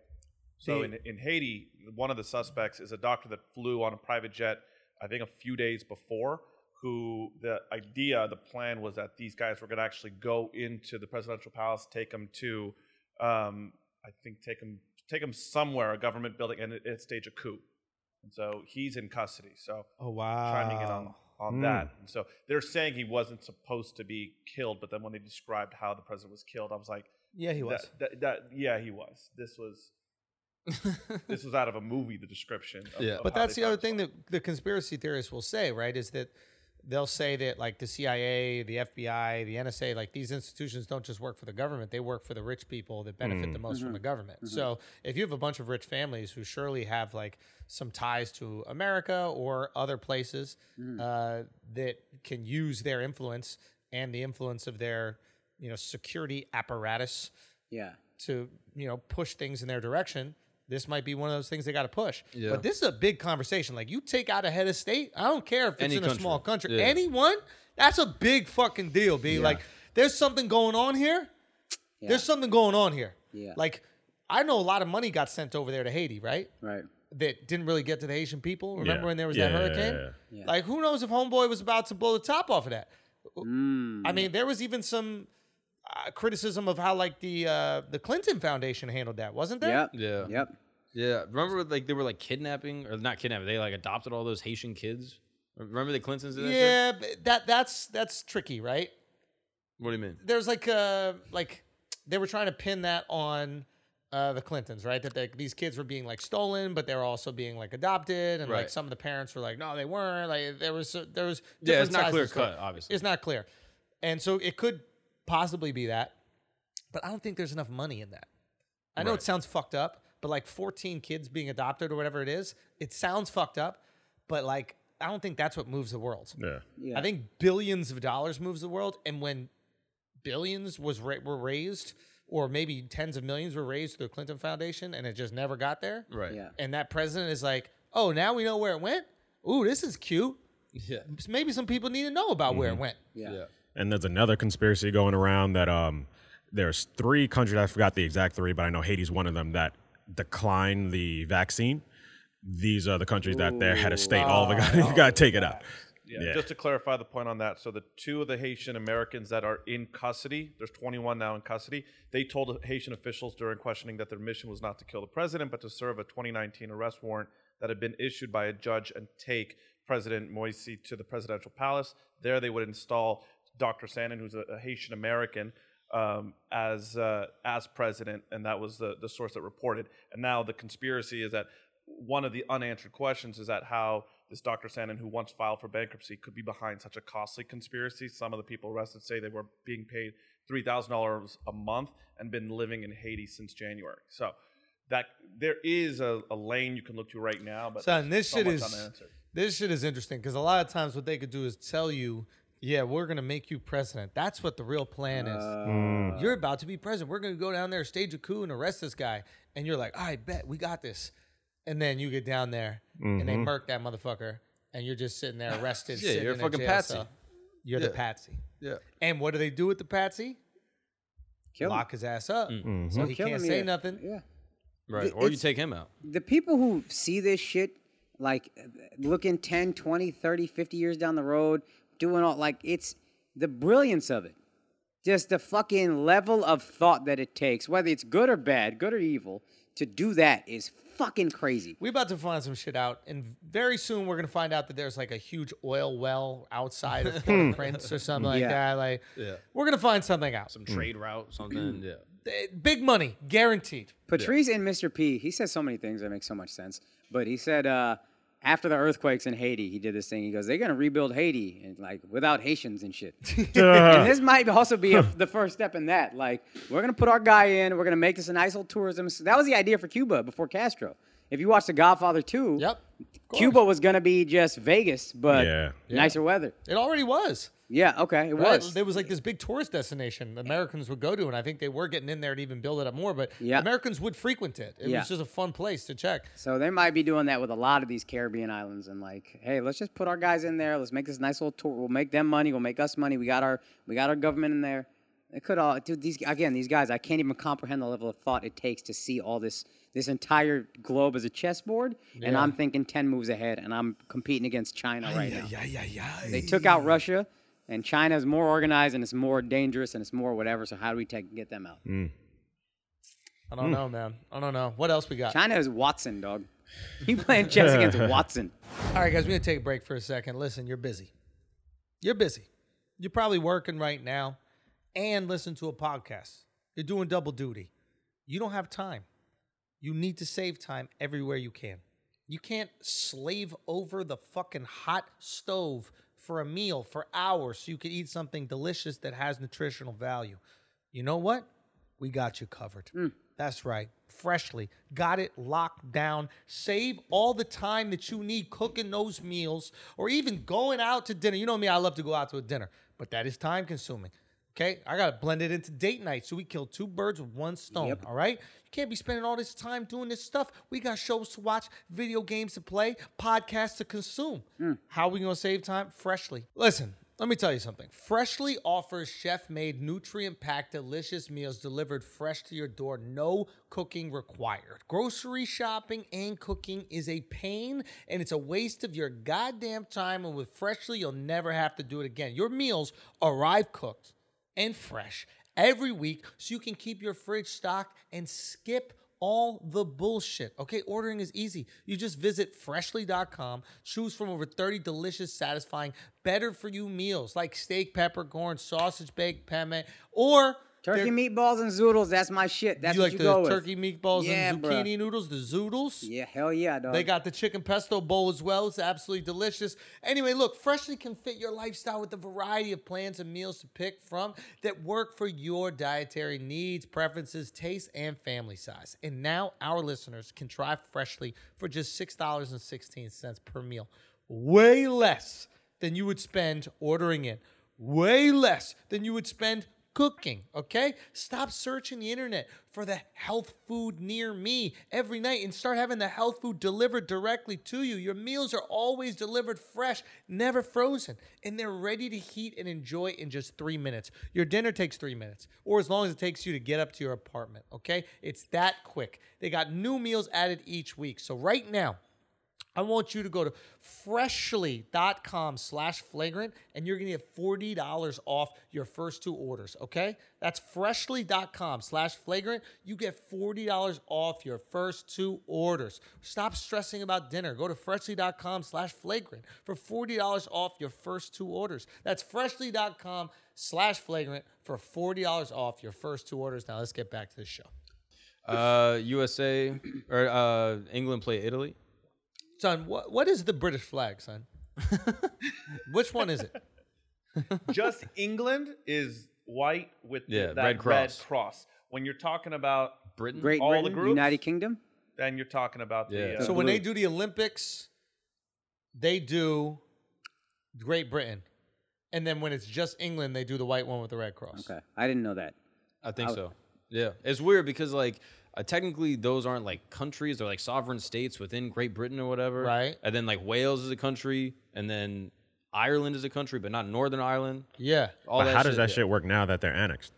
So in, in Haiti, one of the suspects is a doctor that flew on a private jet, I think a few days before, who the idea, the plan was that these guys were going to actually go into the presidential palace, take them to, um, I think, take them, take them somewhere, a government building, and, and stage a coup. And so he's in custody. So Oh wow. chiming in on, on that. And so they're saying he wasn't supposed to be killed, but then when they described how the president was killed, I was like, Yeah, he was. that, that, that- yeah, he was. This was this was out of a movie. The description. Of, Yeah. of But how that's they the other found thing that the conspiracy theorists will say, right? Is that they'll say that like the CIA, the FBI, the NSA, like these institutions don't just work for the government; they work for the rich people that benefit the most from Mm-hmm. the government. So if you have a bunch of rich families who surely have like some ties to America or other places Mm. uh, that can use their influence and the influence of their you know security apparatus Yeah. to you know push things in their direction this might be one of those things they got to push but this is a big conversation like you take out a head of state i don't care if it's Any in a country. small country Yeah. anyone that's a big fucking deal b like there's something going on here there's something going on here Yeah. like i know a lot of money got sent over there to haiti right Right. that didn't really get to the haitian people remember Yeah. when there was that Yeah, yeah, hurricane yeah, like who knows if homeboy was about to blow the top off of that I mean, there was even some uh, criticism of how like the uh, the Clinton Foundation handled that, wasn't there? Yep. Yeah. Yep. Yeah, remember like they were like kidnapping or not kidnapping. They like adopted all those Haitian kids Remember the Clintons did that shit? Yeah, but that that's that's tricky, right? What do you mean? There's like uh like they were trying to pin that on uh, the Clintons, right? That they, these kids were being like stolen, but they were also being like adopted, and like Right. some of the parents were like, no, they weren't. Like there was there was Yeah, it's different not sides of the clear cut, story. obviously. it's not clear, and so it could possibly be that, but I don't think there's enough money in that. I know it Right. sounds fucked up, but like 14 kids being adopted or whatever it is, it sounds fucked up, but like I don't think that's what moves the world. Yeah. Yeah. I think billions of dollars moves the world, and when billions was ra- were raised, or maybe tens of millions were raised through the Clinton Foundation, and it just never got there. Right. Yeah. And that president is like, "Oh, now we know where it went. Ooh, this is cute. Yeah. Mm-hmm. Maybe some people need to know about where it went." Yeah. And there's another conspiracy going around that um, there's three countries I forgot the exact three, but I know Haiti's one of them that declined the vaccine. These are the countries that their head of state all of a sudden got to take it out. Yeah. Yeah. Just to clarify the point on that, so the two of the Haitian Americans that are in custody, there's 21 now in custody. They told Haitian officials during questioning that their mission was not to kill the president, but to serve a 2019 arrest warrant that had been issued by a judge and take President Moise to the presidential palace. There, they would install Dr. Sandin, who's a, a Haitian American, um, as uh, as president, and that was the the source that reported. And now the conspiracy is that one of the unanswered questions is that how this Dr. Sandin, who once filed for bankruptcy, could be behind such a costly conspiracy. Some of the people arrested say they were being paid three thousand dollars a month and been living in Haiti since January. So that there is a, a lane you can look to right now, but Son, this so shit much is unanswered. this shit is interesting because a lot of times what they could do is tell you, "Yeah, we're gonna make you president." That's what the real plan is. Uh. you're about to be president. We're gonna go down there, stage a coup, and arrest this guy. And you're like, "I bet we got this." And then you get down there and they murk that motherfucker, and you're just sitting there arrested. Mm-hmm. Yeah, sitting you're a in fucking jail patsy. cell. You're the Yeah. patsy. Yeah. And what do they do with the patsy? Kill him. Lock his ass up, Mm-hmm. so he Kill can't him, say yeah. nothing. Yeah. Right. Th- Or you it's- take him out. the people who see this shit like looking 10 20 30 50 years down the road doing all like it's the brilliance of it just the fucking level of thought that it takes whether it's good or bad good or evil to do that is fucking crazy We about to find some shit out, and very soon we're gonna find out that there's like a huge oil well outside of Port-au-Prince or something like Yeah. that. Like, we're gonna find something out. Some trade route, something. yeah. Eh, Big money, guaranteed. patrice and mr p he says so many things that make so much sense but he said uh after the earthquakes in haiti he did this thing he goes they're gonna rebuild haiti and like without haitians and shit and this might also be a, the first step in that. Like, we're gonna put our guy in. We're gonna make this a nice little tourism. So that was the idea for Cuba before Castro. If you watch The Godfather 2, Yep. of course. Cuba was gonna be just Vegas, but Yeah. nicer weather. It already was. Yeah, okay, it Right. was. There was like this big tourist destination the Americans would go to, and I think they were getting in there to even build it up more. But Yeah. Americans would frequent it. It Yeah. was just a fun place to check. so they might be doing that with a lot of these Caribbean islands, and like, hey, let's just put our guys in there. Let's make this nice little tour. We'll make them money. We'll make us money. We got our we got our government in there. It could all dude. These again, these guys. I can't even comprehend the level of thought it takes to see all this this entire globe as a chessboard. And I'm thinking ten moves ahead, and I'm competing against China right now. They took out Russia, and China is more organized, and it's more dangerous, and it's more whatever. So how do we take get them out? I Hmm. don't know, man. I don't know. What else we got? China is Watson, dog. You playing chess against Watson? All right, guys, we're going to take a break for a second. Listen, you're busy. You're busy. You're probably working right now and listen to a podcast. You're doing double duty. You don't have time. You need to save time everywhere you can. You can't slave over the fucking hot stove for a meal for hours so you can eat something delicious that has nutritional value. You know what? We got you covered. That's right. Freshly got it locked down. Save all the time that you need cooking those meals or even going out to dinner. You know me, I love to go out to a dinner, but that is time consuming. Okay, I gotta blend it into date night, so we kill two birds with one stone. All right, you can't be spending all this time doing this stuff. We got shows to watch, video games to play, podcasts to consume. How are we gonna save time? Freshly. Listen, let me tell you something. Freshly offers chef made, nutrient packed, delicious meals delivered fresh to your door. No cooking required. Grocery shopping and cooking is a pain and it's a waste of your goddamn time. And with Freshly, you'll never have to do it again. Your meals arrive cooked and fresh every week so you can keep your fridge stocked and skip all the bullshit. Okay, ordering is easy. You just visit freshly.com, choose from over 30 delicious, satisfying, better for you meals like steak, peppercorn, sausage, baked penne, or Turkey their- meatballs and zoodles, that's my shit. That's you what like you the go with. turkey meatballs Yeah, and bruh. zucchini noodles, the zoodles. Yeah, hell yeah, dog. They got the chicken pesto bowl as well. It's absolutely delicious. Anyway, look, Freshly can fit your lifestyle with a variety of plans and meals to pick from that work for your dietary needs, preferences, taste, and family size. And now our listeners can try Freshly for just $6.16 per meal. Way less than you would spend ordering it. Way less than you would spend cooking, okay? Stop searching the internet for the health food near me every night and start having the health food delivered directly to you. Your meals are always delivered fresh, never frozen, and they're ready to heat and enjoy in just three minutes. Your dinner takes three minutes, or as long as it takes you to get up to your apartment, okay? It's that quick. They got new meals added each week. So right now, I want you to go to freshly.com slash flagrant and you're going to get $40 off your first two orders, okay? That's freshly.com slash flagrant. You get $40 off your first two orders. Stop stressing about dinner. Go to freshly.com slash flagrant for $40 off your first two orders. That's freshly.com slash flagrant for $40 off your first two orders. Now let's get back to the show. Uh, USA or uh, England play Italy. Son, what, what is the British flag, son? Which one is it? just England is white with the- Yeah, that red cross. cross. When you're talking about Britain. Great all the Britain, groups? United Kingdom. then you're talking about the Yeah. uh, So when they Blue. do the Olympics, they do Great Britain, and then when it's just England, they do the white one with the red cross. Okay, I didn't know that. I think so. Yeah, it's weird because like uh, technically those aren't like countries; they're like sovereign states within Great Britain or whatever. Right. And then like Wales is a country, and then Ireland is a country, but not Northern Ireland. Yeah, All But that how does shit, that yeah. shit work now that they're annexed?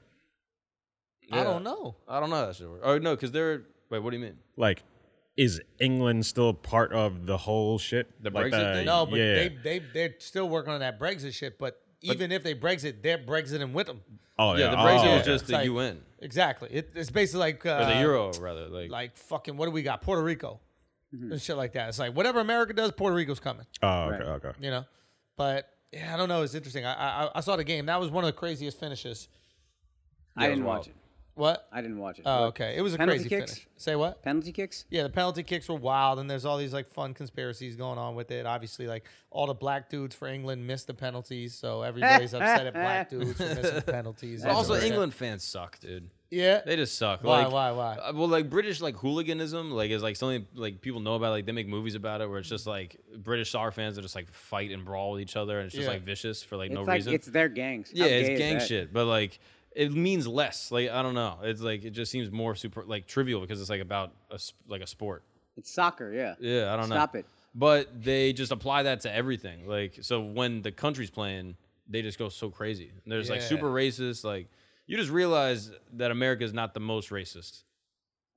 I Yeah. don't know. I don't know how that shit works. Oh no, because they're wait. What do you mean? Like, is England still part of the whole shit? The like uh, Brexit thing? No, but yeah. they they they're still working on that Brexit shit. But, even if they Brexit, they're Brexiting with them. oh Yeah, yeah, the oh, Brexit yeah. is just the Like- UN Exactly. It, it's basically like uh, or the Euro rather. Like, like fucking what do we got? Puerto Rico and shit like that. It's like whatever America does, Puerto Rico's coming. Oh, okay, okay. you know. But yeah, I don't know. It's interesting. I I, I saw the game. That was one of the craziest finishes. I didn't wild. watch it. What? I didn't watch it. Oh, What? okay. It was a Penalty crazy kicks? finish. Say what? Penalty kicks. Yeah, the penalty kicks were wild, and there's all these like fun conspiracies going on with it. Obviously, like all the black dudes for England missed the penalties, so everybody's upset at black dudes for missing penalties. But also Yeah. England fans suck, dude. Yeah. They just suck. Why, Like, why, why? uh, Well, like British like hooliganism, like is like something like people know about. Like they make movies about it, where it's just like British soccer fans that just like fight and brawl with each other, and it's just Yeah. like vicious for like It's no like reason. it's their gangs. How yeah, gay it's is gang that? shit, but like it means less. Like I don't know. It's like it just seems more super like trivial because it's like about a s- like a sport. It's soccer. Yeah. Yeah, I don't know. Stop it. But they just apply that to everything. Like so when the country's playing, they just go so crazy. And There's like Yeah. super racist. Like you just realize that America is not the most racist.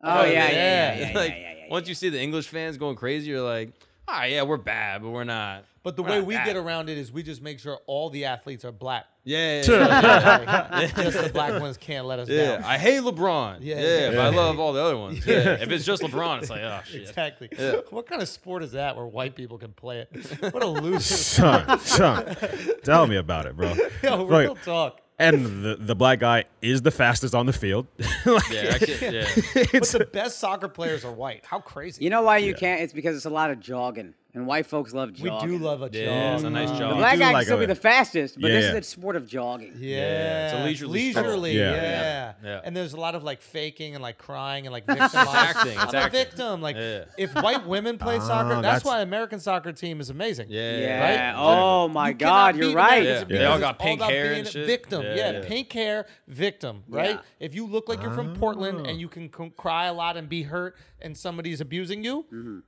Oh yeah, yeah. yeah, yeah, yeah, yeah, like yeah, yeah, once yeah. you see the English fans going crazy, you're like, ah, yeah, we're bad, but we're not. But the we're way not we bad." get around it is we just make sure all the athletes are black. yeah, yeah, yeah, yeah. Like, just the black ones can't let us Yeah, down. I hate LeBron. Yeah. Yeah, but I love all the other ones. Yeah, if it's just LeBron, it's like, oh shit. Exactly. What kind of sport is that where white people can play it? What a loser. Son, son, tell me about it, bro. Yo, Like, real talk. and the, the black guy is the fastest on the field. Like, Yeah, I can't, yeah. But the best soccer players are white. How crazy. You know why you can't? It's because it's a lot of jogging, and white folks love we do jogging. love a jog. Yeah, it's a nice man. job. The black do guy like can still a- be the fastest, but this Yeah. is the sport of jogging. Yeah. it's a leisurely stroll. Leisurely, Yeah. yeah. Yeah. Yeah. And there's a lot of like faking and like crying and like victimizing. acting, it's I'm a acting. victim. Like Yeah. if white women play Ah, Oh, soccer, that's, that's- why American soccer team is amazing. Yeah. Yeah. Right? Oh my You cannot God, be you're the right. Americans Yeah. because They all it's got pink about hair being and a shit. Victim, yeah, Yeah, yeah. pink hair, victim, right? Yeah. If you look like you're from Oh. Portland and you can c- cry a lot and be hurt, and somebody's abusing you, Mm-hmm.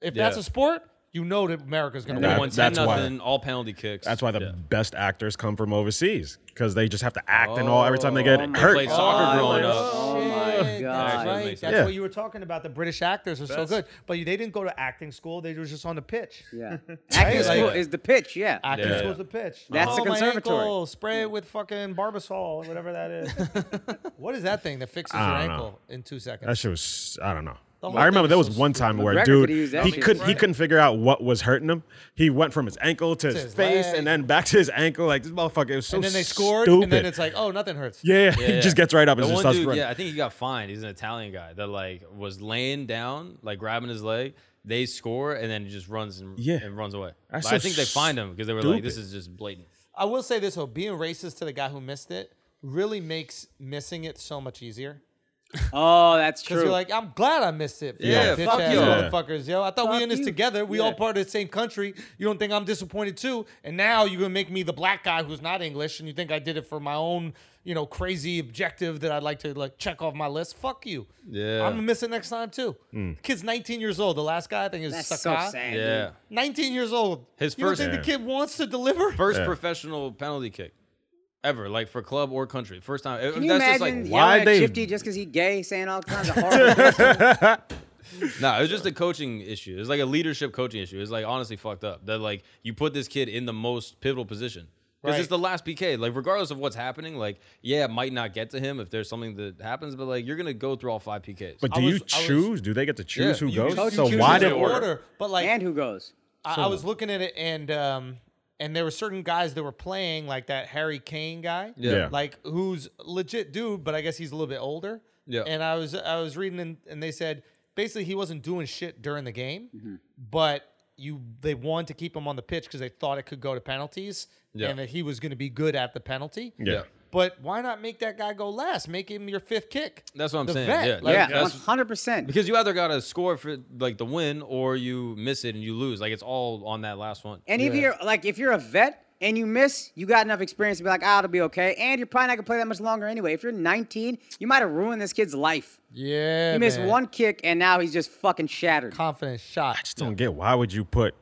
if that's Yeah. a sport, you know that America's gonna We That- win. won 10 that's why- nothing, all penalty kicks. That's why the Yeah. best actors come from overseas because they just have to act and all every time they get Oh my They played hurt. soccer God. growing up. Oh my right. That's God. Actually, it right. makes That's sense. what you were talking about. The British actors are so Best. good, but they didn't go to acting school. They were just on the pitch. Yeah. Right? Acting Like- school is the pitch, yeah. Acting Yeah. school's the pitch. That's oh, the conservatory. My ankle, spray it with fucking barbasol, whatever that is. what is that thing that fixes your I don't know. ankle in two seconds? That shit was I don't know. whole I remember thing there was was so one time where a McGregor dude could use that he shit. couldn't he couldn't figure out what was hurting him. He went from his ankle to his, his face leg. and then back to his ankle. Like this motherfucker it was so and then they scored, stupid. and then it's like, oh, nothing hurts. yeah, Yeah, he yeah. just gets right up The and just one starts dude, running. yeah, I think he got fined. He's an Italian guy that like was laying down, like grabbing his leg. They score and then he just runs and, Yeah. and runs away. That's Like, so I think they fined him because they were like, "This stupid. is just blatant." I will say this though: being racist to the guy who missed it really makes missing it so much easier. Oh, that's Because true. you're like, I'm glad I missed it. Yeah, bitch fuck ass you. Yeah. motherfuckers, yo. I thought we Fuck in this you. together. We all part of the same country. You don't think I'm disappointed too? And now you're gonna make me the black guy who's not English, and you think I did it for my own, you know, crazy objective that I'd like to like check off my list? Fuck you. Yeah. I'm gonna miss it next time too. Hmm. Kid's 19 years old. The last guy I think is that's Sakai. so sad. dude. Yeah, 19 years old. His you don't first- think the Yeah. kid wants to deliver? first Yeah. professional penalty kick ever, like for club or country. First time. Can you That's imagine just like, why yelling at they- Shifty just because he's gay, saying all kinds of horrible things? No, it was just a coaching issue. It's like a leadership coaching issue. It's like honestly fucked up that like you put this kid in the most pivotal position because Right. it's the last PK. Like regardless of what's happening, like yeah, it might not get to him if there's something that happens, but like you're gonna go through all five PKs. But I do you was- I was- choose? do they get to choose who you goes? choose- so You why choose did the order? But like, and who goes? I, I was looking at it and um and there were certain guys that were playing like that Harry Kane guy. Yeah. Like who's legit dude, but I guess he's a little bit older. Yeah. And I was I was reading and, and they said basically he wasn't doing shit during the game, but you they wanted to keep him on the pitch because they thought it could go to penalties Yeah. and that he was going to be good at the penalty. Yeah. But why not make that guy go last? Make him your fifth kick. That's what I'm The saying. vet, Yeah, like- Like, yeah, that's- one hundred percent. because you either gotta score for like the win or you miss it and you lose. Like it's all on that last one. And if you're like, if you're a vet and you miss, you got enough experience to be like, ah, it'll be okay. And you're probably not gonna play that much longer anyway. If you're 19, you might have ruined this kid's life. Yeah. You missed one kick, and now he's just fucking shattered. confidence shot. just don't get why would you put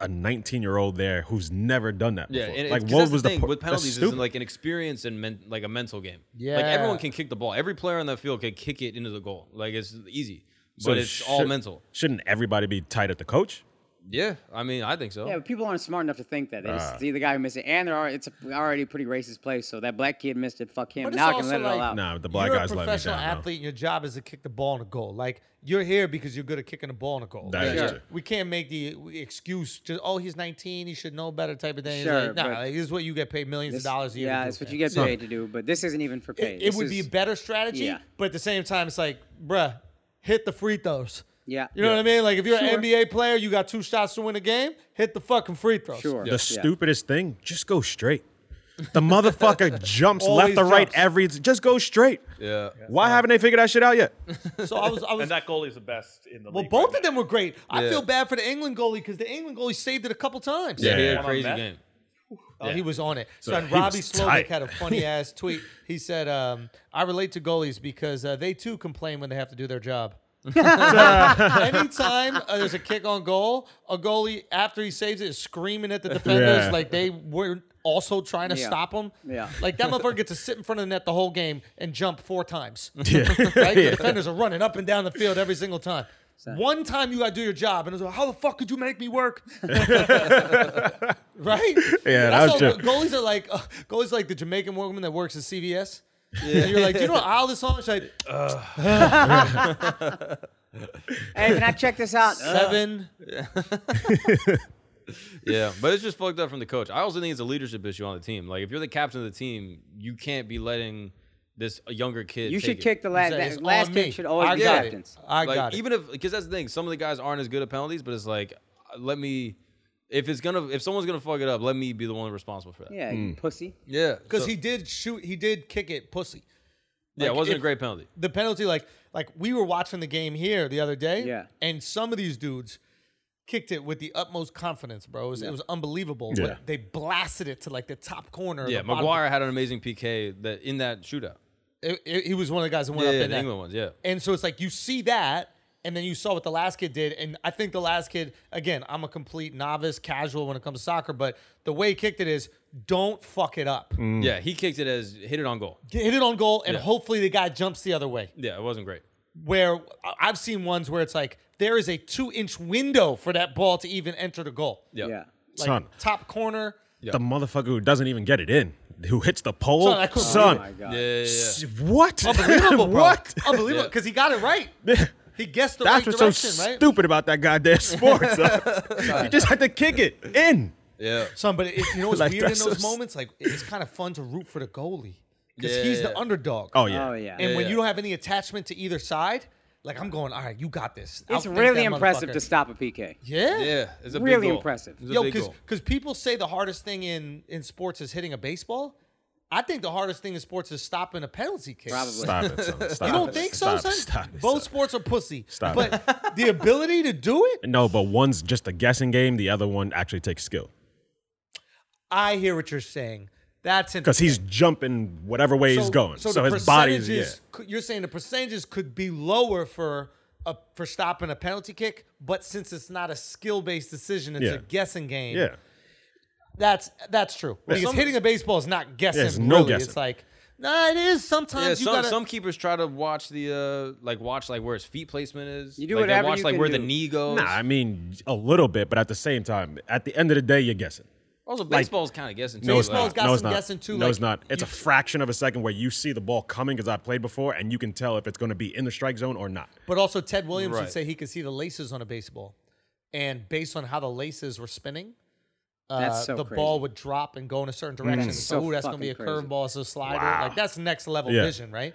a 19 year old there who's never done that Yeah, before? and like it's, 'cause what that's was the the thing po- with that's penalties? Is stupid. like an experience and men, like a mental game. Yeah. like everyone can kick the ball. Every player on that field can kick it into the goal. Like it's easy, but So it's all should- mental. Shouldn't everybody be tight at the coach? Yeah, I mean, I think so. Yeah, but people aren't smart enough to think that. They just see the guy who missed it, and they're already, it's a, already a pretty racist place. So that black kid missed it. Fuck him. But it's Now I can also let it all like- out. Nah, but the black you're guys a let me professional down. though. athlete. And your job is to kick the ball in a goal. Like you're here because you're good at kicking the ball in a goal. That Like, is sure, true. We can't make the excuse just oh he's 19, he should know better type of thing. It's Sure, like, nah, but- like, this is what you get paid millions This- of dollars a year. yeah, to do, that's what fam. you get paid to do. But this isn't even for pay. It, This it would be a is- better strategy, Yeah. but at the same time, it's like, bruh, hit the free throws. Yeah. You know what I mean? Like if you're an NBA player, you got two shots to win a game, hit the fucking free throws. Sure. The Yeah. stupidest thing, just go straight. The motherfucker jumps left Always to right jumps. every. Just go straight. Yeah. Why haven't they figured that shit out yet? So I was I was And that goalie is the best in the well, league. both right of them were great. I Yeah. feel bad for the England goalie because the England goalie saved it a couple times. Yeah, he had a One on crazy that? game. Oh, he was on it. So, So and he Robbie was Slovak tight. had a funny ass tweet. He said, um, "I relate to goalies because uh, they too complain when they have to do their job." Anytime uh, there's a kick on goal, a goalie after he saves it is screaming at the defenders Yeah. like they were also trying to Yeah. stop him. Yeah. like that motherfucker gets to sit in front of the net the whole game and jump four times. Yeah. Right? The defenders are running up and down the field every single time. One time you got to do your job, and it's like, how the fuck could you make me work? right? Yeah, That's that was all- true. goalies are like uh, goalies are like the Jamaican woman that works at CVS. And you're like, do you know what aisle this on? She's like, Hey, can I check this out? Ugh. seven. Yeah, but it's just fucked up from the coach. I also think it's a leadership issue on the team. Like if you're the captain of the team, you can't be letting this younger kid. You take should it. kick the last. He's like, That "It's last on me. kick should always I be got it. captain's. I like, got it. Even if because that's the thing, some of the guys aren't as good at penalties, but it's like, uh, let me. If it's gonna, if someone's gonna fuck it up, let me be the one responsible for that. Yeah, you pussy. Yeah, because so- he did shoot, he did kick it, pussy. yeah, it like, wasn't if- a great penalty. the penalty like like we were watching the game here the other day Yeah. and some of these dudes kicked it with the utmost confidence bro it was, it was unbelievable Yeah. but they blasted it to like the top corner or Yeah, the bottom- McGuire had an amazing PK that in that shootout. It- it- he was one of the guys that went Yeah, up yeah in the that England ones. Yeah, and so it's like you see that And then you saw what the last kid did. And I think the last kid, again, I'm a complete novice, casual when it comes to soccer, but the way he kicked it is don't fuck it up. Yeah, he kicked it as hit it on goal. Hit it on goal, and Yeah. hopefully the guy jumps the other way. Yeah, it wasn't great. Where I- I've seen ones where it's like there is a two inch window for that ball to even enter the goal. Yeah. Yeah. Like Son. top corner. The motherfucker who doesn't even get it in, who hits the pole, Son, I couldn't- son, Oh my God. Yeah, yeah, yeah. s- what? Unbelievable, bro. what? Unbelievable. Because he got it right. He guessed the That's right what's direction, so right? stupid about that goddamn sport. son. you just have to kick it in. Yeah. Son, but it, you know what's Like, weird in that's those so s- moments? Like it's kind of fun to root for the goalie because Yeah, he's yeah. the underdog. Oh yeah. Oh yeah. and when yeah. you don't have any attachment to either side, like I'm going, all right, you got this. it's Outthink really that impressive motherfucker." to stop a PK. yeah, Yeah. It's a Really big goal. impressive. It's a yo, big because goal. people say the hardest thing in in sports is hitting a baseball. I think the hardest thing in sports is stopping a penalty kick. Probably. Stop it, son. Stop You don't it. think stop, so, son? it, Stop it, Both son. sports are pussy. Stop but the ability to do it, No, but one's just a guessing game. The other one actually takes skill I hear what you're saying. That's because he's jumping whatever way he's going. So, the his body's yeah. percentages cou- You're saying the percentages could be lower for a, for stopping a penalty kick, but since it's not a skill based decision, it's Yeah. a guessing game. Yeah. that's that's true. Because hitting a baseball is not guessing. it's no really. guessing. It's like nah, it is. Sometimes Yeah, you some, gotta. some keepers try to watch the uh like watch like where his feet placement is. You do like, they whatever watch you like can where the do. knee goes. Nah, I mean a little bit, but at the same time, at the end of the day, you're guessing. also baseball's kind of guessing too. No, it's like- Baseball's not. got no, it's some not. guessing too, No, like, it's not. It's a fraction of a second where you see the ball coming because I played before, and you can tell if it's going to be in the strike zone or not. but also Ted Williams would Right. say he could see the laces on a baseball, and based on how the laces were spinning. Uh, That's so the crazy. ball would drop and go in a certain direction. That's so, so ooh, that's gonna be a fucking crazy. curveball, so slider. Like that's next level Yeah. vision, right?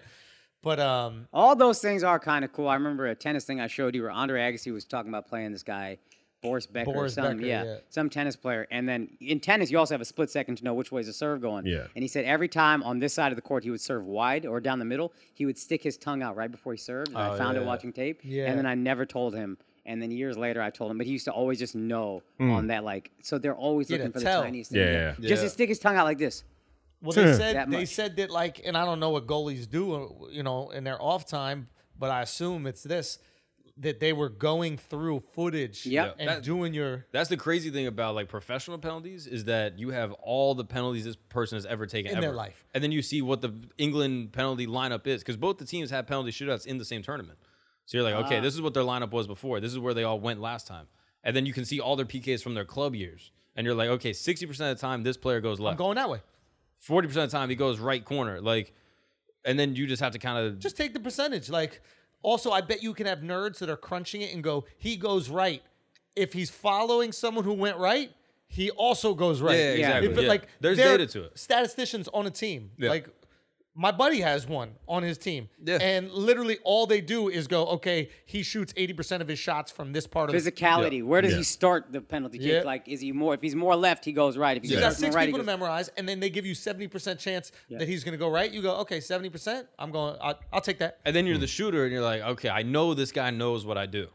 But um, All those things are kind of cool. I remember a tennis thing I showed you where Andre Agassi was talking about playing this guy, Boris Becker, or Boris some Becker, yeah, yeah. some tennis player. And then in tennis, you also have a split second to know which way is the serve going. Yeah. And he said every time on this side of the court, he would serve wide or down the middle. He would stick his tongue out right before he served. And I found it watching tape. Oh, Yeah. And then I never told him. And then years later, I told him, but he used to always just know on that, like, so they're always Yeah, to looking for tell. the tiniest thing. Hmm. Yeah, yeah, yeah. Just Yeah. to stick his tongue out like this. Well, they That said they much. said that like, and I don't know what goalies do, uh, you know, in their off time, but I assume it's this that they were going through footage, Yep. and That- doing your That's the crazy thing about like professional penalties is that you have all the penalties this person has ever taken In their ever. life. and then you see what the England penalty lineup is because both the teams had penalty shootouts in the same tournament. So you're like, okay, Ah. this is what their lineup was before. This is where they all went last time, and then you can see all their PKs from their club years, and you're like, okay, sixty percent of the time this player goes left, going that way. forty percent of the time he goes right corner, like, and then you just have to kind of Just take the percentage. Like, also, I bet you can have nerds that are crunching it and go, he goes right. If he's following someone who went right, he also goes right. Yeah, Yeah. exactly, If it- yeah. Like, There's they're data to it. Statisticians on a team, Yeah. like. My buddy has one on his team, Yeah. and literally all they do is go, okay, he shoots eighty percent of his shots from this part of the Physicality. Where does Yeah. he start the penalty kick? Yeah. Like, is he more? If he's more left, he goes right. If he's You got starts six from right, he people to goes, memorize, and then they give you seventy percent chance that he's going to go right. You go, okay, seventy percent. I'm going. I'll, I'll take that. And then you're the shooter, and you're like, okay, I know this guy knows what I do.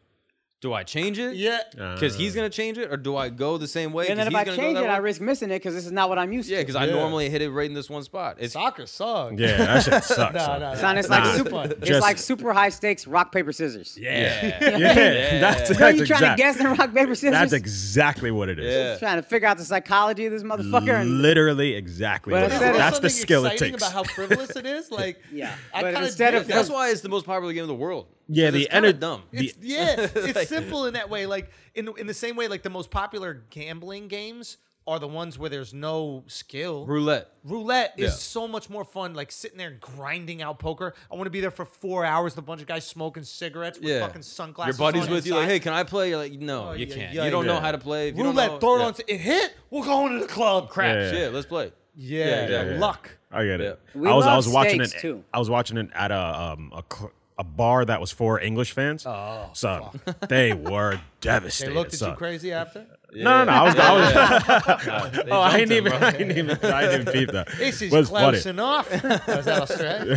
Do I change it? Yeah. because he's Uh, gonna change it, or do I go the same way? And then if 'cause he's I gonna go change that it, I way? risk missing it because this is not what I'm used yeah, to. because I normally hit it right in this one spot. It's Soccer sucks. Yeah, that shit sucks. No, son. no, Son, no. it's like Nah. super. It's Just- like super high stakes rock paper scissors. Yeah. Yeah, that's, Are that's you trying exact- to guess in rock paper scissors? That's exactly what it is. Yeah. Trying to figure out the psychology of this motherfucker. And, Literally, exactly. But what it is. Isn't instead there of- That's the something skill it exciting takes. About how frivolous it is, like Yeah. I But kind of instead of- that's why it's the most popular game in the world. Yeah, 'Cause the it's kind ener- of dumb. the- It's, yeah, it's simple in that way. Like in in the same way, like the most popular gambling games are the ones where there's no skill. Roulette. Roulette is Yeah. so much more fun. Like sitting there grinding out poker. I want to be there for four hours with a bunch of guys smoking cigarettes with Yeah, fucking sunglasses. Your buddy's on with you, like, inside. Oh, hey, can I play? You're like, no, you yeah, can't. yeah, you don't yeah. know how to play. If you don't roulette, know- throw it yeah. on. To, it hit. We're going to the club. Crap. Crap, Yeah. shit, let's play. Yeah, exactly. Yeah. luck. I get it. Yeah. We I was I love was watching it. steaks, too. I was watching it at a um a, cl- a bar that was for English fans. Oh, so they were They devastated. looked at son. you crazy after. No, no, no. I was. I was. They Oh, I jumped ain't him, even. bro. I ain't even. I didn't peep that. This is was funny, close enough. Was that Australia?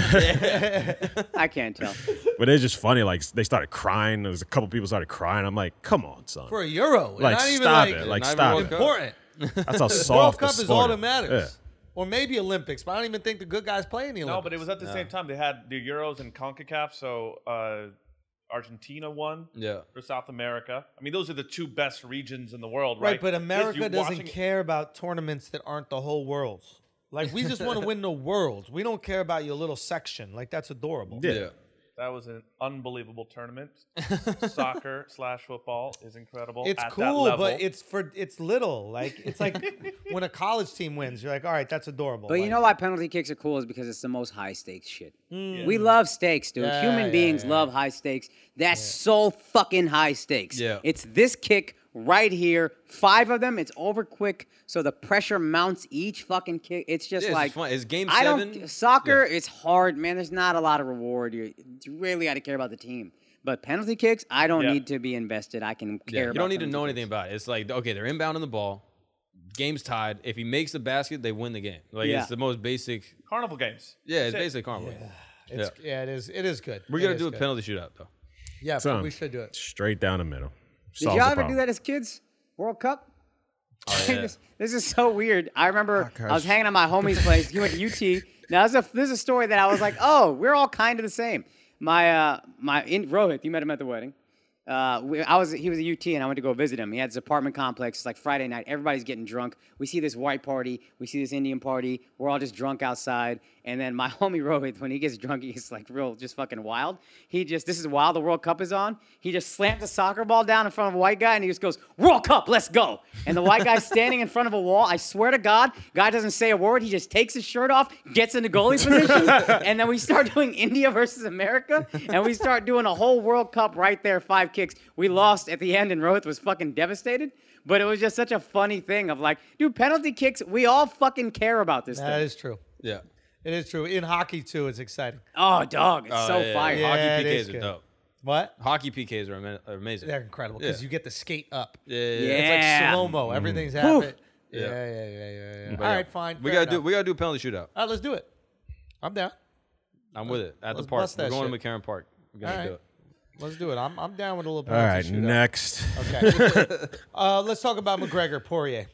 I can't tell. but it's just funny. Like they started crying. There was a couple people started crying. I'm like, come on, son. For a euro. Like, not even stop like, it. Like, Not even stop World it. Cup. important. That's how World soft the Cup is sport all that matters. Yeah. Or maybe Olympics, but I don't even think the good guys play in the Olympics. No, but it was at the same time. They had the Euros and CONCACAF, so uh, Argentina won Yeah. for South America. I mean, those are the two best regions in the world, Right, right? but Is you America doesn't watching it- care about tournaments that aren't the whole world. Like we just want to win the world. We don't care about your little section. Like that's adorable. Yeah. That was an unbelievable tournament. Soccer slash football is incredible. It's at that cool, level. but it's for it's little. Like it's like when a college team wins, you're like, all right, that's adorable. But you Like, know why penalty kicks are cool is because it's the most high stakes shit. Hmm. Yeah. We love stakes, dude. Yeah, Human yeah, beings yeah. love high stakes. That's so fucking high stakes. Yeah. It's this kick right here, five of them. It's over quick, so the pressure mounts each fucking kick. It's just Yeah, it's like fun. It's game I don't seven. th- soccer. It's hard, man. There's not a lot of reward. You you really got to care about the team. But penalty kicks, I don't Yeah. need to be invested. I can care. Yeah, you about don't need to penalty know kicks. anything about it. It's like okay, they're inbounding the ball. Game's tied. If he makes the basket, they win the game. Like Yeah. it's the most basic. carnival games. Yeah, it's That's it. basically Carmel. it's, yeah. it is. It is good. We're It gonna is do a good. penalty shootout though. Yeah, Son. we should do it. Straight down the middle. Did y'all ever do that as kids? World Cup? yeah. this, this is so weird. I remember I was hanging at my homie's place. You went to UT. Now this is, a, this is a story that I was like, oh, we're all kind of the same. My uh, my in, Rohit, you met him at the wedding. Uh, we, I was he was a UT and I went to go visit him. He had this apartment complex. It's like Friday night. Everybody's getting drunk. We see this white party. We see this Indian party. We're all just drunk outside. And then my homie Rohit, when he gets drunk, he gets like real, just fucking wild. He just this is while the World Cup is on. He just slams a soccer ball down in front of a white guy and he just goes World Cup, let's go. And the white guy's standing in front of a wall. I swear to God, guy doesn't say a word. He just takes his shirt off, gets into goalie position, and then we start doing India versus America, and we start doing a whole World Cup right there, five kicks. We lost at the end, and Roth was fucking devastated. But it was just such a funny thing of like, dude, penalty kicks. We all fucking care about this That thing. is true. Yeah. It is true. In hockey too, it's exciting. oh, dog, it's Oh, so yeah, yeah. fire. Hockey Yeah, it is PKs are good. dope. What? Hockey PKs are, ama- are amazing. They're incredible because Yeah. you get to skate up. Yeah. yeah, yeah. Yeah. It's like slow mo. Everything's happening. Yeah, Yeah. yeah, yeah, yeah. yeah. But All yeah. right, fine. We fair gotta do. enough. We gotta do a penalty shootout. All right, let's do it. I'm down. I'm with it at the let's park. bust We're that going shit. to McCarran Park. We're gonna All right. do it. Let's do it. I'm, I'm down with a little All right, penalty shootout. next. Okay. uh, let's talk about McGregor Poirier.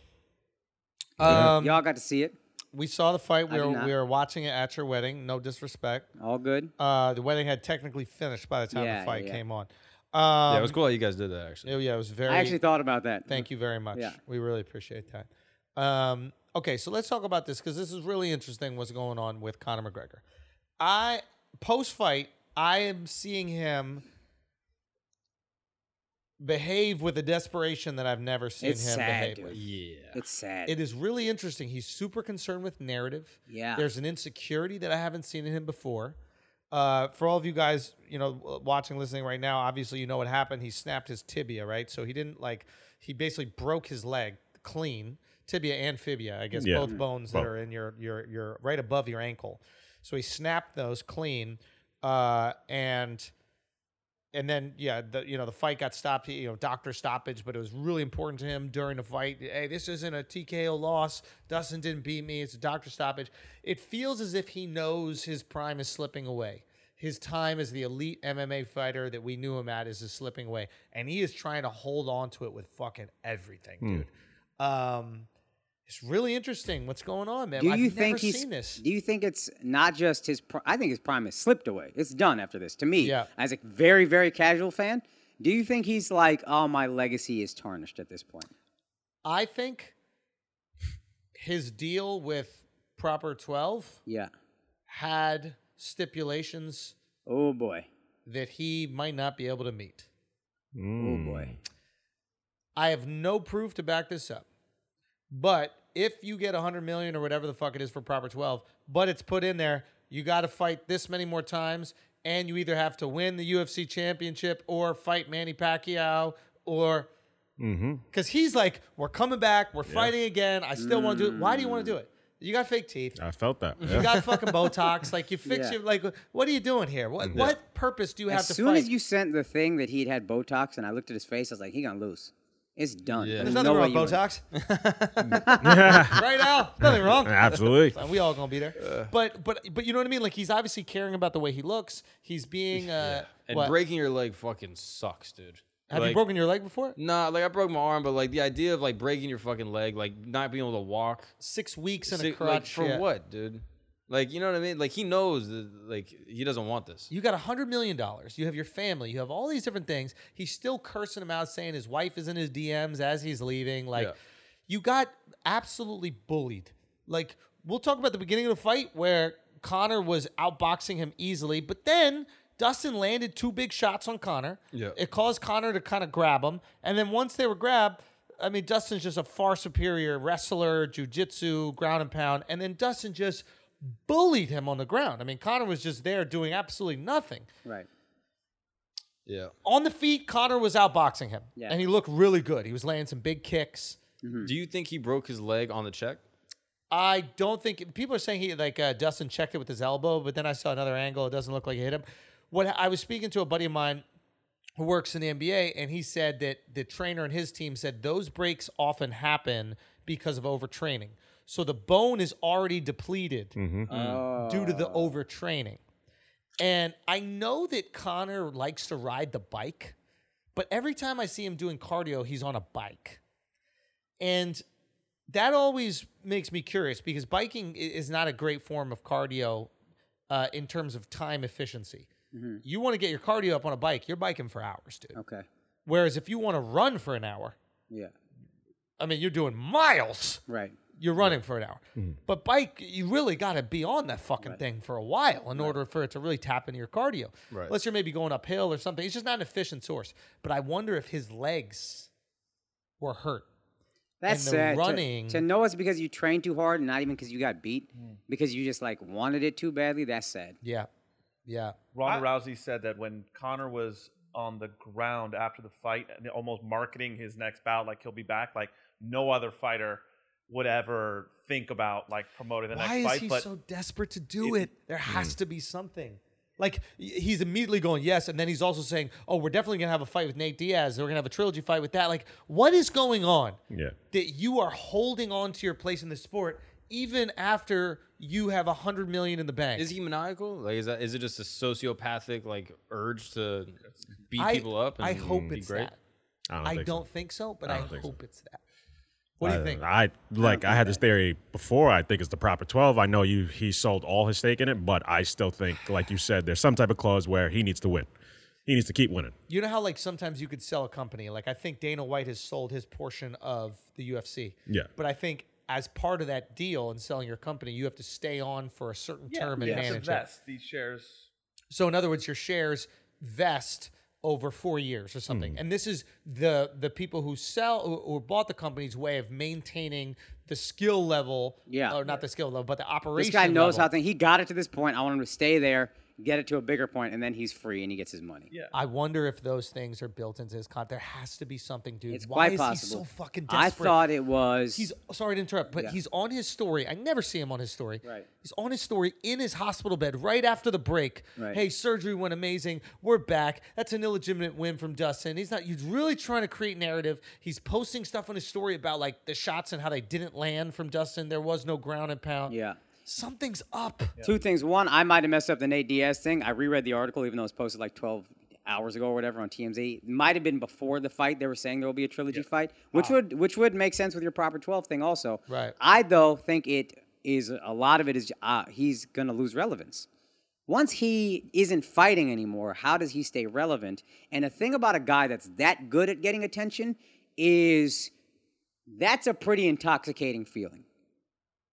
Um, Y'all got to see it. we saw the fight. We did were, not. we were watching it at your wedding. No disrespect. All good. Uh, the wedding had technically finished by the time Yeah, the fight yeah, yeah. came on. Um, Yeah, it was cool how you guys did that actually. yeah, yeah, it was very. I actually thought about that. Thank you very much. Yeah. We really appreciate that. Um, okay, so let's talk about this because this is really interesting what's going on with Conor McGregor. I post fight, I am seeing him behave with a desperation that I've never seen It's him sad, behave dude. with. It's sad. It is really interesting. He's super concerned with narrative. Yeah. There's an insecurity that I haven't seen in him before. Uh, for all of you guys, you know, w- watching, listening right now, obviously you know what happened. He snapped his tibia, right? So he didn't like he basically broke his leg clean, tibia and fibia, I guess, Yeah. both bones that Both. are in your your your right above your ankle. So he snapped those clean, uh, and and then yeah, the you know the fight got stopped. You know, doctor stoppage, but it was really important to him during the fight. Hey, this isn't a TKO loss. Dustin didn't beat me. It's a doctor stoppage. It feels as if he knows his prime is slipping away. His time as the elite MMA fighter that we knew him at is just slipping away, and he is trying to hold on to it with fucking everything, Hmm. dude. Um, it's really interesting what's going on, man. Do I've you never think he's? seen this. Do you think it's not just his? Pr- I think his prime has slipped away. It's done after this. To me, Yeah. as a very very casual fan, do you think he's like, oh, my legacy is tarnished at this point? I think his deal with Proper Twelve Yeah. had stipulations Oh boy. that he might not be able to meet. Oh boy. I have no proof to back this up. But if you get 100 million or whatever the fuck it is for proper 12, but it's put in there, you got to fight this many more times and you either have to win the UFC championship or fight Manny Pacquiao or cuz he's like we're coming back, we're fighting again. I still want to do it. Why do you want to do it? You got fake teeth. I felt that. You yeah. got fucking Botox. Like you fix Yeah. your like. What are you doing here? What what purpose do you have As to soon fight? as you sent the thing that he'd had Botox, and I looked at his face, I was like, he gonna lose. It's done. Yeah. There's nothing no wrong way with you win. Botox. right now, nothing wrong. Absolutely. And we all gonna be there. But but but you know what I mean? Like he's obviously caring about the way he looks. He's being uh And what? breaking your leg fucking sucks, dude. have you Like- broken your leg before? Nah, like I broke my arm, but like the idea of like breaking your fucking leg, like not being able to walk, Six weeks in a sick- like, crutch for yeah. what, dude? Like you know what I mean? Like he knows that like he doesn't want this. You got a hundred million dollars. You have your family. You have all these different things. He's still cursing him out, saying his wife is in his DMs as he's leaving. Like, Yeah. you got absolutely bullied. Like, we'll talk about the beginning of the fight where Connor was outboxing him easily, but then Dustin landed two big shots on Connor. Yeah. It caused Connor to kind of grab him, and then once they were grabbed. I mean, Dustin's just a far superior wrestler, jujitsu, ground and pound, and then Dustin just bullied him on the ground. I mean, Connor was just there doing absolutely nothing. Right. Yeah. On the feet, Connor was outboxing him, Yeah. and he looked really good. He was laying some big kicks. Do you think he broke his leg on the check? I don't think people are saying he like uh, Dustin checked it with his elbow, but then I saw another angle. It doesn't look like it hit him. What I was speaking to a buddy of mine who works in the NBA, and he said that the trainer and his team said those breaks often happen because of overtraining. So the bone is already depleted Mm. due to the overtraining. And I know that Connor likes to ride the bike, but every time I see him doing cardio, he's on a bike. And that always makes me curious because biking i- is not a great form of cardio uh, in terms of time efficiency. You want to get your cardio up on a bike, you're biking for hours, dude. Oh, Okay. Whereas if you want to run for an hour, Yeah. I mean, you're doing miles, Right. you're running for an hour. But bike, you really got to be on that fucking thing for a while in order for it to really tap into your cardio. Right. Unless you're maybe going uphill or something. It's just not an efficient source. But I wonder if his legs were hurt. That's the sad. to- running- To, know it's because you trained too hard and not even because you got beat, because you just like wanted it too badly. That's sad. Yeah. Yeah. Ronda Rousey said that when Connor was on the ground after the fight, and almost marketing his next bout, like he'll be back, like no other fighter would ever think about like promoting the Why next is fight. he but so desperate to do it? There has to be something. Like y- he's immediately going yes, and then he's also saying, "Oh, we're definitely gonna have a fight with Nate Diaz. We're gonna have a trilogy fight with that." Like, what is going on Yeah. that you are holding on to your place in the sport even after you have a hundred million in the bank? Is he maniacal? Like is that is it just a sociopathic like urge to beat I, people up? I and hope be it's great? that. I don't I think so. don't think so, but I I, don't think so. hope it's that. What do you I- think? I like. I had this theory before. I think it's the proper twelve. I know you. He sold all his stake in it, but I still think, like you said, there's some type of clause where he needs to win. He needs to keep winning. You know how like sometimes you could sell a company. Like I think Dana White has sold his portion of the UFC. Yeah. But I think as part of that deal and selling your company, you have to stay on for a certain term and yeah, manage it. invest these shares. So in other words, your shares vest over four years or something. Hmm. And this is the the people who sell or, or bought the company's way of maintaining the skill level. Yeah. Or not the skill level, but the operation. This guy knows level. how things. He got it to this point. I want him to stay there, get it to a bigger point, and then he's free and he gets his money. Yeah. I wonder if those things are built into his contract. There has to be something, dude. It's Why quite is possible. he so fucking I desperate? thought it was. he's sorry to interrupt, but Yeah. he's on his story. I never see him on his story. Right. He's on his story in his hospital bed right after the break. Right. Hey, surgery went amazing. We're back. That's an illegitimate win from Dustin. He's not. He's really trying to create narrative. He's posting stuff on his story about like the shots and how they didn't land from Dustin. There was no ground and pound. yeah. Something's up. Two things. One, I might have messed up the Nate Diaz thing. I reread the article, even though it was posted like 12 hours ago or whatever on TMZ. Might have been before the fight. They were saying there will be a trilogy fight, which Ah. would which would make sense with your proper 12 thing also. Right. I though think it is a lot of it is uh, he's gonna lose relevance. Once he isn't fighting anymore, how does he stay relevant? And the thing about a guy that's that good at getting attention is that's a pretty intoxicating feeling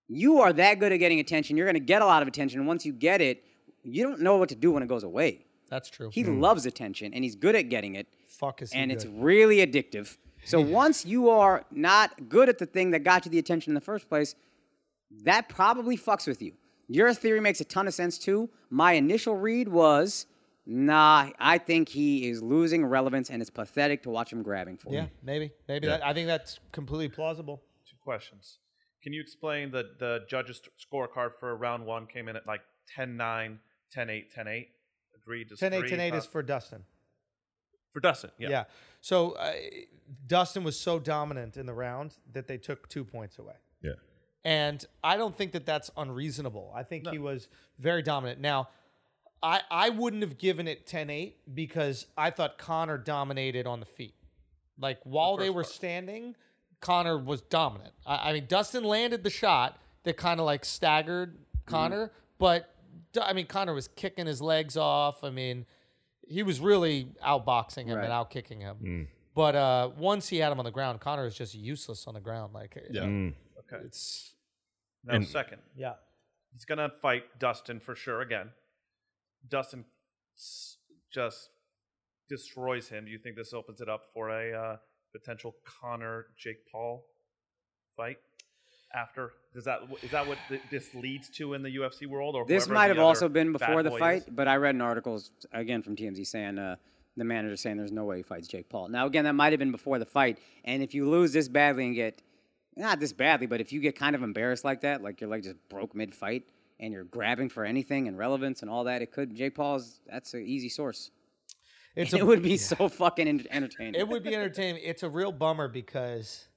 you are that good at getting attention. You're going to get a lot of attention. And once you get it, you don't know what to do when it goes away. That's true. He loves attention and he's good at getting it. Fuck is he And it's good. really addictive. So once you are not good at the thing that got you the attention in the first place, that probably fucks with you. Your theory makes a ton of sense too. My initial read was, nah, I think he is losing relevance and it's pathetic to watch him grabbing for yeah, it. maybe, maybe. That, I think that's completely plausible. Two questions. Can you explain the the judges' scorecard for round one came in at like 10-9, 10-8, 10-8? Agreed. 10 8, disagree, 10 8 huh? is for Dustin. for Dustin. Yeah. Yeah. So uh, Dustin was so dominant in the round that they took two points away. Yeah. And I don't think that that's unreasonable. I think he was very dominant. Now, I, I wouldn't have given it 10 8 because I thought Connor dominated on the feet. Like while they were standing, Connor was dominant. I, I mean, Dustin landed the shot that kind of like staggered Connor, but d- I mean Connor was kicking his legs off. I mean, he was really outboxing him Right. and outkicking him. Mm, But uh, once he had him on the ground, Connor is just useless on the ground. Like Yeah. mm. Okay. it's Now, And- second, yeah. he's gonna fight Dustin for sure again. Dustin s- just destroys him. Do you think this opens it up for a uh, potential Connor Jake Paul fight? After is that is that what th- this leads to in the UFC world? Or This whoever might the have also other been bad before the boy is? fight, but I read an article s- again from TMZ saying uh, the manager saying there's no way he fights Jake Paul. Now again, that might have been before the fight, and if you lose this badly and get not this badly, but if you get kind of embarrassed like that, like your leg just broke mid fight and you're grabbing for anything and relevance and all that, it could Jake Paul's that's an easy source. It's it would be so fucking en- entertaining. it would be entertaining. It's a real bummer because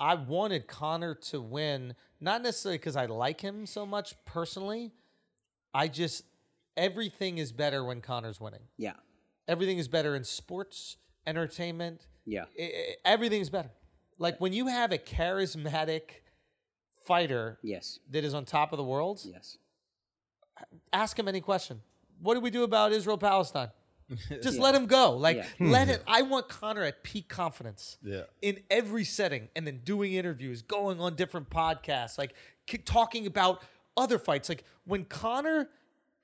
I wanted Connor to win, not necessarily because I like him so much personally. I just everything is better when Connor's winning. yeah, Everything is better in sports, entertainment. yeah, I- I- everything's better. Like when you have a charismatic fighter yes, that is on top of the world, yes. ask him any question. What do we do about Israel Palestine? Just let him go. Like Yeah. let it. I want Connor at peak confidence. Yeah. In every setting, and then doing interviews, going on different podcasts, like k- talking about other fights. Like when Connor,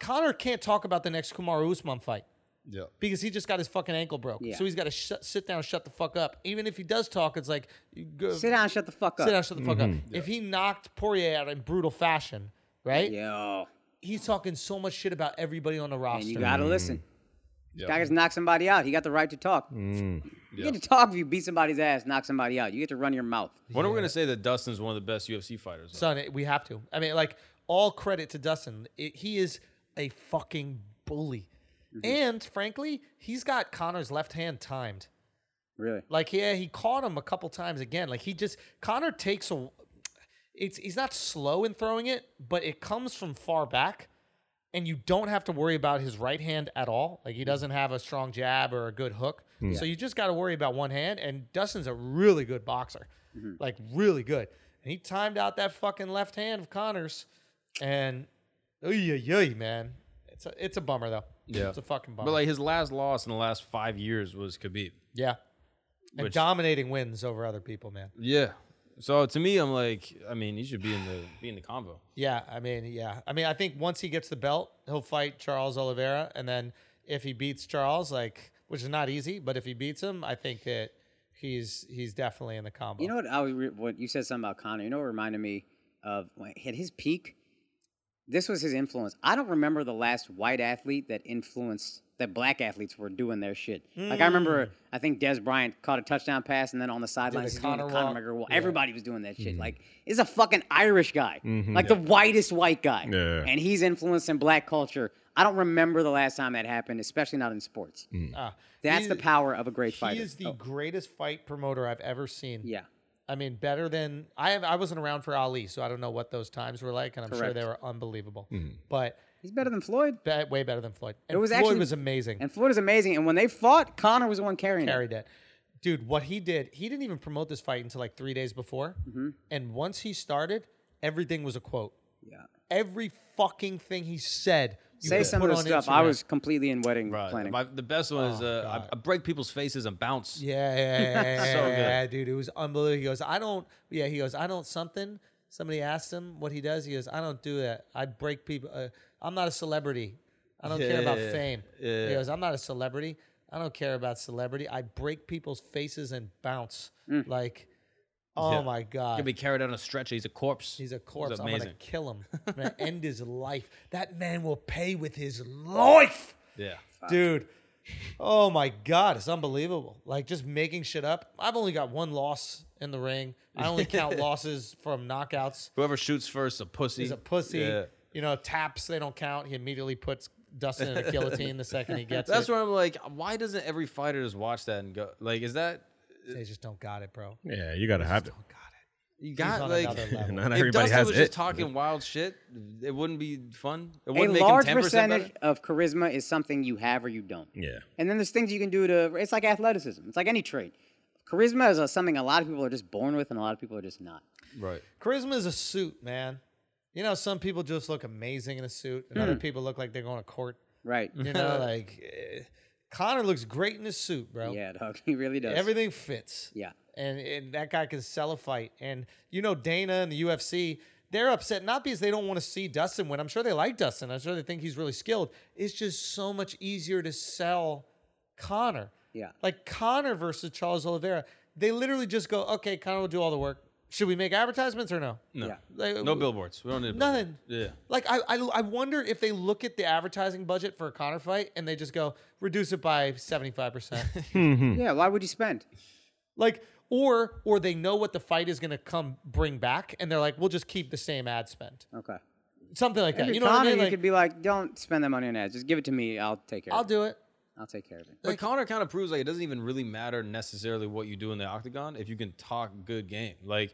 Connor can't talk about the next Kumar Usman fight Yeah. because he just got his fucking ankle broke. Yeah. So he's got to sh- sit down, shut the fuck up. Even if he does talk, it's like you go, Sit down, shut the fuck up. sit down, shut the fuck up. If he knocked Poirier out in brutal fashion, right? Yo, He's talking so much shit about everybody on the roster. and you gotta listen. Yeah. Guy just knock somebody out. He got the right to talk. You get to talk if you beat somebody's ass, knock somebody out. You get to run your mouth. When are we gonna say that Dustin's one of the best UFC fighters? though? Son, it- we have to. I mean, like, all credit to Dustin. It- he is a fucking bully. Mm-hmm. And frankly, he's got Connor's left hand timed. Really? Like, yeah, he caught him a couple times again. Like, he just, Connor takes a, it's, he's not slow in throwing it, but it comes from far back. And you don't have to worry about his right hand at all. Like, he doesn't have a strong jab or a good hook. So you just got to worry about one hand. And Dustin's a really good boxer, Mm-hmm. like, really good. And he timed out that fucking left hand of Connor's. And, oy, oy, oy, man. It's a, it's a bummer, though. Yeah. It's a fucking bummer. But like his last loss in the last five years was Khabib. yeah. And Which- dominating wins over other people, man. Yeah. So to me, I'm like, I mean, he should be in the be in the combo. Yeah, I mean, yeah, I mean, I think once he gets the belt, he'll fight Charles Oliveira, and then if he beats Charles, like, which is not easy, but if he beats him, I think that he's he's definitely in the combo. You know what? I was re- what you said something about Connor. You know what reminded me of when- at his peak. This was his influence. I don't remember the last white athlete that influenced that black athletes were doing their shit. Like I remember, I think Des Bryant caught a touchdown pass, and then on the sidelines, Mm. the he's doing the Conor Conor walk. McGregor. walk. Yeah. Mm-hmm. Everybody was doing that shit. Like it's a fucking Irish guy, like the whitest white guy, Yeah. and he's influencing black culture. I don't remember the last time that happened, especially not in sports. Ah, That's he- the power of a great He fighter. is the Oh, greatest fight promoter I've ever seen. yeah, I mean, better than I have. I wasn't around for Ali, so I don't know what those times were like, and I'm sure Correct. they were unbelievable. But he's better Mm. than Floyd. be- way better than Floyd. And It was Floyd actually- was amazing. And Floyd is amazing. And when they fought, Connor was the one carrying it. carried it. Dude, what he did, he didn't even promote this fight until like three days before. Mm-hmm. And once he started, everything was a quote. Yeah. Every fucking thing he said. you Say could some put of the on stuff. I Instagram. was completely in wedding planning. My, the best one is uh, I, I break people's faces and bounce. Yeah, yeah, yeah, yeah, So yeah, good. yeah, dude. It was unbelievable. He goes, I don't. Yeah, he goes, I don't something. Somebody asked him what he does. He goes, I don't do that. I break people. Uh, I'm not a celebrity. I don't care about Yeah, fame. yeah. He goes, I'm not a celebrity. I don't care about celebrity. I break people's faces and bounce. Like, oh Yeah. my god. He'll be carried on a stretcher. He's a corpse. He's a corpse. I'm gonna amazing. kill him. I'm gonna end his life. That man will pay with his life, Yeah. dude. Oh my god, it's unbelievable. Like just making shit up. I've only got one loss in the ring. I only count losses from knockouts. Whoever shoots first, a pussy. He's a pussy. Yeah. You know, taps they don't count. He immediately puts Dustin in a guillotine the second he gets That's it. where I'm like, why doesn't every fighter just watch that and go like, is that They just don't got it, bro. Yeah, you gotta have it. you He's got on like? another level. Not If everybody Dustin has was it. just talking wild shit, it wouldn't be fun. It a wouldn't make large him 10% better. percentage of charisma is something you have or you don't. yeah. And then there's things you can do to. It's like athleticism. It's like any trait. Charisma is uh, something a lot of people are just born with, and a lot of people are just not. Right. Charisma is a suit, man. You know, some people just look amazing in a suit, and other people look like they're going to court. Right. You know, like eh, Connor looks great in his suit, bro. Yeah, dog. He really does. Everything fits. Yeah. And, and that guy can sell a fight. And you know, Dana and the UFC, they're upset not because they don't want to see Dustin win. I'm sure they like Dustin. I'm sure they think he's really skilled. It's just so much easier to sell Connor. Yeah. Like Connor versus Charles Oliveira. They literally just go, okay, Connor will do all the work. Should we make advertisements or no? No, Yeah. Like, no billboards. We don't need a Nothing. billboard. Yeah. Like I, I, I wonder if they look at the advertising budget for a Connor fight and they just go reduce it by seventy five percent. Yeah. Why would you spend? Like or or they know what the fight is going to come bring back and they're like we'll just keep the same ad spend Okay. something like that. If You you're know what I Connor, mean? you Like, could be like, don't spend that money on ads. Just give it to me. I'll take care. I'll of it. do it. I'll take care of it. But Connor kind of proves like it doesn't even really matter necessarily what you do in the octagon if you can talk good game. Like,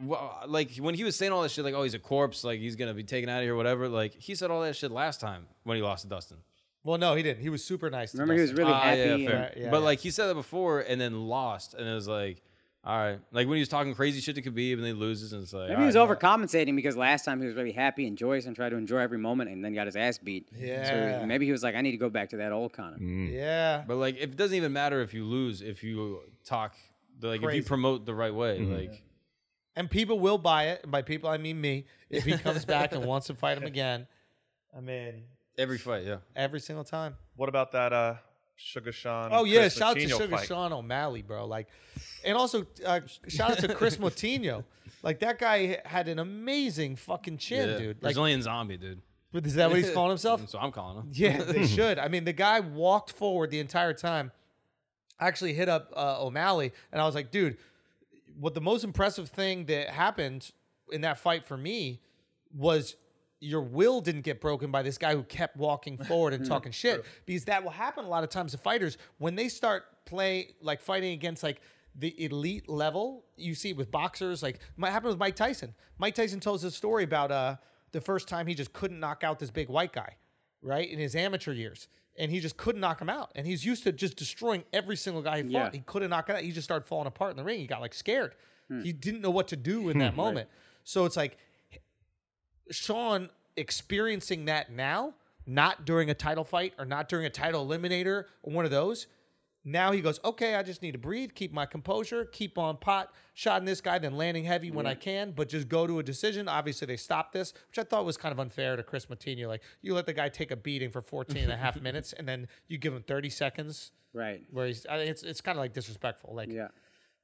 wha- like when he was saying all that shit, like, oh, he's a corpse, like he's gonna be taken out of here, whatever. Like he said all that shit last time when he lost to Dustin. Well, no, he didn't. He was super nice. to Remember, he was Dustin. really Ah, happy. and- yeah, fair. Yeah, yeah, but yeah. like he said that before and then lost, and it was like, all right, like when he was talking crazy shit to Khabib and then he loses, and it's like Maybe he was all right, overcompensating because last time he was really happy and joyous and tried to enjoy every moment and then got his ass beat. Yeah. So maybe he was like, I need to go back to that old Connor. Mm. yeah. But like it doesn't even matter if you lose if you talk, like if you Crazy. Mm-hmm. promote the right way, like. And people will buy it. And by people, I mean me. If he comes back and wants to fight him again, I mean Every fight, yeah. every single time. What about that uh, Sugar Sean? Oh yeah, Chris shout out to Moutinho Sugar fight? Sean O'Malley, bro. Like, and also uh, shout out to Chris Moutinho. Like that guy had an amazing fucking chin, yeah. dude. Like, Brazilian zombie, dude. is that what he's calling himself? So I'm calling him. Yeah, they should. I mean, the guy walked forward the entire time. I actually hit up uh, O'Malley, and I was like, dude, what the most impressive thing that happened in that fight for me was your will didn't get broken by this guy who kept walking forward and talking shit because that will happen a lot of times to fighters when they start play like fighting against like the elite level you see it with boxers like what happened with mike tyson mike tyson tells this story about uh the first time he just couldn't knock out this big white guy right in his amateur years and he just couldn't knock him out and he's used to just destroying every single guy he fought Yeah. he couldn't knock it out he just started falling apart in the ring he got like scared he didn't know what to do in that moment so it's like Sean experiencing that now, not during a title fight or not during a title eliminator or one of those. Now he goes, okay, I just need to breathe, keep my composure, keep on pot, shotting this guy, then landing heavy when I can, but just go to a decision. Obviously, they stopped this, which I thought was kind of unfair to Chris Martino. Like, you let the guy take a beating for 14 and a half minutes, and then you give him 30 seconds Right. where he's, I, it's, it's kind of like disrespectful. Like, Yeah.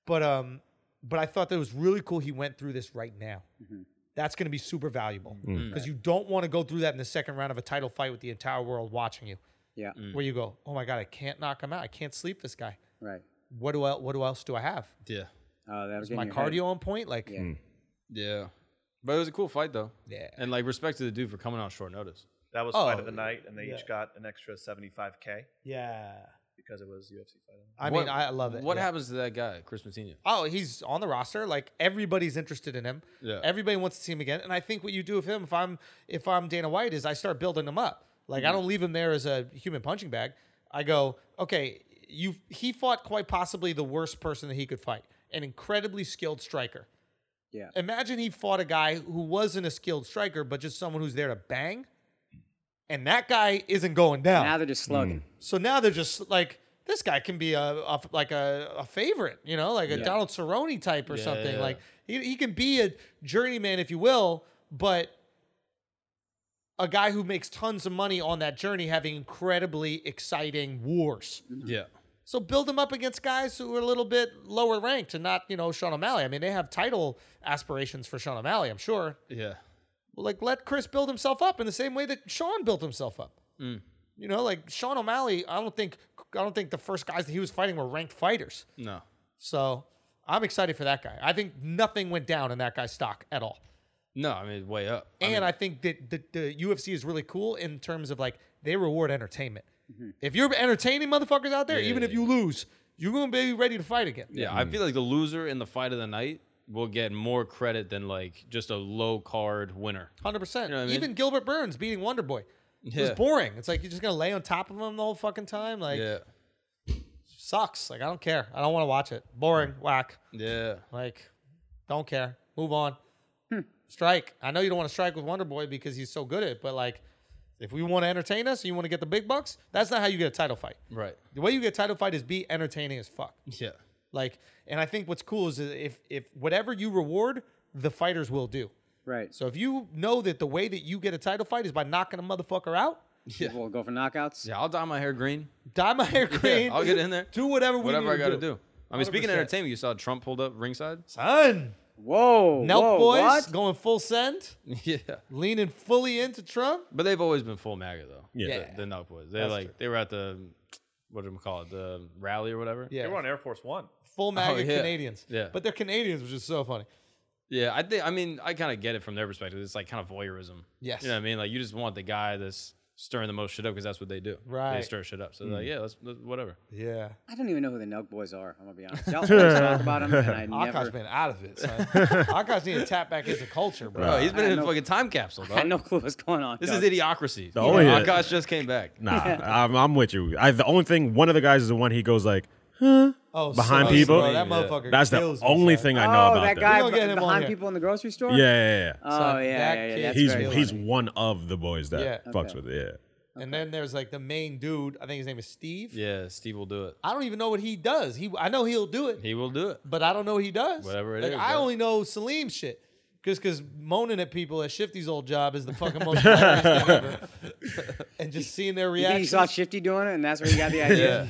but um, but I thought that it was really cool. He went through this right now. Mm-hmm. That's going to be super valuable because you don't want to go through that in the second round of a title fight with the entire world watching you, Yeah. Mm. Mm. where you go, "Oh my god, I can't knock him out. I can't sleep this guy. Right. What do I, what do else do I have? Yeah. Oh, that was My cardio on point? Like, Yeah. Yeah. But it was a cool fight though. Yeah. And like respect to the dude for coming on short notice. That was Oh, fight of the night, and they yeah. each got an extra 75k yeah. because it was UFC fight. of the night. I mean, I love it. What yeah. happens to that guy, Chris Matino? Oh, he's on the roster. Like everybody's interested in him. Yeah. Everybody wants to see him again. And I think what you do with him, if I'm if I'm Dana White, is I start building him up. Like I don't leave him there as a human punching bag. I go, okay, you he fought quite possibly the worst person that he could fight, an incredibly skilled striker. Yeah. Imagine he fought a guy who wasn't a skilled striker, but just someone who's there to bang. And that guy isn't going down. Now they're just slugging. Mm. So now they're just like this guy can be a, a like a, a favorite, you know, like a Donald Cerrone type or something. yeah. Like he, he can be a journeyman if you will, but a guy who makes tons of money on that journey, having incredibly exciting wars. Yeah. So build him up against guys who are a little bit lower ranked and not, you know, Sean O'Malley. I mean, they have title aspirations for Sean O'Malley, I'm sure. Yeah. Like let Chris build himself up in the same way that Sean built himself up. Mm. You know, like Sean O'Malley, I don't think I don't think the first guys that he was fighting were ranked fighters. No. So I'm excited for that guy. I think nothing went down in that guy's stock at all. No, I mean way up. And I think that the, the UFC is really cool in terms of like they reward entertainment. Mm-hmm. If you're entertaining motherfuckers out there, even if you lose, you're gonna be ready to fight again. yeah, I feel like the loser in the fight of the night will get more credit than like just a low card winner. Hundred percent. know what I mean? Even Gilbert Burns beating Wonder Boy. It was Yeah. boring. It's like you're just gonna lay on top of him the whole fucking time. Like Yeah. sucks. Like I don't care. I don't want to watch it. Boring. Whack. Yeah. Like, don't care. Move on. strike. I know you don't want to strike with Wonder Boy because he's so good at it, but like, if we want to entertain us, you want to get the big bucks. That's not how you get a title fight. Right. The way you get a title fight is be entertaining as fuck. Yeah. Like, and I think what's cool is if if whatever you reward, the fighters will do. Right. So So if you know that the way that you get a title fight is by knocking a motherfucker out, we'll go for knockouts. Yeah, I'll dye my hair green. dye my hair green. I'll get in there. Do whatever we Whatever need I got to to do. I mean, speaking of 100%. entertainment, you saw Trump pulled up ringside. Son, Whoa. Nelk whoa, boys What? going full send, yeah, leaning fully into Trump. but they've always been full MAGA though. Yeah. the, the Nut Boys. They like they were at the what do we call it? The rally or whatever. Yeah, They were on Air Force One. full MAGA yeah. Canadians. Yeah. but they're Canadians, which is so funny. yeah. I think I mean I kind of get it from their perspective. It's like kind of voyeurism. Yes. you know what I mean. Like you just want the guy that's stirring the most shit up because that's what they do. they Right. Mm. stir shit up. So they're like yeah, let's, let's- whatever. Yeah, I don't even know who the Nelk boys are. I'm gonna be honest. Y'all always talk about them, and I Akash never. been out of it. Son. Akash need to tap back into culture, bro. Oh, he's been I in a know- fucking time capsule. Dog. I had no clue what's going on. This dog. is idiocracy. Oh, yeah. Akash just came back. Nah, I'm, I'm with you. I, the only thing, one of the guys is the one he goes like, huh? Oh, Behind son, people? bro, that Yeah. motherfucker. That's the kills me, only son. thing I oh, know about that them. guy We gonna get him on behind here. people in the grocery store. Yeah, yeah, yeah. Oh Son, yeah, that yeah, yeah. kid- That's he's very he's funny. one of the boys that Yeah. fucks Okay. with it. And then there's like the main dude. I think his name is Steve. Yeah, Steve will do it. I don't even know what he does. He I know he'll do it, He will do it. but I don't know what he does. Whatever it it is. is, I bro. only know Salim shit. Just because moaning at people at Shifty's old job is the fucking most hilarious thing ever. And just seeing their You think reaction. he saw Shifty doing it, and that's where he got the idea.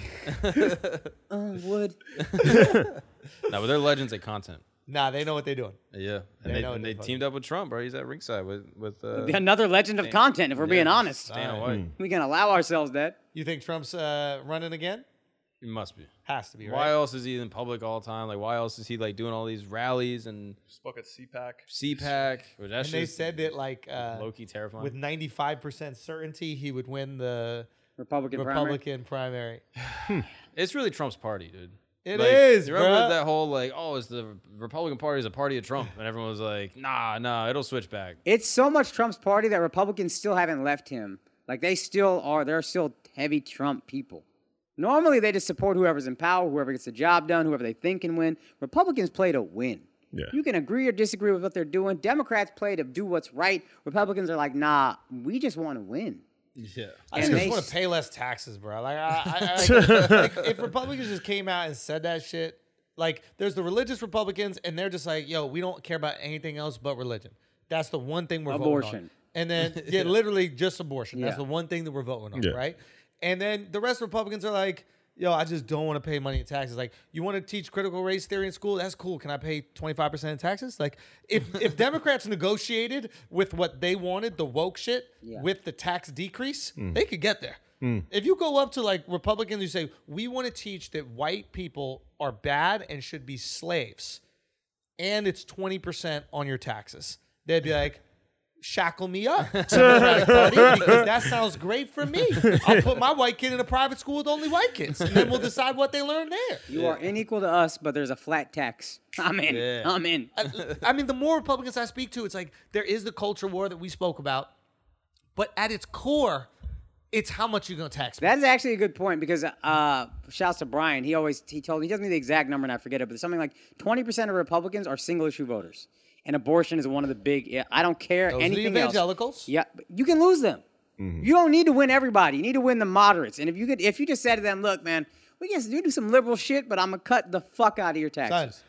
Uh, would No, but they're legends at content. nah, they know what they're doing. Yeah, They and they, know and they're they fucking- teamed up with Trump, bro. He's at ringside with with uh, another legend of content, if we're being honest. Dana White. We can allow ourselves that. You think Trump's uh, running again? It must be. Has to be, Why right? else is he in public all the time? Like, why else is he like doing all these rallies and Spoke at CPAC. CPAC? Which that And they shit is said that like uh, low key terrifying. with 95% certainty he would win the Republican, primary. Republican primary. it's really Trump's party, dude. It is, Like, you remember bruh. that whole like, oh, it's the Republican Party is a party of Trump, and everyone was like, nah, nah, it'll switch back. It's so much Trump's party that Republicans still haven't left him. Like they still are. They're still heavy Trump people. Normally they just support whoever's in power, whoever gets the job done, whoever they think can win. Republicans play to win. Yeah. You can agree or disagree with what they're doing. Democrats play to do what's right. Republicans are like, nah, we just want to win. Yeah, I And just they want s- to pay less taxes, bro. Like, I, I, I like, if Republicans just came out and said that shit, like, there's the religious Republicans, and they're just like, yo, we don't care about anything else but religion. That's the one thing we're voting on. Abortion. And then, yeah, literally just abortion. That's Yeah. the one thing that we're voting on, Yeah. right? And then the rest of Republicans are like, yo, I just don't want to pay money in taxes. Like, you want to teach critical race theory in school? That's cool. Can I pay 25% in taxes? Like, if, if Democrats negotiated with what they wanted, the woke shit, with the tax decrease, they could get there. If you go up to like Republicans who say, we want to teach that white people are bad and should be slaves, and it's 20% on your taxes, they'd be like, shackle me up Democratic Party, because that sounds great for me. I'll put my white kid in a private school with only white kids, and then we'll decide what they learn there. You are unequal to us, but there's a flat tax. I'm in. Yeah. I'm in. I- I mean, the more Republicans I speak to, it's like there is the culture war that we spoke about, but at its core, it's how much you're gonna tax. me. That's actually a good point because uh, shouts to Brian. He always he told he doesn't me the exact number and I forget it, but it's something like twenty percent of Republicans are single issue voters, and abortion is one of the big. Yeah, I don't care Those are the anything else. evangelicals. Yeah, but you can lose them. You don't need to win everybody. You need to win the moderates. And if you could, if you just said to them, "Look, man, we can do some liberal shit, but I'm gonna cut the fuck out of your taxes." Sons,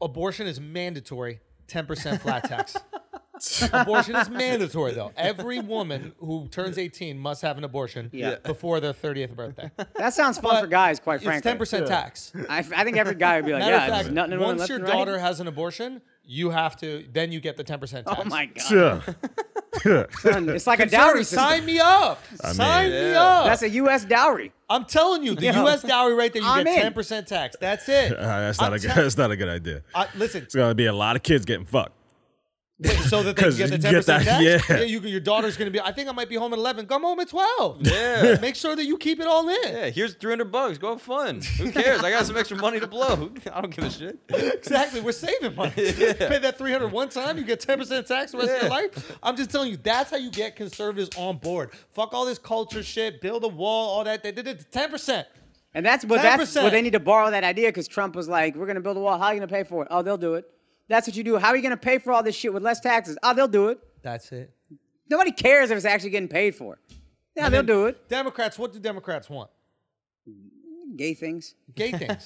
abortion is mandatory. 10% flat tax. abortion is mandatory, though. Every woman who turns 18 must have an abortion Yeah. before their 30th birthday. That sounds fun for guys, quite It's frankly. 10% tax. I, I think every guy would be like, Matter "Yeah, of there's fact, nothing in women once left your and right." daughter has an abortion, you have to, then you get the 10% tax. Oh my god, Yeah. son, it's like a Sorry, dowry system. sign me up. sign me up. That's a U.S. dowry. I'm telling you, the U.S. dowry right there, you I'm get in. 10% tax. That's it. Uh, that's not I'm a good. tell- that's not a good idea. I- listen, It's gonna be a lot of kids getting fucked. Wait, so that they can 'Cause get the you ten get percent that- tax. yeah. you, your daughter's gonna be. I think I might be home at eleven. Come home at twelve. Yeah. Make sure that you keep it all in. yeah. Here's 300 bucks. Go have fun. Who cares? I got some extra money to blow. I don't give a shit. Exactly. We're saving money. Pay that three hundred one time. You get ten percent tax the rest of your Yeah. life. I'm just telling you, that's how you get conservatives on board. Fuck all this culture shit. Build a wall. All that. They did it. Ten percent. And that's but that's 10%. where they need to borrow that idea because Trump was like, "We're going to build a wall. How are you going to pay for it? Oh, they'll do it. That's what you do. How are you going to pay for all this shit with less taxes? Oh, they'll do it. That's it. Nobody cares if it's actually getting paid for. Yeah, they'll do it. Democrats, what do Democrats want? Gay things. Gay things.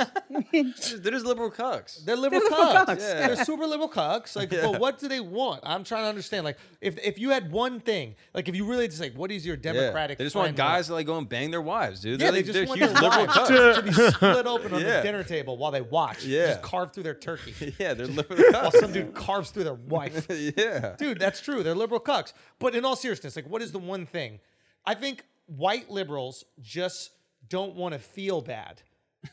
They're just liberal cucks. They're liberal, liberal cucks. cucks, Yeah. They're super liberal cucks. Like, but what do they want? I'm trying to understand. Like, if if you had one thing, like if you really just like, what is your Yeah. democratic? They just want framework? guys to like go and bang their wives, dude. Yeah, They're, they like, just they're want huge their liberal wives cucks. to be split open on the Yeah. dinner table while they watch. Yeah. Just carve through their turkey. yeah, they're liberal while cucks. some dude carves through their wife. yeah. Dude, that's true. They're liberal cucks. But in all seriousness, like, what is the one thing? I think white liberals just don't want to feel bad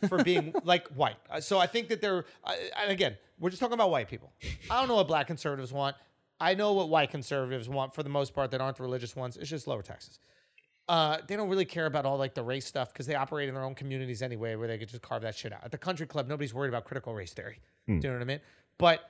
for being like white. Uh, So I think that they're, uh, and again, we're just talking about white people. I don't know what black conservatives want. I know what white conservatives want for the most part that aren't the religious ones. It's just lower taxes. Uh, they don't really care about all like the race stuff because they operate in their own communities anyway, where they could just carve that shit out. At the country club, nobody's worried about critical race theory. Do you know what I mean? But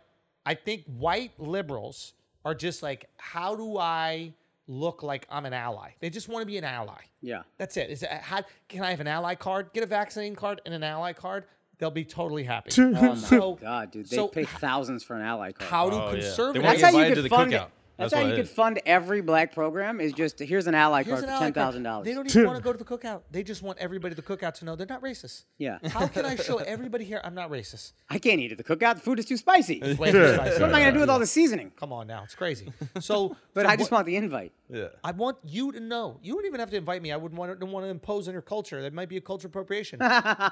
I think white liberals are just like, how do I look like I'm an ally? They just want to be an ally. Yeah. That's it. Is it how, can I have an ally card? Get a vaccinating card and an ally card. They'll be totally happy. Oh my Um, So- god, dude! They so pay thousands for an ally card. How do Oh, yeah. They conservatives? wanna that's get how you invited could to the fund. cookout. That's, That's how you what it could is. fund every black program. Is just here's an ally Here's card an for ten ally card. thousand dollars. They don't even want to go to the cookout. They just want everybody at the cookout to know they're not racist. Yeah. How can I show everybody here I'm not racist? I can't eat at the cookout. The food is too spicy. what Way too spicy. am I gonna do with all the seasoning? Come on now, it's crazy. So, But so I just what- want the invite. Yeah. I want you to know. You don't even have to invite me. I wouldn't want to, don't want to impose on your culture. That might be a culture appropriation.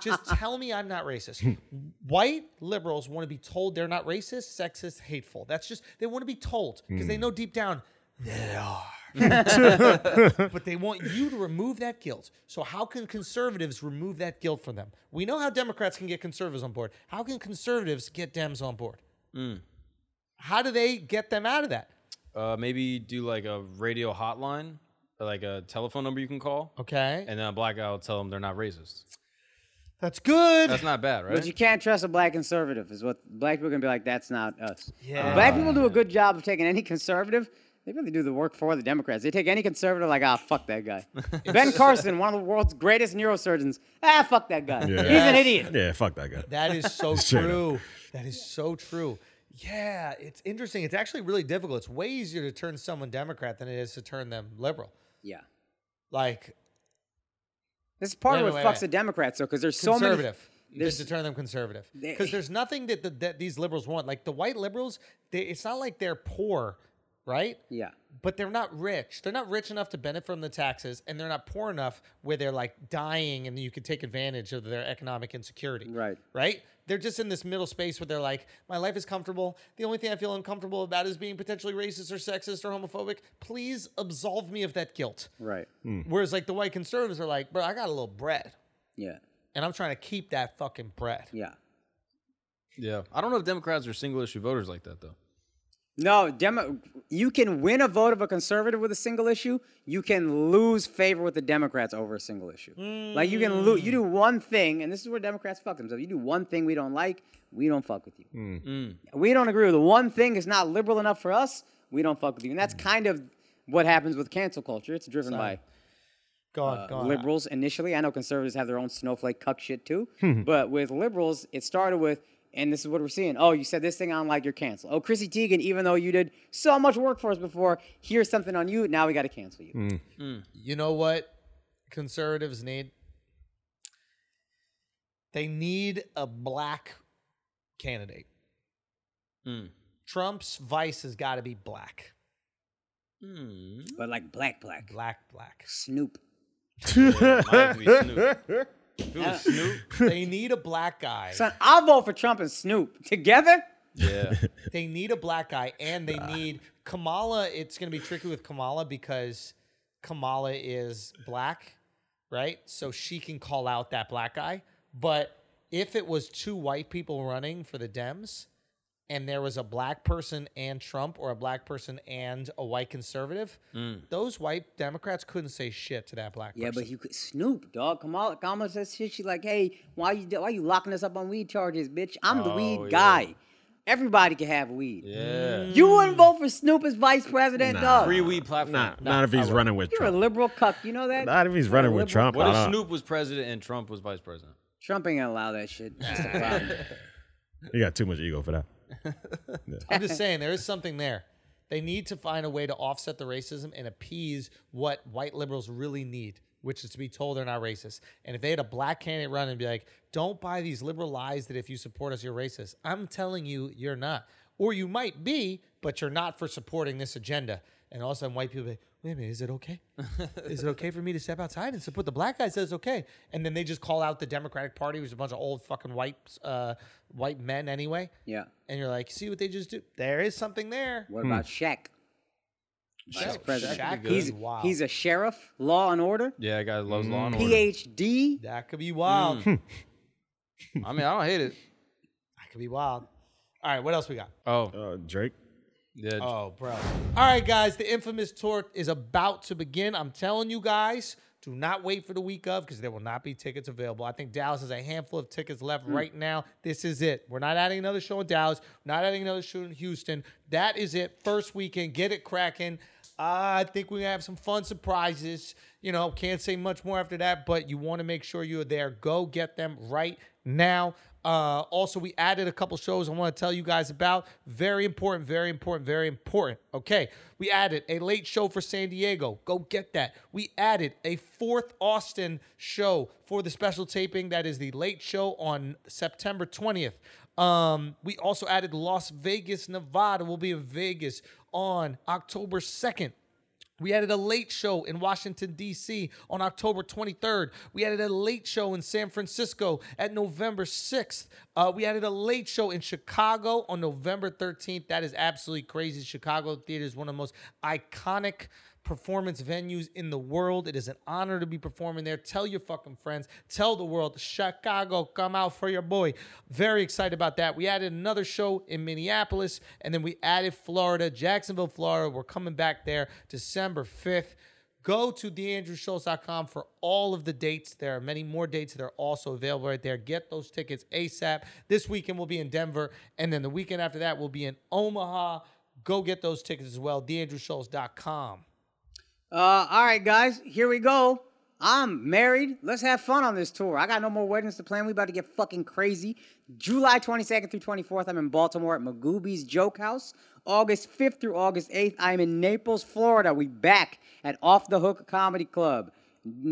Just tell me I'm not racist. White liberals want to be told they're not racist, sexist, hateful. That's just they want to be told because they know deep down they are. but they want you to remove that guilt. So how can conservatives remove that guilt from them? We know how Democrats can get conservatives on board. How can conservatives get Dems on board? How do they get them out of that? Uh, maybe do like a radio hotline, or like a telephone number you can call, Okay, and then a black guy will tell them they're not racist. that's good. That's not bad, But you right? can't trust a black conservative, is what black people are gonna be like. That's not us. Yeah. Black people do a good job of taking any conservative. They really do the work for the Democrats. They take any conservative like, ah, fuck that guy. ben Carson, one of the world's greatest neurosurgeons, ah, fuck that guy. Yeah. He's an idiot. Yeah, fuck that guy. That is so Straight up. true. That is so true. Yeah, it's interesting. It's actually really difficult. It's way easier to turn someone Democrat than it is to turn them liberal. Yeah. Like This is part Wait, of what wait, fucks wait. the Democrats, though, because there's so many. conservative. there's- just to turn them conservative They- because there's nothing that, the, that these liberals want. Like the white liberals, they, it's not like they're poor, right? Yeah. But they're not rich. They're not rich enough to benefit from the taxes, and they're not poor enough where they're like dying and you could take advantage of their economic insecurity. Right. Right? They're just in this middle space where they're like, my life is comfortable. The only thing I feel uncomfortable about is being potentially racist or sexist or homophobic. Please absolve me of that guilt. Right. Whereas, like, the white conservatives are like, bro, I got a little bread, Yeah. and I'm trying to keep that fucking bread. Yeah. Yeah. I don't know if Democrats are single issue voters like that though. No, demo, you can win a vote of a conservative with a single issue. You can lose favor with the Democrats over a single issue. Like you can lose. You do one thing, and this is where Democrats fuck themselves. You do one thing we don't like, we don't fuck with you. We don't agree with the one thing is not liberal enough for us. We don't fuck with you, and that's kind of what happens with cancel culture. It's driven by Go Uh, on, go on. liberals initially. I know conservatives have their own snowflake cuck shit too, but with liberals, it started with, and this is what we're seeing. Oh, you said this thing on like you're canceled. Oh, Chrissy Teigen, even though you did so much work for us before, here's something on you. Now we got to cancel you. You know what conservatives need? They need a black candidate. Trump's vice has got to be black. But like black, black, Black, black. Snoop. Might be Snoop. If it was Snoop, they need a black guy. Son, I'll vote for Trump and Snoop together. yeah. They need a black guy, and they need Kamala. It's going to be tricky with Kamala because Kamala is black, right? So she can call out that black guy. But if it was two white people running for the Dems, and there was a black person and Trump, or a black person and a white conservative, those white Democrats couldn't say shit to that black Mm. Yeah, person. but you could Snoop, dog. Kamala, Kamala says shit. She's like, hey, why you why you locking us up on weed charges, bitch? I'm the weed guy. Everybody can have weed. Mm. Yeah. You wouldn't vote for Snoop as vice president, dog. Free weed platform. Nah, not if he's running with You're a Trump. liberal cuck. You know that? Not if he's running with Trump. What I if don't- Snoop was president and Trump was vice president? Trump ain't gonna allow that shit. That's the problem. You got too much ego for that. I'm just saying there is something there. They need to find a way to offset the racism and appease what white liberals really need, which is to be told they're not racist. And if they had a black candidate run and be like, "Don't buy these liberal lies that if you support us, you're racist," I'm telling you, you're not, or you might be, but you're not for supporting this agenda. And all of a sudden, white people be like, wait a minute, is it okay? is it okay for me to step outside and support the black guy? Says okay, and then they just call out the Democratic Party, which is a bunch of old fucking white, uh, white men anyway. Yeah. And you're like, see what they just do? There is something there. What about Hmm. Shaq? Vice President. Shaq Good. He's is wild. he's a sheriff, law and order, Yeah, guy loves Law and Order. PhD. that could be wild. I mean, I don't hate it. That could be wild. All right, what else we got? Oh, Uh, Drake. yeah. Oh, bro. All right, guys, the infamous tour is about to begin. I'm telling you guys, do not wait for the week of because there will not be tickets available. I think Dallas has a handful of tickets left right now. This is it. We're not adding another show in Dallas, We're not adding another show in Houston. That is it. First weekend, get it cracking. I think we're going to have some fun surprises. You know, can't say much more after that, but you want to make sure you're there. Go get them right now. Uh, also, we added a couple shows I want to tell you guys about. Very important, very important, very important. Okay. We added a late show for San Diego. Go get that. We added a fourth Austin show for the special taping. That is the late show on September 20th. Um, we also added Las Vegas, Nevada. We'll be in Vegas on October 2nd. We added a late show in Washington, D.C. on October 23rd. We added a late show in San Francisco at November 6th. Uh, we added a late show in Chicago on November 13th. That is absolutely crazy. Chicago Theater is one of the most iconic performance venues in the world. It is an honor to be performing there. Tell your fucking friends. Tell the world, Chicago, come out for your boy. Very excited about that. We added another show in Minneapolis, and then we added Florida, Jacksonville, Florida. We're coming back there December 5th. Go to theandrewschultz.com for all of the dates. There are many more dates that are also available right there. Get those tickets ASAP. This weekend we'll be in Denver, and then the weekend after that we'll be in Omaha. Go get those tickets as well. TheAndrewSchultz.com. Uh, all right, guys, here we go. I'm married. Let's have fun on this tour. I got no more weddings to plan. We about to get fucking crazy. July 22nd through 24th, I'm in Baltimore at Magooby's Joke House. August 5th through August 8th, I'm in Naples, Florida. We back at Off the Hook Comedy Club.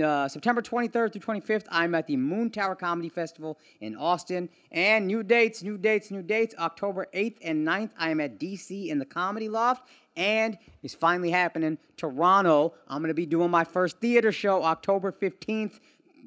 Uh, September 23rd through 25th, I'm at the Moon Tower Comedy Festival in Austin. And new dates, new dates, new dates. October 8th and 9th, I am at DC in the Comedy Loft. And it's finally happening, Toronto. I'm going to be doing my first theater show October 15th.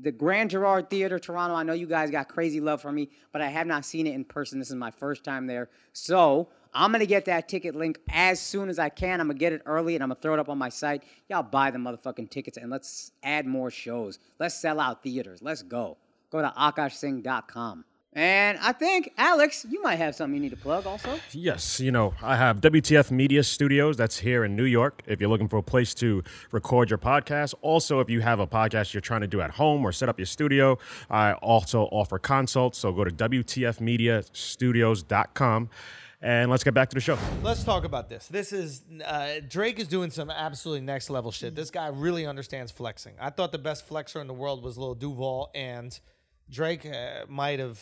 The Grand Girard Theater, Toronto. I know you guys got crazy love for me, but I have not seen it in person. This is my first time there. So I'm going to get that ticket link as soon as I can. I'm going to get it early and I'm going to throw it up on my site. Y'all buy the motherfucking tickets and let's add more shows. Let's sell out theaters. Let's go. Go to akashsing.com. And I think, Alex, you might have something you need to plug also. Yes, you know, I have WTF Media Studios that's here in New York. If you're looking for a place to record your podcast, also if you have a podcast you're trying to do at home or set up your studio, I also offer consults. So go to WTFmediastudios.com and let's get back to the show. Let's talk about this. This is uh, Drake is doing some absolutely next level shit. This guy really understands flexing. I thought the best flexer in the world was Lil Duval, and Drake uh, might have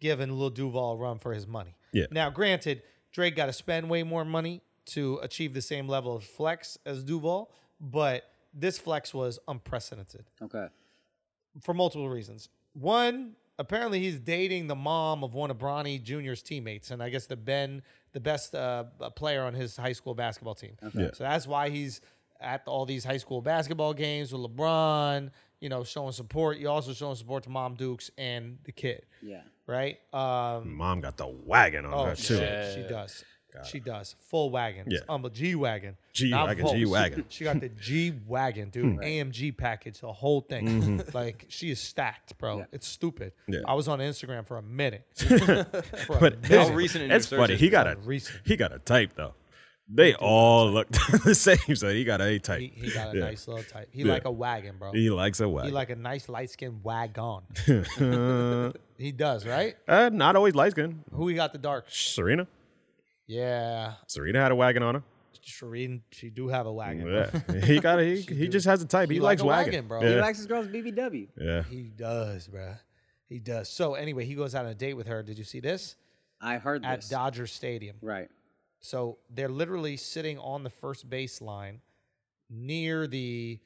given Lil Duval a run for his money. Yeah. Now, granted, Drake got to spend way more money to achieve the same level of flex as Duval, but this flex was unprecedented Okay. for multiple reasons. One, apparently he's dating the mom of one of Bronny Jr.'s teammates, and I guess the Ben, the best uh, player on his high school basketball team. So that's why he's at all these high school basketball games with LeBron. You know, showing support. You're also showing support to Mom Dukes and the kid, Yeah. right? Um, Mom got the wagon on oh her too. shit, she does. She does full wagon. It's Yeah. um, a G wagon. G-Wagon, Not Volks. G-Wagon. She got the G wagon, dude. AMG package, the whole thing. Like she is stacked, bro. It's stupid. Yeah. I was on Instagram for a minute. For a But minute. it's- recent in it's your funny. searches He is got a recent. he got a type though. They all looked the same, so he got a type. he, he got a Yeah. nice little type. He Yeah. like a wagon, bro. He likes a He wagon. like a nice light skinned wagon. he does, right? uh, not always light skin. Who he got the dark? Serena. Yeah, Serena had a wagon on her. Shireen. She do have a wagon. bro. Yeah. he got a, he, he just has a type. He, He like likes a wagon, wagon. bro. Yeah. He He likes his girls BBW. yeah. He does, bruh. He does. So anyway, he goes out on a date with her. Did you see this? I heard at this. Dodger Stadium. right. So they're literally sitting on the first baseline near the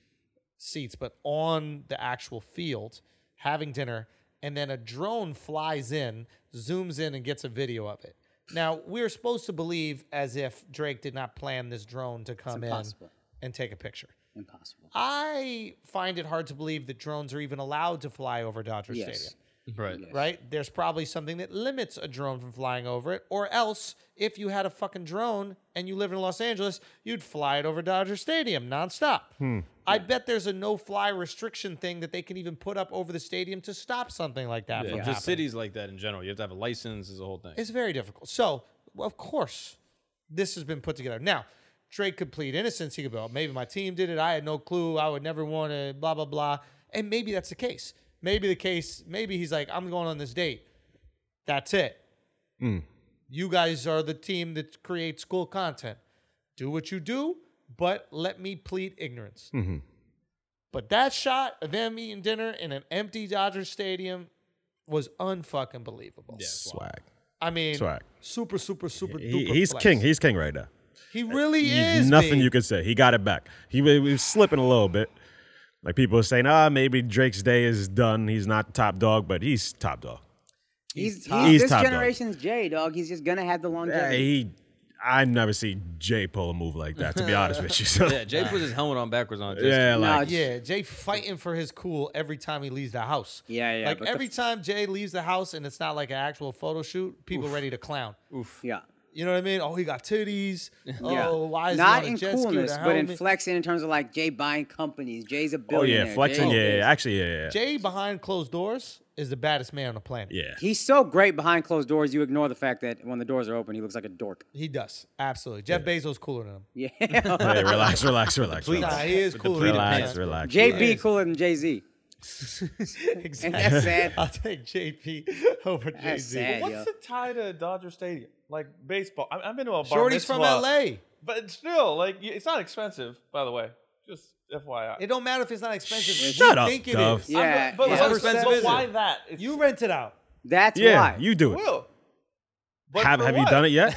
seats, but on the actual field having dinner. And then a drone flies in, zooms in, and gets a video of it. Now, we're supposed to believe as if Drake did not plan this drone to come in impossible. and take a picture. Impossible. I find it hard to believe that drones are even allowed to fly over Dodger Yes. Stadium Right. right? There's probably something that limits a drone from flying over it, or else if you had a fucking drone and you live in Los Angeles, you'd fly it over Dodger Stadium nonstop. I bet there's a no-fly restriction thing that they can even put up over the stadium to stop something like that from Just happening. cities like that in general. You have to have a license, is the whole thing. It's very difficult. So, of course, this has been put together. Now, Drake could plead innocence. He could be, oh, maybe my team did it. I had no clue. I would never want to, blah, blah, blah. And maybe that's the case. Maybe the case, maybe he's like, I'm going on this date. That's it. You guys are the team that creates cool content. Do what you do, but let me plead ignorance. But that shot of them eating dinner in an empty Dodger Stadium was unfucking believable. Swag. I mean, Swag. super, super, super He, duper. he's flex. king. He's king right now. He really He's is. nothing big. you could say. He got it back. He, wa- he was slipping a little bit. Like people are saying, ah, maybe Drake's day is done. He's not top dog, but he's top dog. He's, he's, He's this top dog. generation's J dog. He's just gonna have the Yeah, longevity. he, I never see Jay pull a move like that. To be honest with you, so yeah, Jay puts his helmet on backwards on. Just yeah, No, like Yeah, Jay fighting for his cool every time he leaves the house. Yeah, yeah, Like but the every f- time Jay leaves the house and it's not like an actual photo shoot, people ready to clown. yeah. You know what I mean? Oh, he got titties. Oh, Yeah. why is he Not on in a jet coolness, ski with a but in helmet? flexing in terms of like Jay buying companies. Jay's a oh billionaire. yeah, flexing. Jay- Yeah, yeah, actually, yeah, yeah, yeah. Jay behind closed doors is the baddest man on the planet. Yeah. He's so great behind closed doors. You ignore the fact that when the doors are open, he looks like a dork. He does. Absolutely. Jeff Bezos cooler than him. Yeah. Hey, relax, relax, relax. Nah, relax. he is cooler than him. Relax, relax. JB cooler than Jay Z. exactly. that's sad. I'll take JP over Jay That's Z. sad, What's yo. the tie to Dodger Stadium? Like baseball. I- I've been to a bar Shorty's from mitzvah, LA. but still, like y- it's not expensive. By the way, just FYI. It don't matter if it's not expensive. You Shut up, think it Dove. is. I'm Yeah. not- but, yeah. but- expensive but is it? why that? It's, You rent it out. That's Yeah, why. you do it. will. But Have for Have you what? done it yet?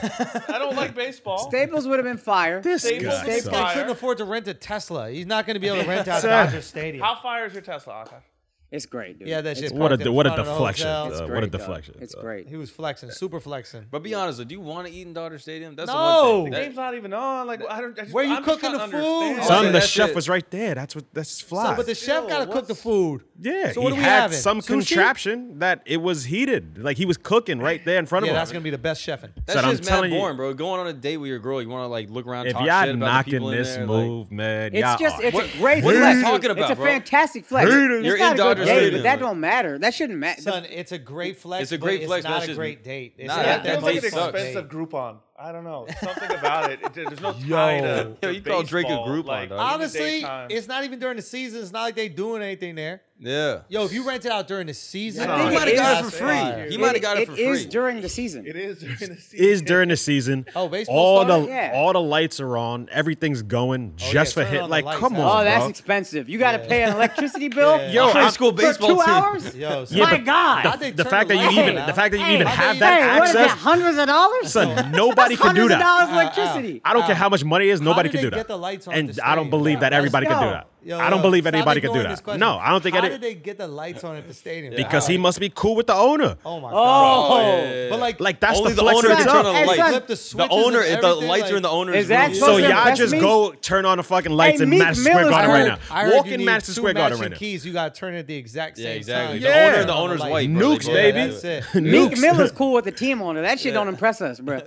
I don't like baseball. Staples would have been fire. This Staples guy is This sucks. guy fire. couldn't afford to rent a Tesla. He's not going to be able to rent out Sir. Dodger Stadium. How fire is your Tesla? Akash? It's great, dude. yeah, that It's shit. What parked a in what a front of the deflection. hotel. uh, great, what a dog. deflection. It's uh, great. He was flexing, super flexing. But be honest, though, do you want to eat in Dodger Stadium? That's No! the one The thing. game's not even on. Like I don't. I just, Where you I'm just cooking trying the to understand. food? Son, Son, the that's chef it. was right there. That's what. That's So, fly. but the chef Yo, got to cook the what's- food. Yeah, So what are he we had having? some Sushi? contraption that it was heated. Like he was cooking right there in front Yeah, of that's him. going to be the best chefing. That's Said, I'm just mad telling you- boring, bro. Going on a date with your girl, you want to like look around. if talk shit y'all about the knocking people in this there, like- move, man, It's y'all just are- it's What- a great what are you flex. talking It's about, a bro? fantastic flex. You're It's in not a good Dodger day, Stadium, but that like- don't matter. That shouldn't matter. Son, it's a great flex. It's a but great flex, It's but it's not a just- great date. It's Nah, not Yeah, it that feels that like date an date sucks. expensive Groupon. I don't know. Something about it. it there's no tie Yo. to, to Yo, you call Drake a baseball, Groupon, like, dog. in the Honestly, daytime. it's not even during the season. It's not like they doing anything there. Yeah. Yo, if you rent it out during the season, I oh, think he it might have got it is- for free. He might have got it for It is free. during the season. It is during the season. is during the season. Oh, baseball all the started? Oh, Yeah. all the lights are on. Everything's going just yeah, for turn on hit. the Like, lights, come huh? on, Oh, that's bro. expensive. You got to pay an electricity bill. Yeah. Yo, high I'm- school for baseball two team. hours. Oh, Yo, son. Yeah, My but God. How'd they the turn fact the that you lights even on? the fact that you Hey, even how have they- that Hey, Hey, what is that? access, Hundreds of dollars? son. Nobody That's can do hundreds of that. Ah, dollars electricity. I don't care how much money it is. Nobody did can they do get that. the lights on at And the I don't stadium? believe that Let's everybody can do go. that. Yo, I don't yo, believe stop anybody can do ignoring this that. question. No, I don't think How any- did they get the lights on at the stadium? because he must be cool with the owner. Oh my god! Oh, But like, Like that's Only the the flex owner of can the turn job. on the Hey, son, lights. flip the The switches owner, and if the everything, lights are in like- the owner's Is that room. So supposed to y'all impress just me? go turn on the fucking lights in Meek Madison Square Miller's Garden heard- right I now. heard Walk you in need Madison two Square Garden matching right now. keys. You got to turn it at the exact Yeah, same exactly. time. The Yeah. owner and the owner's Like, white. bro. They Nukes, both baby. gotta do it. That's it. Meek Nukes. Miller's cool with the team owner. That shit don't impress us, bro.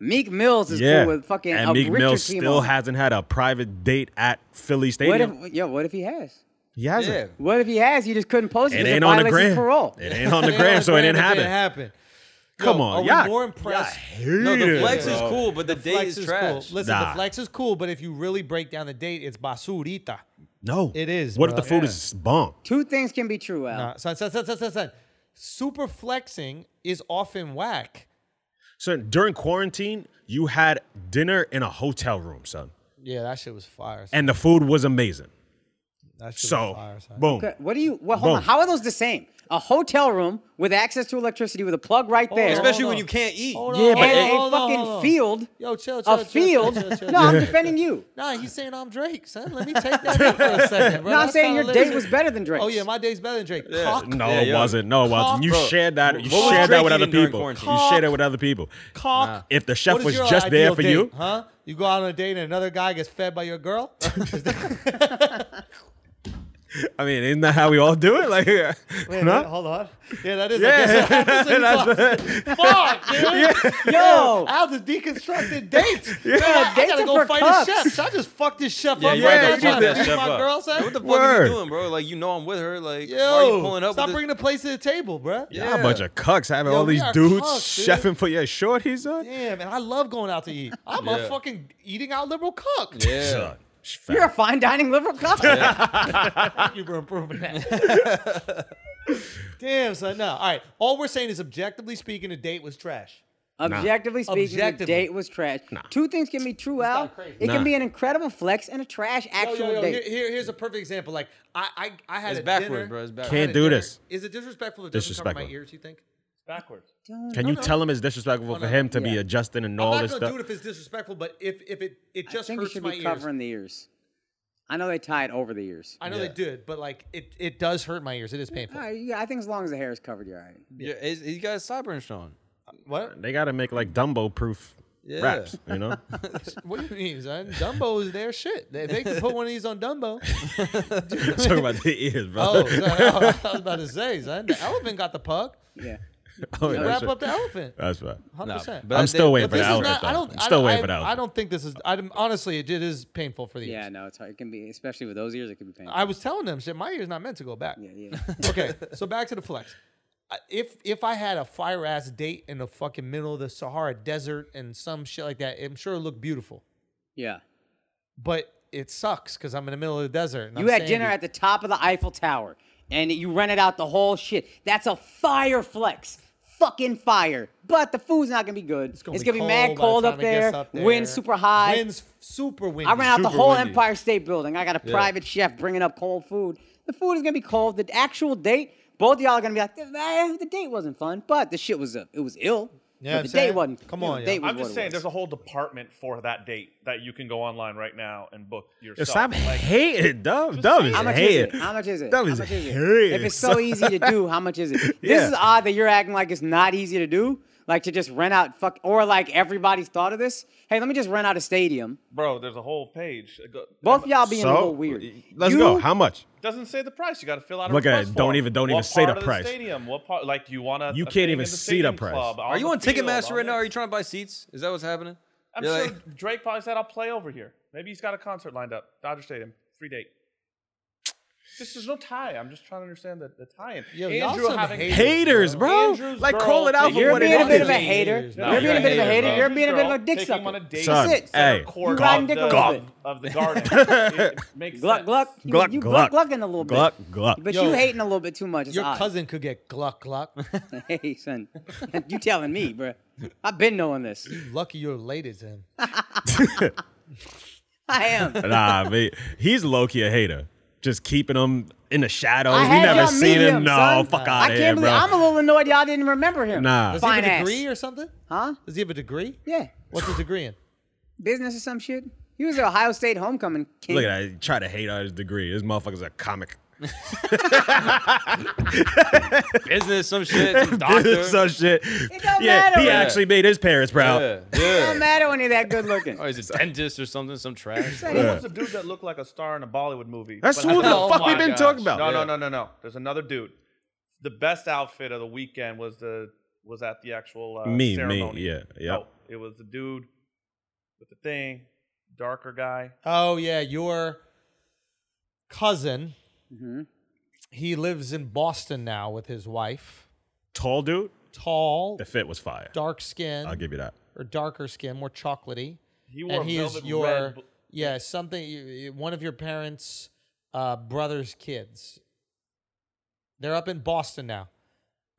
Meek Mills is cool with fucking and a Meek richer Mill team still owner. hasn't had a private date at Philly What Stadium. if, yo, what if he has? he hasn't. What if he has? You just couldn't post it. It because ain't it on the violates his gram. parole. It ain't on the They gram, don't so it didn't understand happen. It didn't happen. Come Yo, on, are we y'all- more impressed? No, the Hater, flex is bro. cool, but the date Flex is is trash. cool. Listen, Nah. the flex is cool, but if you really break down the date, it's basurita. No, It is, What bro. if the food is bomb? Two things can be true, Al. Uh, son, son, son, son, son, son. Super flexing is often whack. So during quarantine, you had dinner in a hotel room, son, Yeah, that shit was fire. son. and the food was amazing. That shit was So, fire, son. boom. Okay, What do you? Well, hold on. Boom. How are those the same? A hotel room with access to electricity with a plug right there, Especially Hold when on. you can't eat. Hold Yeah, on, but hold and on, a hold on, fucking hold on. field. Yo, chill, chill, a chill, field. Chill, chill, chill, No, I'm defending you. Nah, he's saying I'm Drake, son. Let me take that in for a second, bro. No, I'm That's saying kinda your lazy. date was better than Drake's. Oh yeah, my date's better than Drake. Cock, No, Yeah, it yo. wasn't. No, it wasn't. You Bro, shared that. You what was shared Drake that with other eating during people. quarantine? You shared it with other people. cock. If the chef What is was your just there ideal for date, you, huh? You go out on a date and another guy gets fed by your girl. I mean, isn't that how we all do it? Like, yeah. Wait, no? wait, hold on. Yeah, that is. I Yeah. guess what happens when you That's fuck. Fuck, dude. Yo, I was deconstructed dates. Man, I, I dates gotta are go for fight cucks. a chef. So I just fucked this chef Yeah, up you right yeah, now. you I'm did trying to that feed chef my up. girl, son. What the fuck are Word. you doing, bro? Like you know I'm with her. Like Yo, why are you pulling up? stop with bringing this? the place to the table, bruh. Yeah. Y'all a bunch of cucks having Yo, all we these are dudes cucks, dude. chefing for your shorties on. Damn, and I love going out to eat. I'm a Yeah. fucking eating out liberal cook. Yeah. Son, it's you're a fat. fine dining liberal couple. Thank you for improving that. Damn, son. No. All right. All we're saying is objectively speaking, a date was trash. Objectively speaking, Objectively. the date was trash. Two things can be true, Al. crazy. It Nah. can be an incredible flex and a trash Yo, actual yo, yo, here, date. here- here's a perfect example. Like I, I, I had It's a backward, dinner- bro. It's I backward. had a Can't do dinner. this. Is it disrespectful? It doesn't cover my Disrespectful. ears. You think? backwards. Can you tell him it's disrespectful for him to be adjusting and I'm all not this gonna stuff? do it if it's disrespectful, but if if it it I just think you hurts should my be ears. covering the ears. I know they tie it over the ears. I know they did, but like it it does hurt my ears. It is painful. All right, yeah, I think as long as the hair is covered, you're all right. Yeah. Is, you got his sideburns shown. What? They gotta make like Dumbo proof Yeah. raps, you know? What do you mean, son? Dumbo is their shit. If they could put one of these on Dumbo. Talking about the ears, bro. Oh, son, I was about to say, son. The elephant got the puck. Yeah. Oh, yeah, Wrap that's up the elephant. right. That's right. 100%. Nah, I'm I still think- waiting But for the this is outfit. not. I though. don't. I'm I still don't- waiting I- for the I outfit. don't think this is. I don't- honestly, it, it is painful for the ears. Yeah, no, it's hard. It can be, especially with those ears, it can be painful. I was telling them, shit. My ear's not meant to go back. yeah, yeah. Okay, so back to the flex. I- If if I had a fire ass date in the fucking middle of the Sahara Desert and some shit like that, I'm sure it looked beautiful. yeah. But it sucks because I'm in the middle of the desert. and You I'm had dinner sandy. at the top of the Eiffel Tower and you rented out the whole shit. That's a fire flex. Fucking fire. But the food's not gonna be good. It's gonna, be, mad by the cold time up it gets there, Wind super high. Winds f- super windy. I ran out the super whole windy. Empire State Building. I got a private chef bringing up cold food. The food is gonna be cold. The actual date, both y'all are gonna be like, "Eh, the date wasn't fun, but the shit was uh, it was ill. Yeah, but I'm the date saying. wasn't. Come you know, on, the yo. date was I'm what just it saying, was. there's a whole department for that date that you can go online right now and book Yo, yourself. Stop Like, hating, Dub. Dub is How much is it? hating. How much is it? That How was much is it? hating, If it's so son. easy to do, how much is it? This Yeah. is odd that you're acting like it's not easy to do, like to just rent out fuck, or like everybody's thought of this. Hey, let me just rent out a stadium. bro, there's a whole page. It go- Both of y'all being a So, little weird. let's You- go. How much? doesn't say the price. You got to fill out. A Look at request it. Don't form. even- don't What even say the part of price. stadium. What part? Like you want to? You can't even see the price. Are you on Ticketmaster right now? Are you trying to buy seats? Is that what's happening? I'm You're sure like- Drake probably said, "I'll play over here." Maybe he's got a concert lined up. Dodger Stadium, free date. Just there's no tie. I'm just trying to understand the, the tie-in. Yo, y'all some haters. Haters, bro. Andrew's like, girl call it out taking- for You're what it being a bit of a is. hater. No, You're being a bit of a hater. bro. You're being a bit of a Girl dick taking him on a sucker. date. Son, Sit. hey, Center court you riding of dick a the, little bit. of the garden. it makes Gluck, sense. gluck. You- Gluck, you gluck. glucking a little bit. Gluck, gluck. But Yo, you hating a little bit too much. It's Your odd. cousin could get gluck gluck. Hey, son. you telling me, bro. I've been knowing this. Lucky you're related to him. I am. nah, but he's low key a hater. Just keeping him in the shadows. I we had never y'all seen meet him. him, No, son. fuck I out of can't here, believe bro. I'm a little annoyed y'all didn't remember him. nah. Does he have Fine a ass. degree or something? Huh? Does he have a degree? Yeah. What's his degree in? Business or some shit. He was an Ohio State homecoming king. Look at that. He Try to hate on his degree. This motherfucker's a comic. Business, some shit, some doctor. Some shit. don't yeah, matter. he Yeah. actually made his parents proud. yeah, It don't yeah. matter when you're that good looking. Oh, Or is it dentist or something? Some trash. Who was the dude that looked like a star in a Bollywood movie? That's But- who the Oh fuck my we been gosh. talking about. No, no, Yeah. no, no, no. There's another dude. The best outfit of the weekend was the was at the actual uh, Me, me, ceremony. yeah, yeah. No, it was the dude with the thing, darker guy. Oh yeah, your cousin. He lives in Boston now with his wife. Tall dude, Tall, the fit was fire. dark I'll skin, give you that. or darker skin, more chocolatey. He wore And he is velvet your red. bl- yeah something. you- you- One of your parents' uh, brother's kids. They're up in Boston now.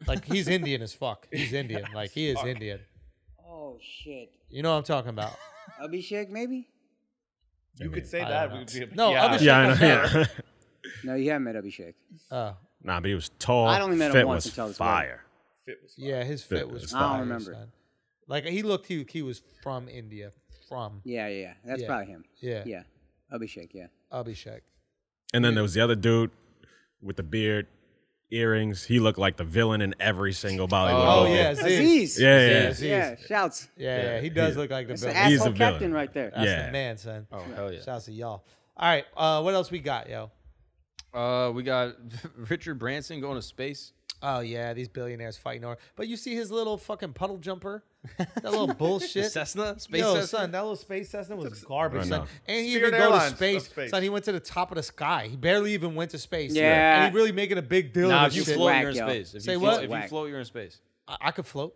Like he's Indian as fuck. He's Indian. Like he is Indian. Oh shit. You know what I'm talking about. Abhishek, maybe? You could say I don't that. We know. would be, No, yeah. other shit Yeah, I know. doesn't matter. Yeah. No, you haven't met Abhishek. Uh, Nah, but he was tall. I only met him fit once was until this wedding. fire. Fit was Yeah, his fit was. it's I don't fire, remember. son. Like he looked, he he was from India, from Yeah, yeah, yeah. That's Yeah. probably him. Yeah. yeah. Abhishek, yeah. Abhishek. And then there was the other dude with the beard, earrings. He looked like the villain in every single Bollywood. Oh, movie. yeah, Aziz. Aziz. Yeah, yeah, yeah. Aziz. Yeah, shouts. Yeah, yeah, he does look like the That's an villain. He's asshole a villain. captain right there. That's Yeah. the man, son. Oh hell yeah. Shouts to y'all. All right, uh, what else we got, yo? Uh, we got Richard Branson going to space. Oh yeah, these billionaires fighting over. But you see his little fucking puddle jumper, that little bullshit. Cessna, space Yo, Cessna? son, that little space Cessna was garbage, I son. know. And he Spirit even go Airlines to of space. space. son. He went to the top of the sky. He barely even went to space. Yeah. and he really making a big deal. Nah, of if you this shit. float, Whack, you're in yo. space. If Say you what? Float, if you Whack. float, you're in space. I, I could float.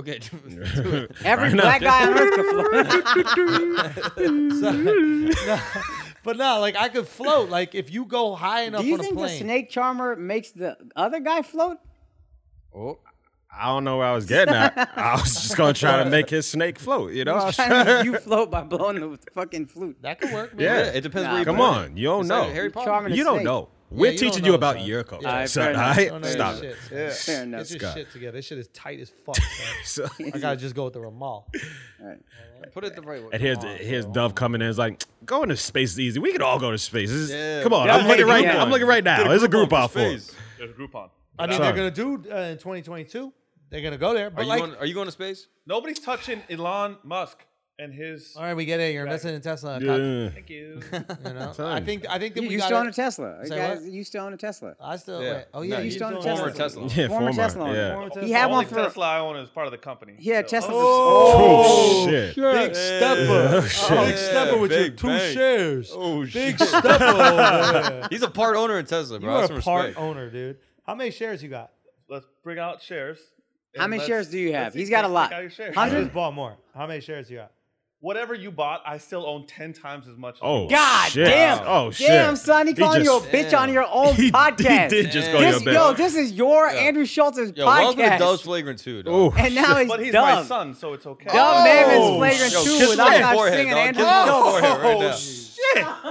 Okay. do it. Every Right now. black guy on earth could float. But no, like I could float. Like if you go high enough Do you on a think the plane. snake charmer makes the other guy float? oh, I don't know where I was getting at. I was just gonna try to make his snake float. You know. I was Trying to trying- make you float by blowing the fucking flute. that could work. Man. yeah. it depends. Nah. where you Come put it. on, you don't It's know. like Harry Potter. Charming You a don't snake. know. Yeah, We're you teaching don't you know, about son. your culture. All right, son, fair enough. all right? Don't know your Stop shit, it. son. Fair enough. Get your Scott. shit together. This shit is tight as fuck. son. So- I gotta just go with the Ramal. Put it the right way. and here's here's Dove coming in. It's like going to space is easy. We could all go to space. This is- Yeah. Come on, Yeah, I'm looking hey, right. yeah. I'm looking right now. There's a group out for. it. space. There's a Groupon. I mean, Son. they're gonna do uh, in 2022. They're gonna go there. Are But you, like, going, are you going to space? Nobody's touching Elon Musk and his. all right, we get it. You're investing in Tesla. Yeah. cock, Thank you. You know, I Son. think I think that You, we you got still own a Tesla. Say Guys, what? you still own a Tesla. I still. Yeah. Wait. Oh yeah, No, you you still own a still own a Tesla. Former Tesla. Yeah, Former former. Tesla owner. yeah. Former Tesla. He had Only one for Tesla I own is part of the company. he had So- oh, Tesla. Oh, shit. Big stepper. shit. Big stepper with your Big two bang. shares. Oh shit! Big stepper. over there. He's a part owner in Tesla, You bro. are That's some a part respect. owner, dude. How many shares you got? Let's bring out shares. How and many let's- shares do you have? let's He's got a take lot. out your shares. I Hundred- just bought more. How many shares you got? Whatever you bought, I still own ten times as much. As Oh, God shit. damn. Oh shit. Damn, son, he calling you a bitch on your own he, podcast. He did just call This- you a bitch. yo, this is your Andrew Schultz's Yo, welcome to podcast. Dove's Flagrant 2, dog. Ooh. and now he's, But he's dumb. my son, so it's okay. Dumb Maven's Oh, flagrant Yo, too kiss without my not forehead, singing dog. Andrew Kiss my Schultz. forehead right now.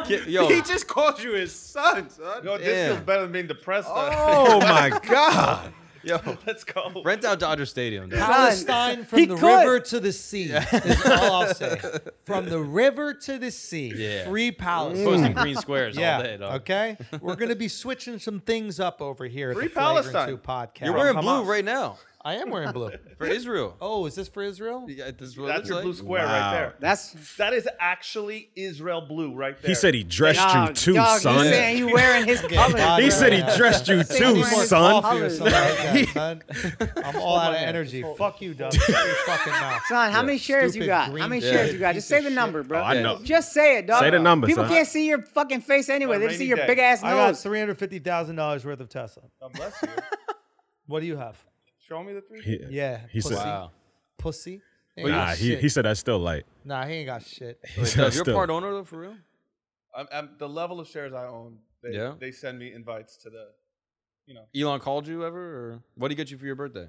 shit. Ki- Yo, just called you his son, son. Yo, this Damn. feels better than being depressed. though. Oh my god. yo, Let's go. rent out Dodger Stadium. Dog. Palestine from He the could. river to the sea. Is all I'll say. From the river to the sea. Yeah. Free Mm. Palestine. Posting green squares Yeah. all day, dog. Okay. We're gonna be switching some things up over here. Free at the Flagrant Palestine. Two podcast. You're wearing From blue Hamas. right now I am wearing blue. for Israel. Oh, is this for Israel? Yeah, that's what it That's looks your like. blue square Wow. right there. That's That is actually Israel blue right there. He said he dressed you dog, too, dog, son. He's saying you wearing his God, colors. He you're said he right. dressed you too, He's more son. Coffee or something like that, son. I'm all out of energy. Fuck you, Doug. Shut your fucking mouth. Son, how many shares you Stupid got? green How many shit. shares you got? Just Piece say of the shit. number, bro. Oh, I know. Just say it, dog. Say the number, People son. can't see your fucking face anyway. A They just see rainy your day. big ass I got nose. three hundred fifty thousand dollars worth of Tesla. God bless you. What do you have? Show me the three. He- Yeah, He pussy. said, Wow. Pussy. Ain't got nah, he, shit. he said that's still light. nah, he ain't got shit. He Wait, said Dove, that's you're still- part owner, though, for real? I'm, I'm, the level of shares I own, they, Yeah. they send me invites to the, you know, Elon called you ever? Or what did he get you for your birthday?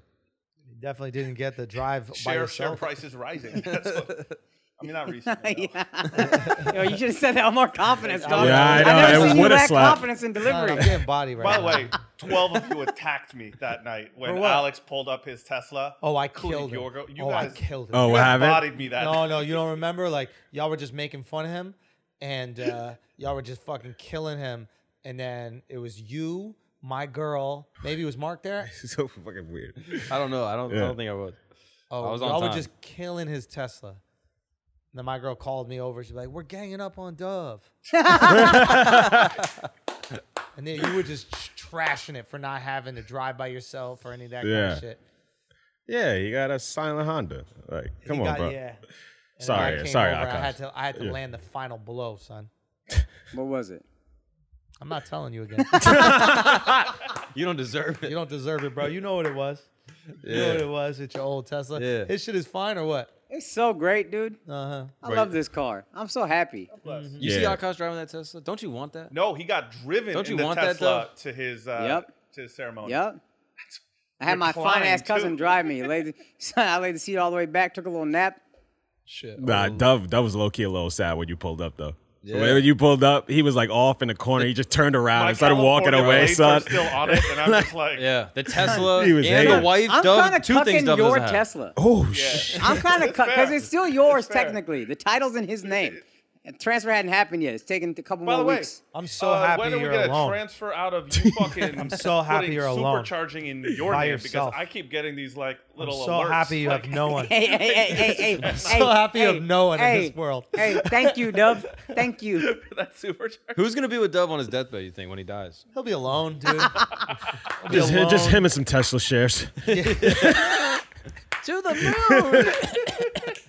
He definitely didn't get the drive by share share yourself. prices rising. That's what, I mean, not recently. no. Yeah. Yo, you should have said that with more confidence, dog. Yeah, I know. never It seen you would've lack slapped. confidence in Son, I'm delivery. getting body right By the now. way, 12 of you attacked me that night when For what? Alex pulled up his Tesla. Oh, I including killed him. your girl. You oh, guys, I killed him. Oh, you what guys happened? bodied me that No, night. no, you don't remember? Like y'all were just making fun of him, and uh, y'all were just fucking killing him. And then it was you, my girl. Maybe it was Mark there. so fucking weird. I don't know. I don't, I Yeah. don't think I was. Oh, was on y'all were time. just killing his Tesla. And then my girl called me over. She's like, "We're ganging up on Dove," and then you were just trashing it for not having to drive by yourself or any of that kind Yeah. of shit. Yeah, you got a silent Honda. Like, come He on, got- bro. Yeah. And then I Sorry, came sorry, over, I Akash. had to, I had to Yeah. land the final blow, son. What was it? I'm not telling you again. You don't deserve you it. don't deserve it, bro. You know what it was. You know what it was with your old Tesla. Yeah. His shit is fine or what? It's so great, dude. Uh huh. I love this car. I'm so happy. You see Yeah. Akash driving that Tesla? Don't you want that? No, he got driven Don't in you the want that, Tesla though? to his uh, Yep. to his ceremony. Yep. I had my Recline, fine ass cousin too. drive me. Laid the, son, I laid the seat all the way back, took a little nap. Shit. Nah, Dove, Dove was low key a little sad when you pulled up, though. So Whenever you pulled up, he was like off in the corner. He just turned around and started walking away, son. Still on it, and I'm just like, Yeah, the Tesla He was and the hating. wife. I'm Dove, kind of two things cucking Dove your doesn't have. Tesla. Oh shit! I'm kind of cut because fair. it's still yours fair. technically. The title's in his name. And transfer hadn't happened yet. It's taken a couple By the more way, weeks. I'm so uh, happy when are we you're gonna alone. transfer out of you fucking? I'm so happy you're alone. Supercharging in your By name yourself. because I keep getting these like I'm little. so alerts, happy you like, have no one. Hey, hey, hey, hey, hey, hey. so happy you have no one in hey, this world. Hey, thank you, Dub. Thank you. that supercharger. Who's gonna be with Dove on his deathbed? You think when he dies? He'll be alone, dude. He'll be Just, hi- just alone. him and some Tesla shares. to the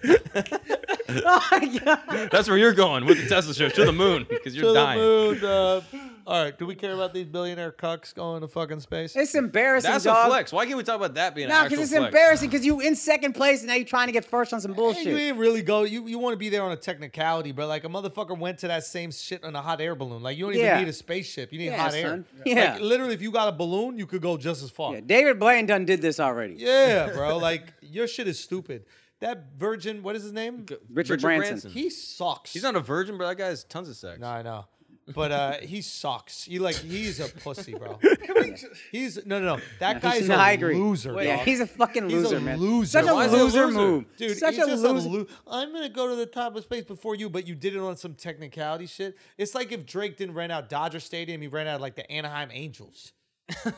moon. oh my god. That's where you're going with the Tesla show to the moon because you're To the dying. moon, Dove. All right, do we care about these billionaire cucks going to fucking space? It's embarrassing, That's dog. a flex. Why can't we talk about that being No, an actual because it's flex? embarrassing because you in second place and now you're trying to get first on some Hey, you bullshit. ain't really go. You, you want to be there on a technicality, bro. Like a motherfucker went to that same shit on a hot air balloon. Like you don't Yeah. even need a spaceship. You need Yeah, hot air. son. Yeah. Like literally, if you got a balloon, you could go just as far. Yeah, Yeah, David Blaine done did this already. bro. Like your shit is stupid. That virgin, what is his name? Richard, Richard Branson. Branson. He sucks. He's not a virgin, bro. That guy has tons of sex. No, I know. But uh, he sucks. He like he's a pussy, bro. He's no, no, no. That guy he's is no, I a agree. loser. Yeah, dog. he's a fucking He's a loser, man. loser. Such a Why is he a loser loser? move. Dude, Such he's a just loser. a lo- I'm gonna go to the top of space before you, but you did it on some technicality shit. It's like if Drake didn't rent out Dodger Stadium, he ran out like the Anaheim Angels. Do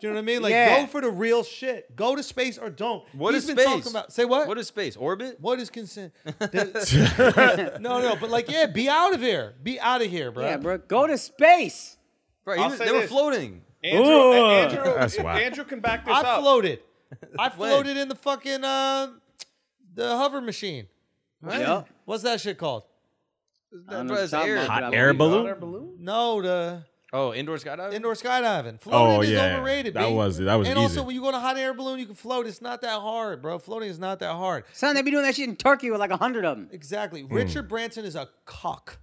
you know what I mean? Like, Yeah. go for the real shit. Go to space or don't. What He's is been space? Talking about, say what? What is space? Orbit? what is consent? The- no, no, but like, yeah, be out of here. Be out of here, bro. Yeah, bro. Go to space. Bro, he I'll was- say they were this. floating. Andrew, uh, Ooh. Andrew, That's wild. Andrew can back this I up. floated. I When? floated in the fucking uh, the hover machine. Yup. What's that shit called? I don't know Bro, what it's you're talking air. about, Hot but I air believe it. balloon. No, the Oh, indoor skydiving. indoor skydiving. Floating Oh, is yeah. overrated. That B. was- that was And also, easy. when you go in a hot air balloon, you can float. It's not that hard, bro. Floating is not that hard. Son, they be doing that shit in Turkey with like a hundred of them. Exactly. Hmm. Richard Branson is a cock,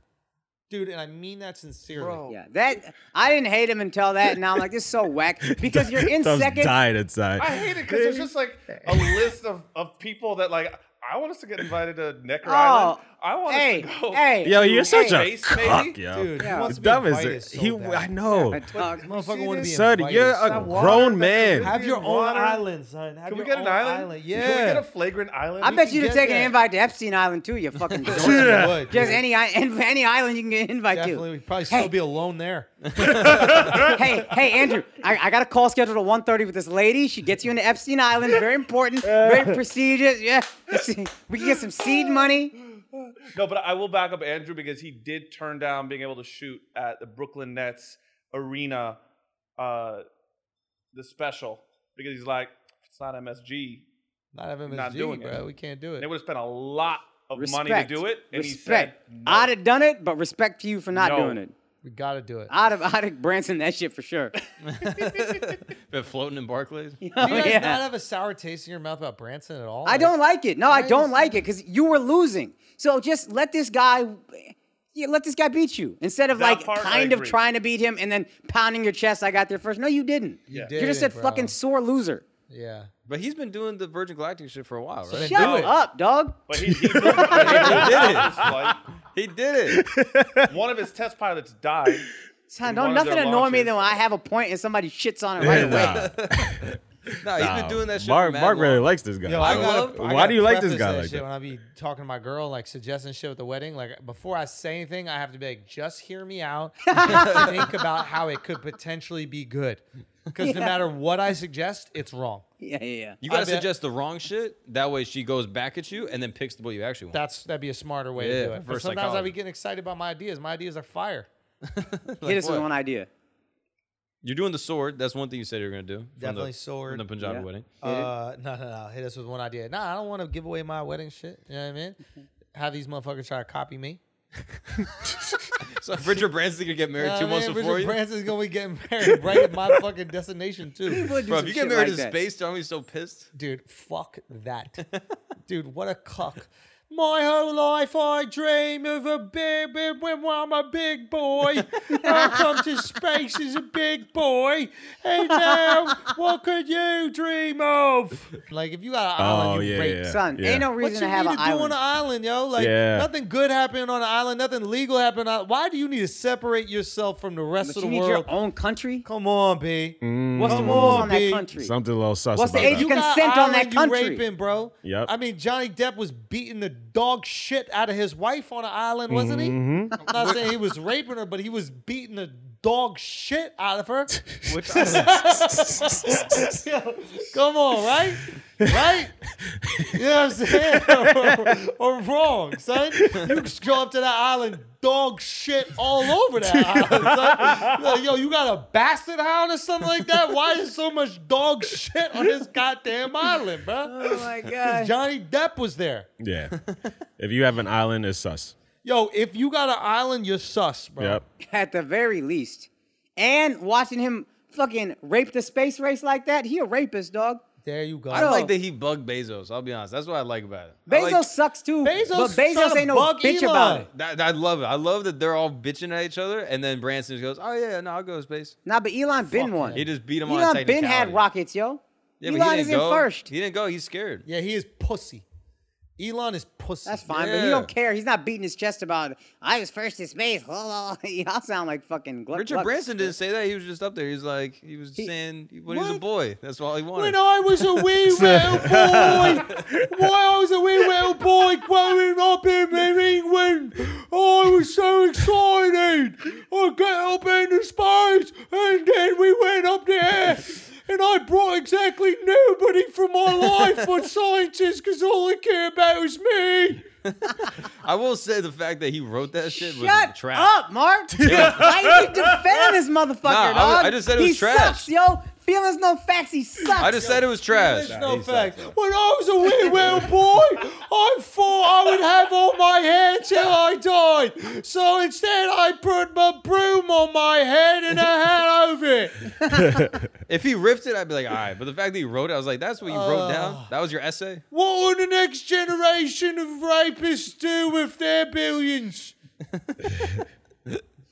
dude, and I mean that sincerely. Yeah, that I didn't hate him until that. Now I'm like, this is so whack because you're in Thumbs second. died inside. I hate it because there's just like a list of, of people that like I want us to get invited to Necker Oh, Island. I want hey, us to go. hey, Yo, you're such a Space, maybe? cuck, yo. Dude, Yeah. he wants to be Dumb invited is it? so he, bad. I know. a dog. Motherfucker want to be Son, invited you're so a bad. grown man. Have your own Water. island, son. Have Can we your get an own island? Yeah. Can we get a flagrant island? I bet can you'd have get taken an that. invite to Epstein Island too. You fucking dork. Yeah. Would, Just dude. any i- any island you can get an invite Definitely, we'd probably still be alone there. to. Hey, hey, Andrew, I, I got a call scheduled at 1.30 with this lady. She gets you into Epstein Island. Very important, very prestigious. Yeah, we can get some seed money. No, but I will back up Andrew because he did turn down being able to shoot at the Brooklyn Nets arena, uh, the special because he's like, if it's not MSG. Not having Not MSG, doing it. bro. We can't do it. They would have spent a lot of Respect. money to do it, and respect. he said, no. I'd have done it, but respect to you for not No. doing it. We gotta do it. I'd have, I'd have Branson that shit for sure. Been floating in Barclays. Oh, Do you guys yeah. not have a sour taste in your mouth about Branson at all? I don't like it. No, I Why don't is like it because you were losing. So just let this guy, yeah, let this guy beat you instead of That like part I kind of agree. trying to beat him and then pounding your chest. I got there first. No, you didn't. You You're are just a didn't, bro. fucking sore loser. Yeah. But he's been doing the Virgin Galactic shit for a while, right? do Shut it. up, dog. But he, he did it. he did it. one of his test pilots died. Son, In don't one of nothing their annoy me launches. than when I have a point and somebody shits on it right Yeah, away. nah, No, he's nah. been doing that shit. Mark, for mad Mark really long. likes this guy. Yo, I gotta, I Why gotta do you like this preface guy that like shit that? When I be talking to my girl, like suggesting shit at the wedding, like before I say anything, I have to be like, just hear me out. and think about how it could potentially be good, because no Yeah. matter what I suggest, it's wrong. Yeah, yeah, yeah. You gotta I bet- suggest the wrong shit. That way she goes back at you and then picks what you actually want. That's that'd be a smarter way Yeah, to do it. But reverse sometimes I psychology. be getting excited about my ideas. My ideas are fire. Hit us with what? one idea. You're doing the sword. That's one thing you said you were gonna do. from the- Definitely sword. From the Punjabi Yeah. wedding. Uh, no, no, no. Hit us with one idea. Nah, I don't want to give away my wedding shit. You know what I mean? Have these motherfuckers try to copy me. So Richard Branson could get married Nah, two months man, before Richard you. Branson's gonna be getting married right at my fucking destination too. People do Bro, if some you get shit married like in that. space, John, we so pissed. Dude, fuck that. Dude, what a cuck. My whole life I dream of a big, big when I'm a big boy. I come to space as a big boy. And now, what could you dream of? Like, if you got an Oh island, you yeah, rape. yeah, Son, yeah. ain't no What reason you to need have to an do on an island. island, yo? Like, Yeah. nothing good happening on an island, nothing legal happening. On, why do you need to separate yourself from the rest But of the you need world? your own country. Come on, B. Mm. What's the Come rules on, on that B. country? Something a little sus What's the about age that. of consent on that island, you country. raping, bro. Yep. I mean, Johnny Depp was beating the dog shit out of his wife on an island, wasn't Mm-hmm. he? I'm not saying he was raping her, but he was beating the dog shit out of her. Which island? Yo, come on, right? Right? You know what I'm saying? or, or wrong, son. You just go up to that island, dog shit all over that island, son. Like, yo, you got a bastard hound or something like that? Why is so much dog shit on this goddamn island, bro? Oh my god. Johnny Depp was there. Yeah. if you have an island, it's sus. Yo, if you got an island, you're sus, bro. Yep. At the very least. And watching him fucking rape the space race like that, he a rapist, dog. There you go. I don't like that he bugged Bezos. I'll be honest. That's what I like about it. I Bezos like- sucks too. Bezos but is trying Bezos to ain't no bug bitch Elon. about it. That, I love it. I love that they're all bitching at each other, and then Branson just goes, "Oh yeah, no, I'll go to space." Nah, but Elon been one. He just beat him on Elon been had technicality. rockets, yo. Yeah, but he Elon didn't is in go. first. He didn't go. He's scared. Yeah, he is pussy. Elon is pussy. That's fine, but he Yeah. don't care. He's not beating his chest about it. I was first in space. Y'all sound like fucking gluck, Richard glucks. Branson didn't say that. He was just up there. He's like, he was saying when he was a What? boy. That's all he wanted. When I was a wee little boy, when I was a wee little boy growing up in in England, I was so excited. I got up into space, and then we went up there. And I brought exactly nobody from my life but scientists, because all they care about is me. I will say the fact that he wrote that shit Shut was trash. up, Mark. Why you keep defending this motherfucker, Nah, I was- dog? I just said it was he trash. sucks, yo. Feelings no facts. He sucks. I just said it was trash. There's no fact. When I was a wee little boy, I thought I would have all my hair till I died. So instead, I put my broom on my head and a hat over it. If he riffed it, I'd be like, all right. But the fact that he wrote it, I was like, that's what you wrote down. That was your essay. What will the next generation of rapists do with their billions?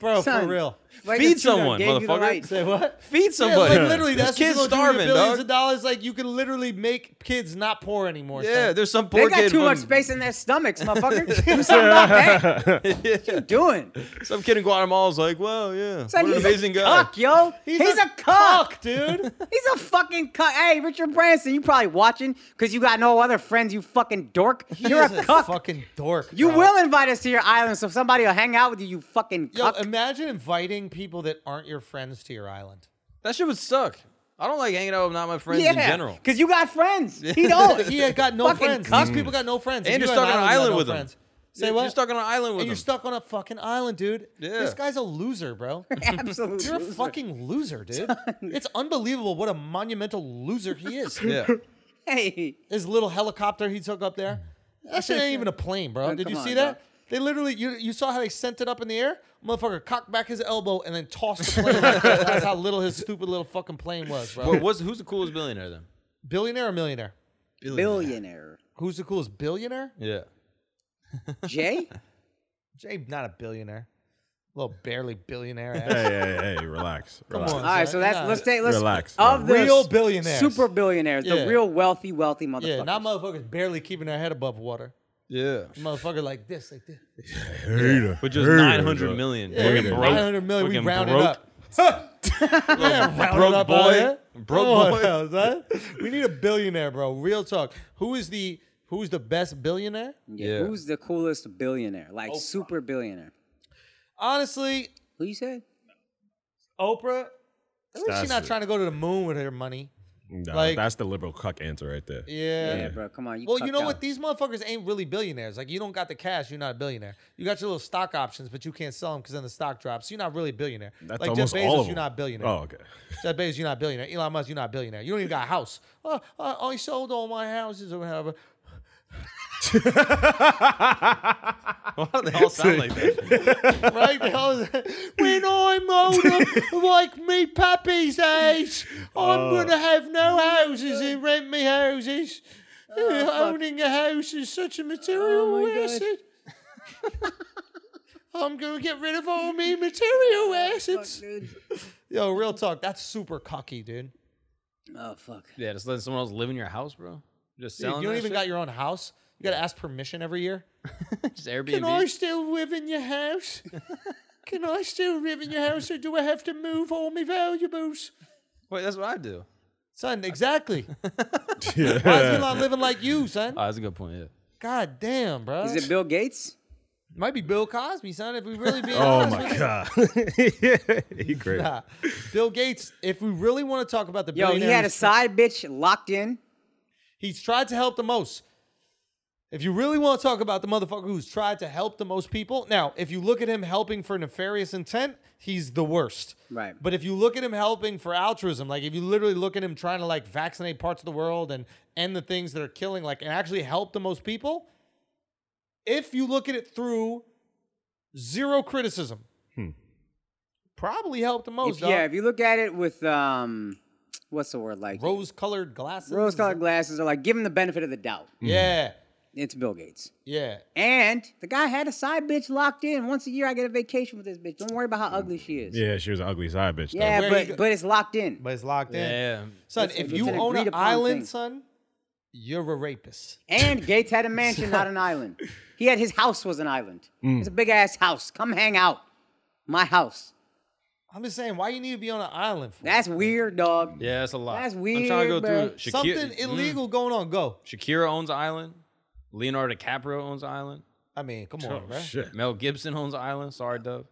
Bro, Son, for real. Like Feed the tutor someone, gave you the motherfucker. right. Say what? Feed Yeah, somebody. like literally, This that's kid's just gonna do starving, with billions dog. of dollars. Like you can literally make kids not poor anymore. Yeah, son. there's some They poor got kid. too much from- space in their stomachs, motherfucker. Do something about that. What you doing? Some kid in Guatemala's like, wow, yeah, Son, what an he's amazing a guy. cuck, yo. He's, a, cuck. dude. He's a fucking cuck. Hey, Richard Branson, you probably watching because you got no other friends, you fucking dork. You're a He is cuck. fucking dork. you bro. will invite us to your island so somebody will hang out with you, you fucking Yo, cuck. imagine inviting people that aren't your friends to your island. That shit would suck. I don't like hanging out with not my friends yeah, in general. Because you got friends. He don't. He had got no Fucking friends. cuck. These people got no friends. And If you're got stuck on an you got island no with them. friends. Say You're- what? You're stuck on an island with and you're him. stuck on a fucking island, dude. Yeah. This guy's a loser, bro. Absolutely. You're a fucking loser, dude. It's unbelievable what a monumental loser he is. Yeah. Hey. His little helicopter he took up there. That shit ain't even a plane, bro. Did you come see on, that? bro. They literally, you, you saw how they sent it up in the air? Motherfucker cocked back his elbow and then tossed the plane. like that. That's how little his stupid little fucking plane was, bro. Well, what's, who's the coolest billionaire then? Billionaire or millionaire? Billionaire. Who's the coolest billionaire? Yeah. Jay? Jay, not a billionaire. Little barely billionaire Hey, ass. hey, hey, relax. relax. on. All right, so that's Nah. let's take let's Relax, of the relax. Real s- billionaires. super billionaires, Yeah. the real wealthy, wealthy motherfuckers. yeah, not motherfuckers barely keeping their head above water. Yeah. Motherfucker like this, like this. Hater, But just hater, 900 bro. million. Yeah, Fucking broke. 900 million, we Fucking rounded broke. up. yeah, round it up out boy. here. Broke Come on boy. now, son. We need a billionaire, bro. Real talk. Who is the who's the best billionaire? Yeah, Yeah. Who's the coolest billionaire? Like super billionaire. Honestly, Who you said? Oprah. At least she's not That's- trying to go to the moon with her money. No, Like- that's the liberal cuck answer right there. Yeah. Yeah, bro. Come on. You Well, you know what? The- These motherfuckers ain't really billionaires. Like, you don't got the cash, you're not a billionaire. You got your little stock options, but you can't sell them because then the stock drops. So you're not really a billionaire. That's like almost Jeff Bezos, all of them. you're not a billionaire. Oh, okay. Jeff Bezos, you're not a billionaire. Elon Musk, you're not a billionaire. You don't even got a house. Oh, I, I sold all my houses or whatever. Why do they all sound like that? Right? They all- when I'm older, like me Oh. puppy's age, I'm going to have no houses and rent me houses. owning a house is such a material asset. I'm gonna get rid of all my material assets. Yo, real talk, that's super cocky, dude. Oh fuck. Yeah, just letting someone else live in your house, bro. Just Dude, selling. you don't that even shit? got your own house. You gotta ask permission every year. just Airbnb. Can I still live in your house? Can I still live in your house, or do I have to move all my valuables? Wait, that's what I do. Son, exactly. Why is he Yeah. not living like you, son? Oh, that's a good point. Yeah. God damn, bro. Is it Bill Gates? Might be Bill Cosby, son. If we really be Oh honest my with god, he great. you. Bill Gates. If we really want to talk about the Yo, he billionaire had a who's- side bitch locked in. he's tried to help the most. If you really want to talk about the motherfucker who's tried to help the most people, now if you look at him helping for nefarious intent, he's the worst. Right. But if you look at him helping for altruism, like if you literally look at him trying to like vaccinate parts of the world and end the things that are killing, like and actually help the most people, if you look at it through zero criticism, probably helped the most. If, yeah, dog. if you look at it with um, what's the word like rose-colored glasses. rose-colored glasses, or like give him the benefit of the doubt. Yeah, It's Bill Gates. yeah. And the guy had a side bitch locked in. Once a year, I get a vacation with this bitch. Don't worry about how ugly she is. Yeah, she was an ugly side bitch. Yeah, Where he go- but, but it's locked in. But it's locked in. Yeah. Son, That's if a- you it's an own an agreed-upon island, thing. son, you're a rapist. And Gates had a mansion, not an island. He had his house was an island. Mm. It's a big ass house. Come hang out. My house. I'm just saying, why you need to be on an island for? That's weird, dog. Yeah, that's a lot. That's I'm trying to go weird, bro. through it. Shakira- something mm. illegal going on. Go. Shakira owns an Island. Leonardo DiCaprio owns an Island. I mean, come on, bro. Shit. Mel Gibson owns an Island. Sorry, Dub.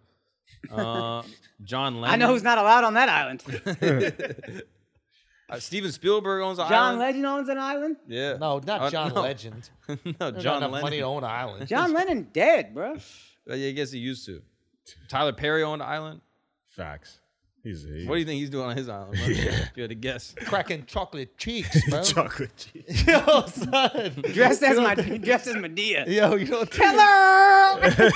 Uh, John Lennon. I know who's not allowed on that island. Uh, Steven Spielberg owns an John island. Legend owns an island. Yeah. No, Uh, not John no. Legend. no, There's John not enough Lennon. money to own an island. John Lennon dead, bro. Uh, yeah, I guess he used to. Tyler Perry owned an island. Facts. He's he, What do you think he's doing on his island? bro? If you had to guess. Cracking chocolate cheeks, bro. chocolate cheese? Yo, son. Dressed as my dressed as Medea. Yo, you don't think Hello.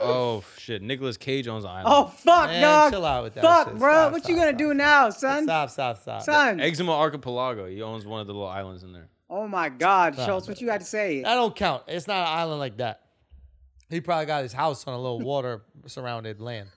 Oh shit, Nicolas Cage owns an island. Oh fuck, Man, dog. chill out with that fuck, shit. bro. Stop, what stop, you gonna stop, do now, son? Stop, stop, stop. Son. Exuma Archipelago. He owns one of the little islands in there. oh my God, Schultz. What you got to say? That don't count. It's not an island like that. He probably got his house on a little water surrounded land.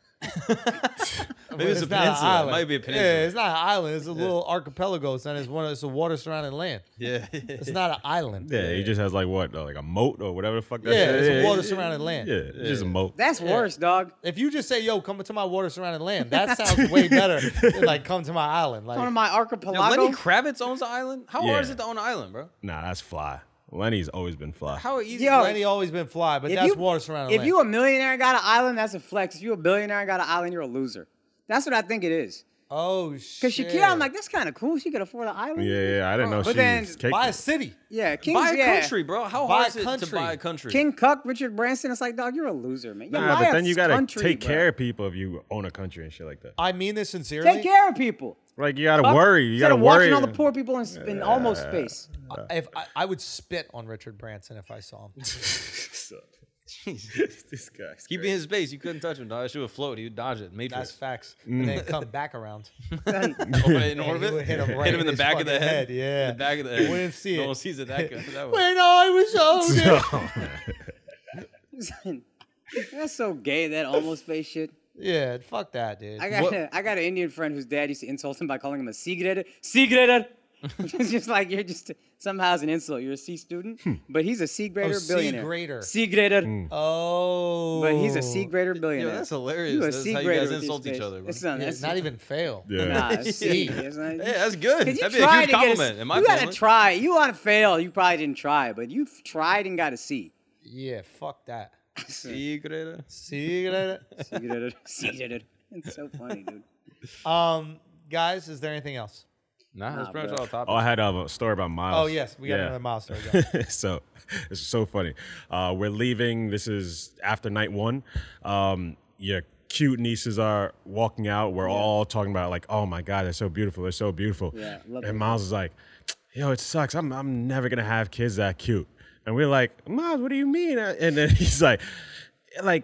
Maybe it's, not a an peninsula. It island. might be a Yeah, peninsula. it's not an island. It's a little archipelago, son. It's one. Of, it's a water surrounded land. Yeah. It's not an island. Yeah, he just has like what, uh, like a moat or whatever the fuck. That Yeah, shit it's is. a water surrounded land. Yeah, it's just a moat. That's worse, dog. If you just say, "Yo, come to my water surrounded land," that sounds way better. than, like, come to my island. One Like, of my Yo, Lenny archipelago. Kravitz owns an island. How Yeah. hard is it to own an island, bro? Nah, that's fly. Lenny's always been fly. How easy? Yo, Lenny always been fly, but If that's you- water surrounded If land. you a millionaire and got an island, that's a flex. If you a billionaire and got an island, you're a loser. That's what I think it is. oh Cause shit! Shakira, I'm like, that's kind of cool. She could afford an island. yeah, yeah, I didn't know But she then- was cake. buy a city. Yeah, King's, buy a yeah. country, bro. How Buy hard a is it to country. buy a country? King Cuck, Richard Branson. It's like, dog, you're a loser, man. You're Nah, my but then you gotta country, take bro. care of people if you own a country and shit like that. I mean this sincerely. Take care of people. Like you gotta Fuck. worry. You Instead gotta of worry. watching all the poor people in, in almost space. I- If I, I would spit on Richard Branson if I saw him. this guy's Keep it in his space. You couldn't touch him, dog. That shit would float. He would dodge it. That's Matrix. facts. And then come back around. Open it in And he orbit. would hit him right in the his back of the fucking head. Yeah, The back of the head. Wouldn't see no it. one sees it that good. That way. When I was older. That's so gay. That almost space shit. yeah, fuck that, dude. I got What- a, I got an Indian friend whose dad used to insult him by calling him a C grader. C grader. It's just like you're just somehow it's an insult. You're a C student, but he's a C grader Oh, C billionaire. grader. C grader. Hmm. oh, But he's a C grader billionaire. that's hilarious. That's how you guys with insult these each bitches. other, bro. It's not, Yeah, that's not even fail. Yeah. Nah, it's C. It's not, Yeah, that's good. Cause you That'd be a tried huge to get a, compliment. C. in you my gotta family. try. You want to fail. You probably didn't try, but you have tried and got a C. Yeah, fuck that. See, Greta? See, C grader. C grader. It's so funny, dude. um, guys, is there anything else? Nah, that's pretty much bro. all the topic. Oh, I had um, a story about Miles. Oh yes, we got another milestone. yeah. so this is so funny. Uh, we're leaving. This is after night one. Um, your cute nieces are walking out. We're all talking about like, oh my god, they're so beautiful. They're so beautiful. Yeah, love and those Miles is like, yo, it sucks. I'm I'm never gonna have kids Uh, that cute. And we're like, Miles, what do you mean? And then he's like, like.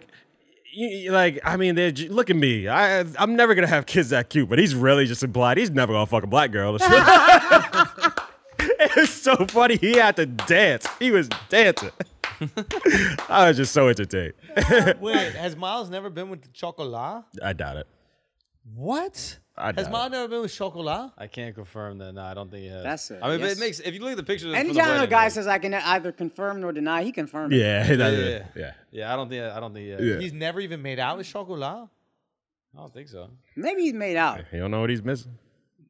y- y- like I mean, they're j- look at me. I I'm never gonna have kids that cute, but he's really just implied he's never gonna fuck a black girl. it's so funny. He had to dance. He was dancing. I was just so entertained. Wait, has Miles never been with the chocolat? I doubt it. What? I doubt Has it. Miles never been with chocolat? I can't confirm that. No, I don't think he has. That's it. I mean, but Yes. it makes. If you look at the picture, Any time for the a wedding, guy like- says I can either confirm nor deny, he confirmed. it. Yeah, he does yeah, it. yeah. yeah. yeah, I don't think. I don't think. Yeah, Yeah. He's never even made out with chocolat. I don't think so. Maybe he's made out. He don't know what he's missing.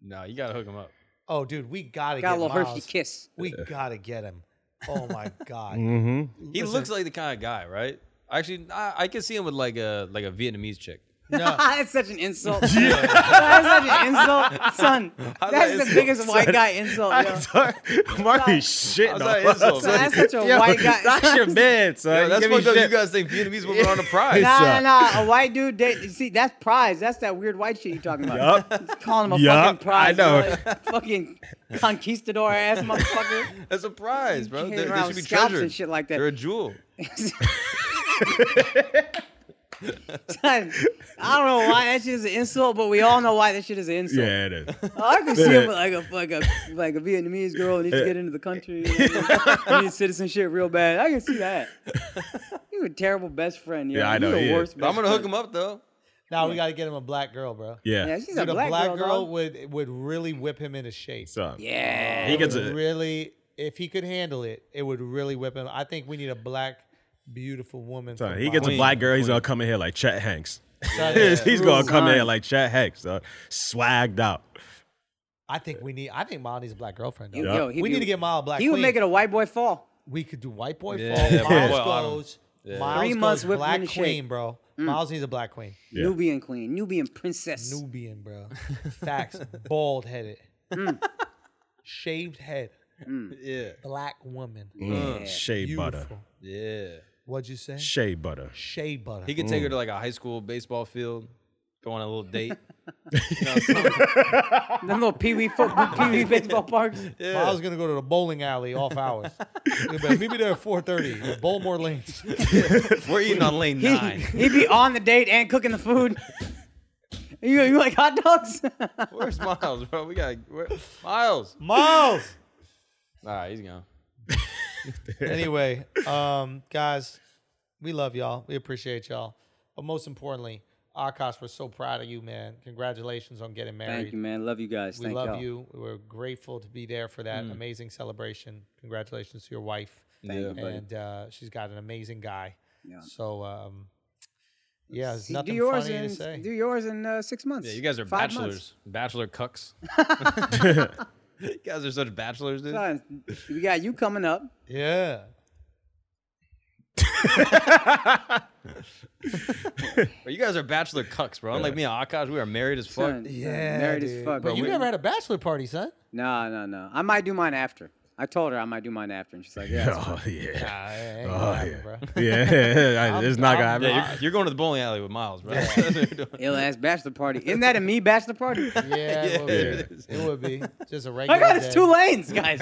No, you gotta hook him up. Oh, dude, we gotta Got a get little Miles. Hershey kiss. We gotta get him. Oh my god. Mm-hmm. He looks like the kind of guy, right? Actually, I, I can see him with like a like a Vietnamese chick. No. that's such an insult. that's such an insult, son. That's the insult, biggest white guy insult. yo. Marky's shitting How's on that us. insult? Son, that's such a Yo, white guy. That's your man, son. Yo, that's You give what me you shit. guys think Vietnamese women are on the prize. Nah, Yeah. nah, suck. nah. A white dude, date, you see, that's prize. That's that weird white shit you talking about. Yup. Calling him a Yup, fucking prize. I know. yo. fucking conquistador ass motherfucker. That's a prize, bro. Carry They, they around should be scalps treasured. and shit like that. They're a jewel. Son, I don't know why that shit is an insult, but we all know why that shit is an insult. Yeah, it is. I can see him with like a like a like a Vietnamese girl needs to get into the country, you know, needs citizenship real bad. I can see that. You a terrible best friend. Yo. Yeah, I know, You he the is. worst. But I'm best gonna hook friend. him up though. Now we gotta get him a black girl, bro. Yeah. Yeah, she's Dude, a black, girl. dog. would would really whip him into shape. So, yeah. he gets It would a, really, if he could handle it, it would really whip him. I think we need a black, beautiful woman. so for he gets a Queen. black girl. He's gonna come in here like Chet Hanks. Miles. he's gonna come in here Son. like Chet Hanks, uh, swagged out. I think we need. I think Miles needs a black girlfriend. Though. Yo, yo, he'd we be- need to get Miles a black. He would queen. make it a white boy fall. We could do white boy Yeah, fall. yeah, Miles White Boy Autumn. goes. Miles Three goes months whipped black into shape. Mm. queen, bro. Miles needs a black queen. Yeah. Nubian queen, Nubian princess. Nubian, bro. Facts. Bald headed. Mm. Shaved head. Yeah, Black woman. Uh, Mm, Shea butter, Beautiful. yeah. What'd you say? shea butter. Shea butter. He could take her to like a high school baseball field, go on a little date. You know, Them little pee wee football, pee wee baseball parks. I was gonna go to the bowling alley off hours. He'd be like, Meet me there at four thirty. Bowl more lanes. we're eating on lane He, nine. he'd be on the date and cooking the food. You, you like hot dogs? Where's Miles, bro? We got where, Miles. Miles. All right, he's gone. Anyway, um, guys, we love y'all. We appreciate y'all. But most importantly, Akash, we're so proud of you, man. Congratulations on getting married. Thank you, man. Love you guys. We Thank love y'all. Mm. you. We're grateful to be there for that amazing celebration. Congratulations to your wife. Thank you, buddy. and uh, she's got an amazing guy. Yeah. So um, yeah, there's See, nothing do yours funny in, to say. Do yours in uh, six months. Yeah, you guys are Five bachelors, months. bachelor cucks. you guys are such bachelors, dude. Son, we got you coming up. yeah. Bro, you guys are bachelor cucks, bro. Unlike me and Akash, we are married as fuck. Son, Yeah, married as dude. fuck. But you never had a bachelor party, son. No, no, no. I might do mine after. I told her I might do mine after, and she's like, "Yeah." Oh yeah, Nah, oh yeah, yeah. It's not gonna happen. Yeah, you're, you're going to the bowling alley with Miles, bro. Ill ass bachelor party. Isn't that a me bachelor party? Yeah, it would it be. It would be just a regular. My God, day. it's two lanes, guys.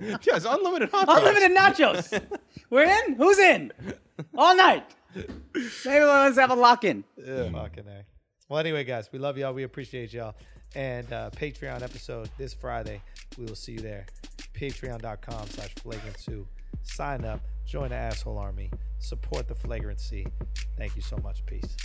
yeah, it's unlimited hot dogs. Unlimited nachos. We're in. Who's in? All night. Maybe let's have a lock in. Yeah, fucking A. Well, anyway, guys, we love y'all. We appreciate y'all. And uh, Patreon episode this Friday. We will see you there. Patreon.com slash flagrant2. Sign up. Join the asshole army. Support the flagrancy. Thank you so much. Peace.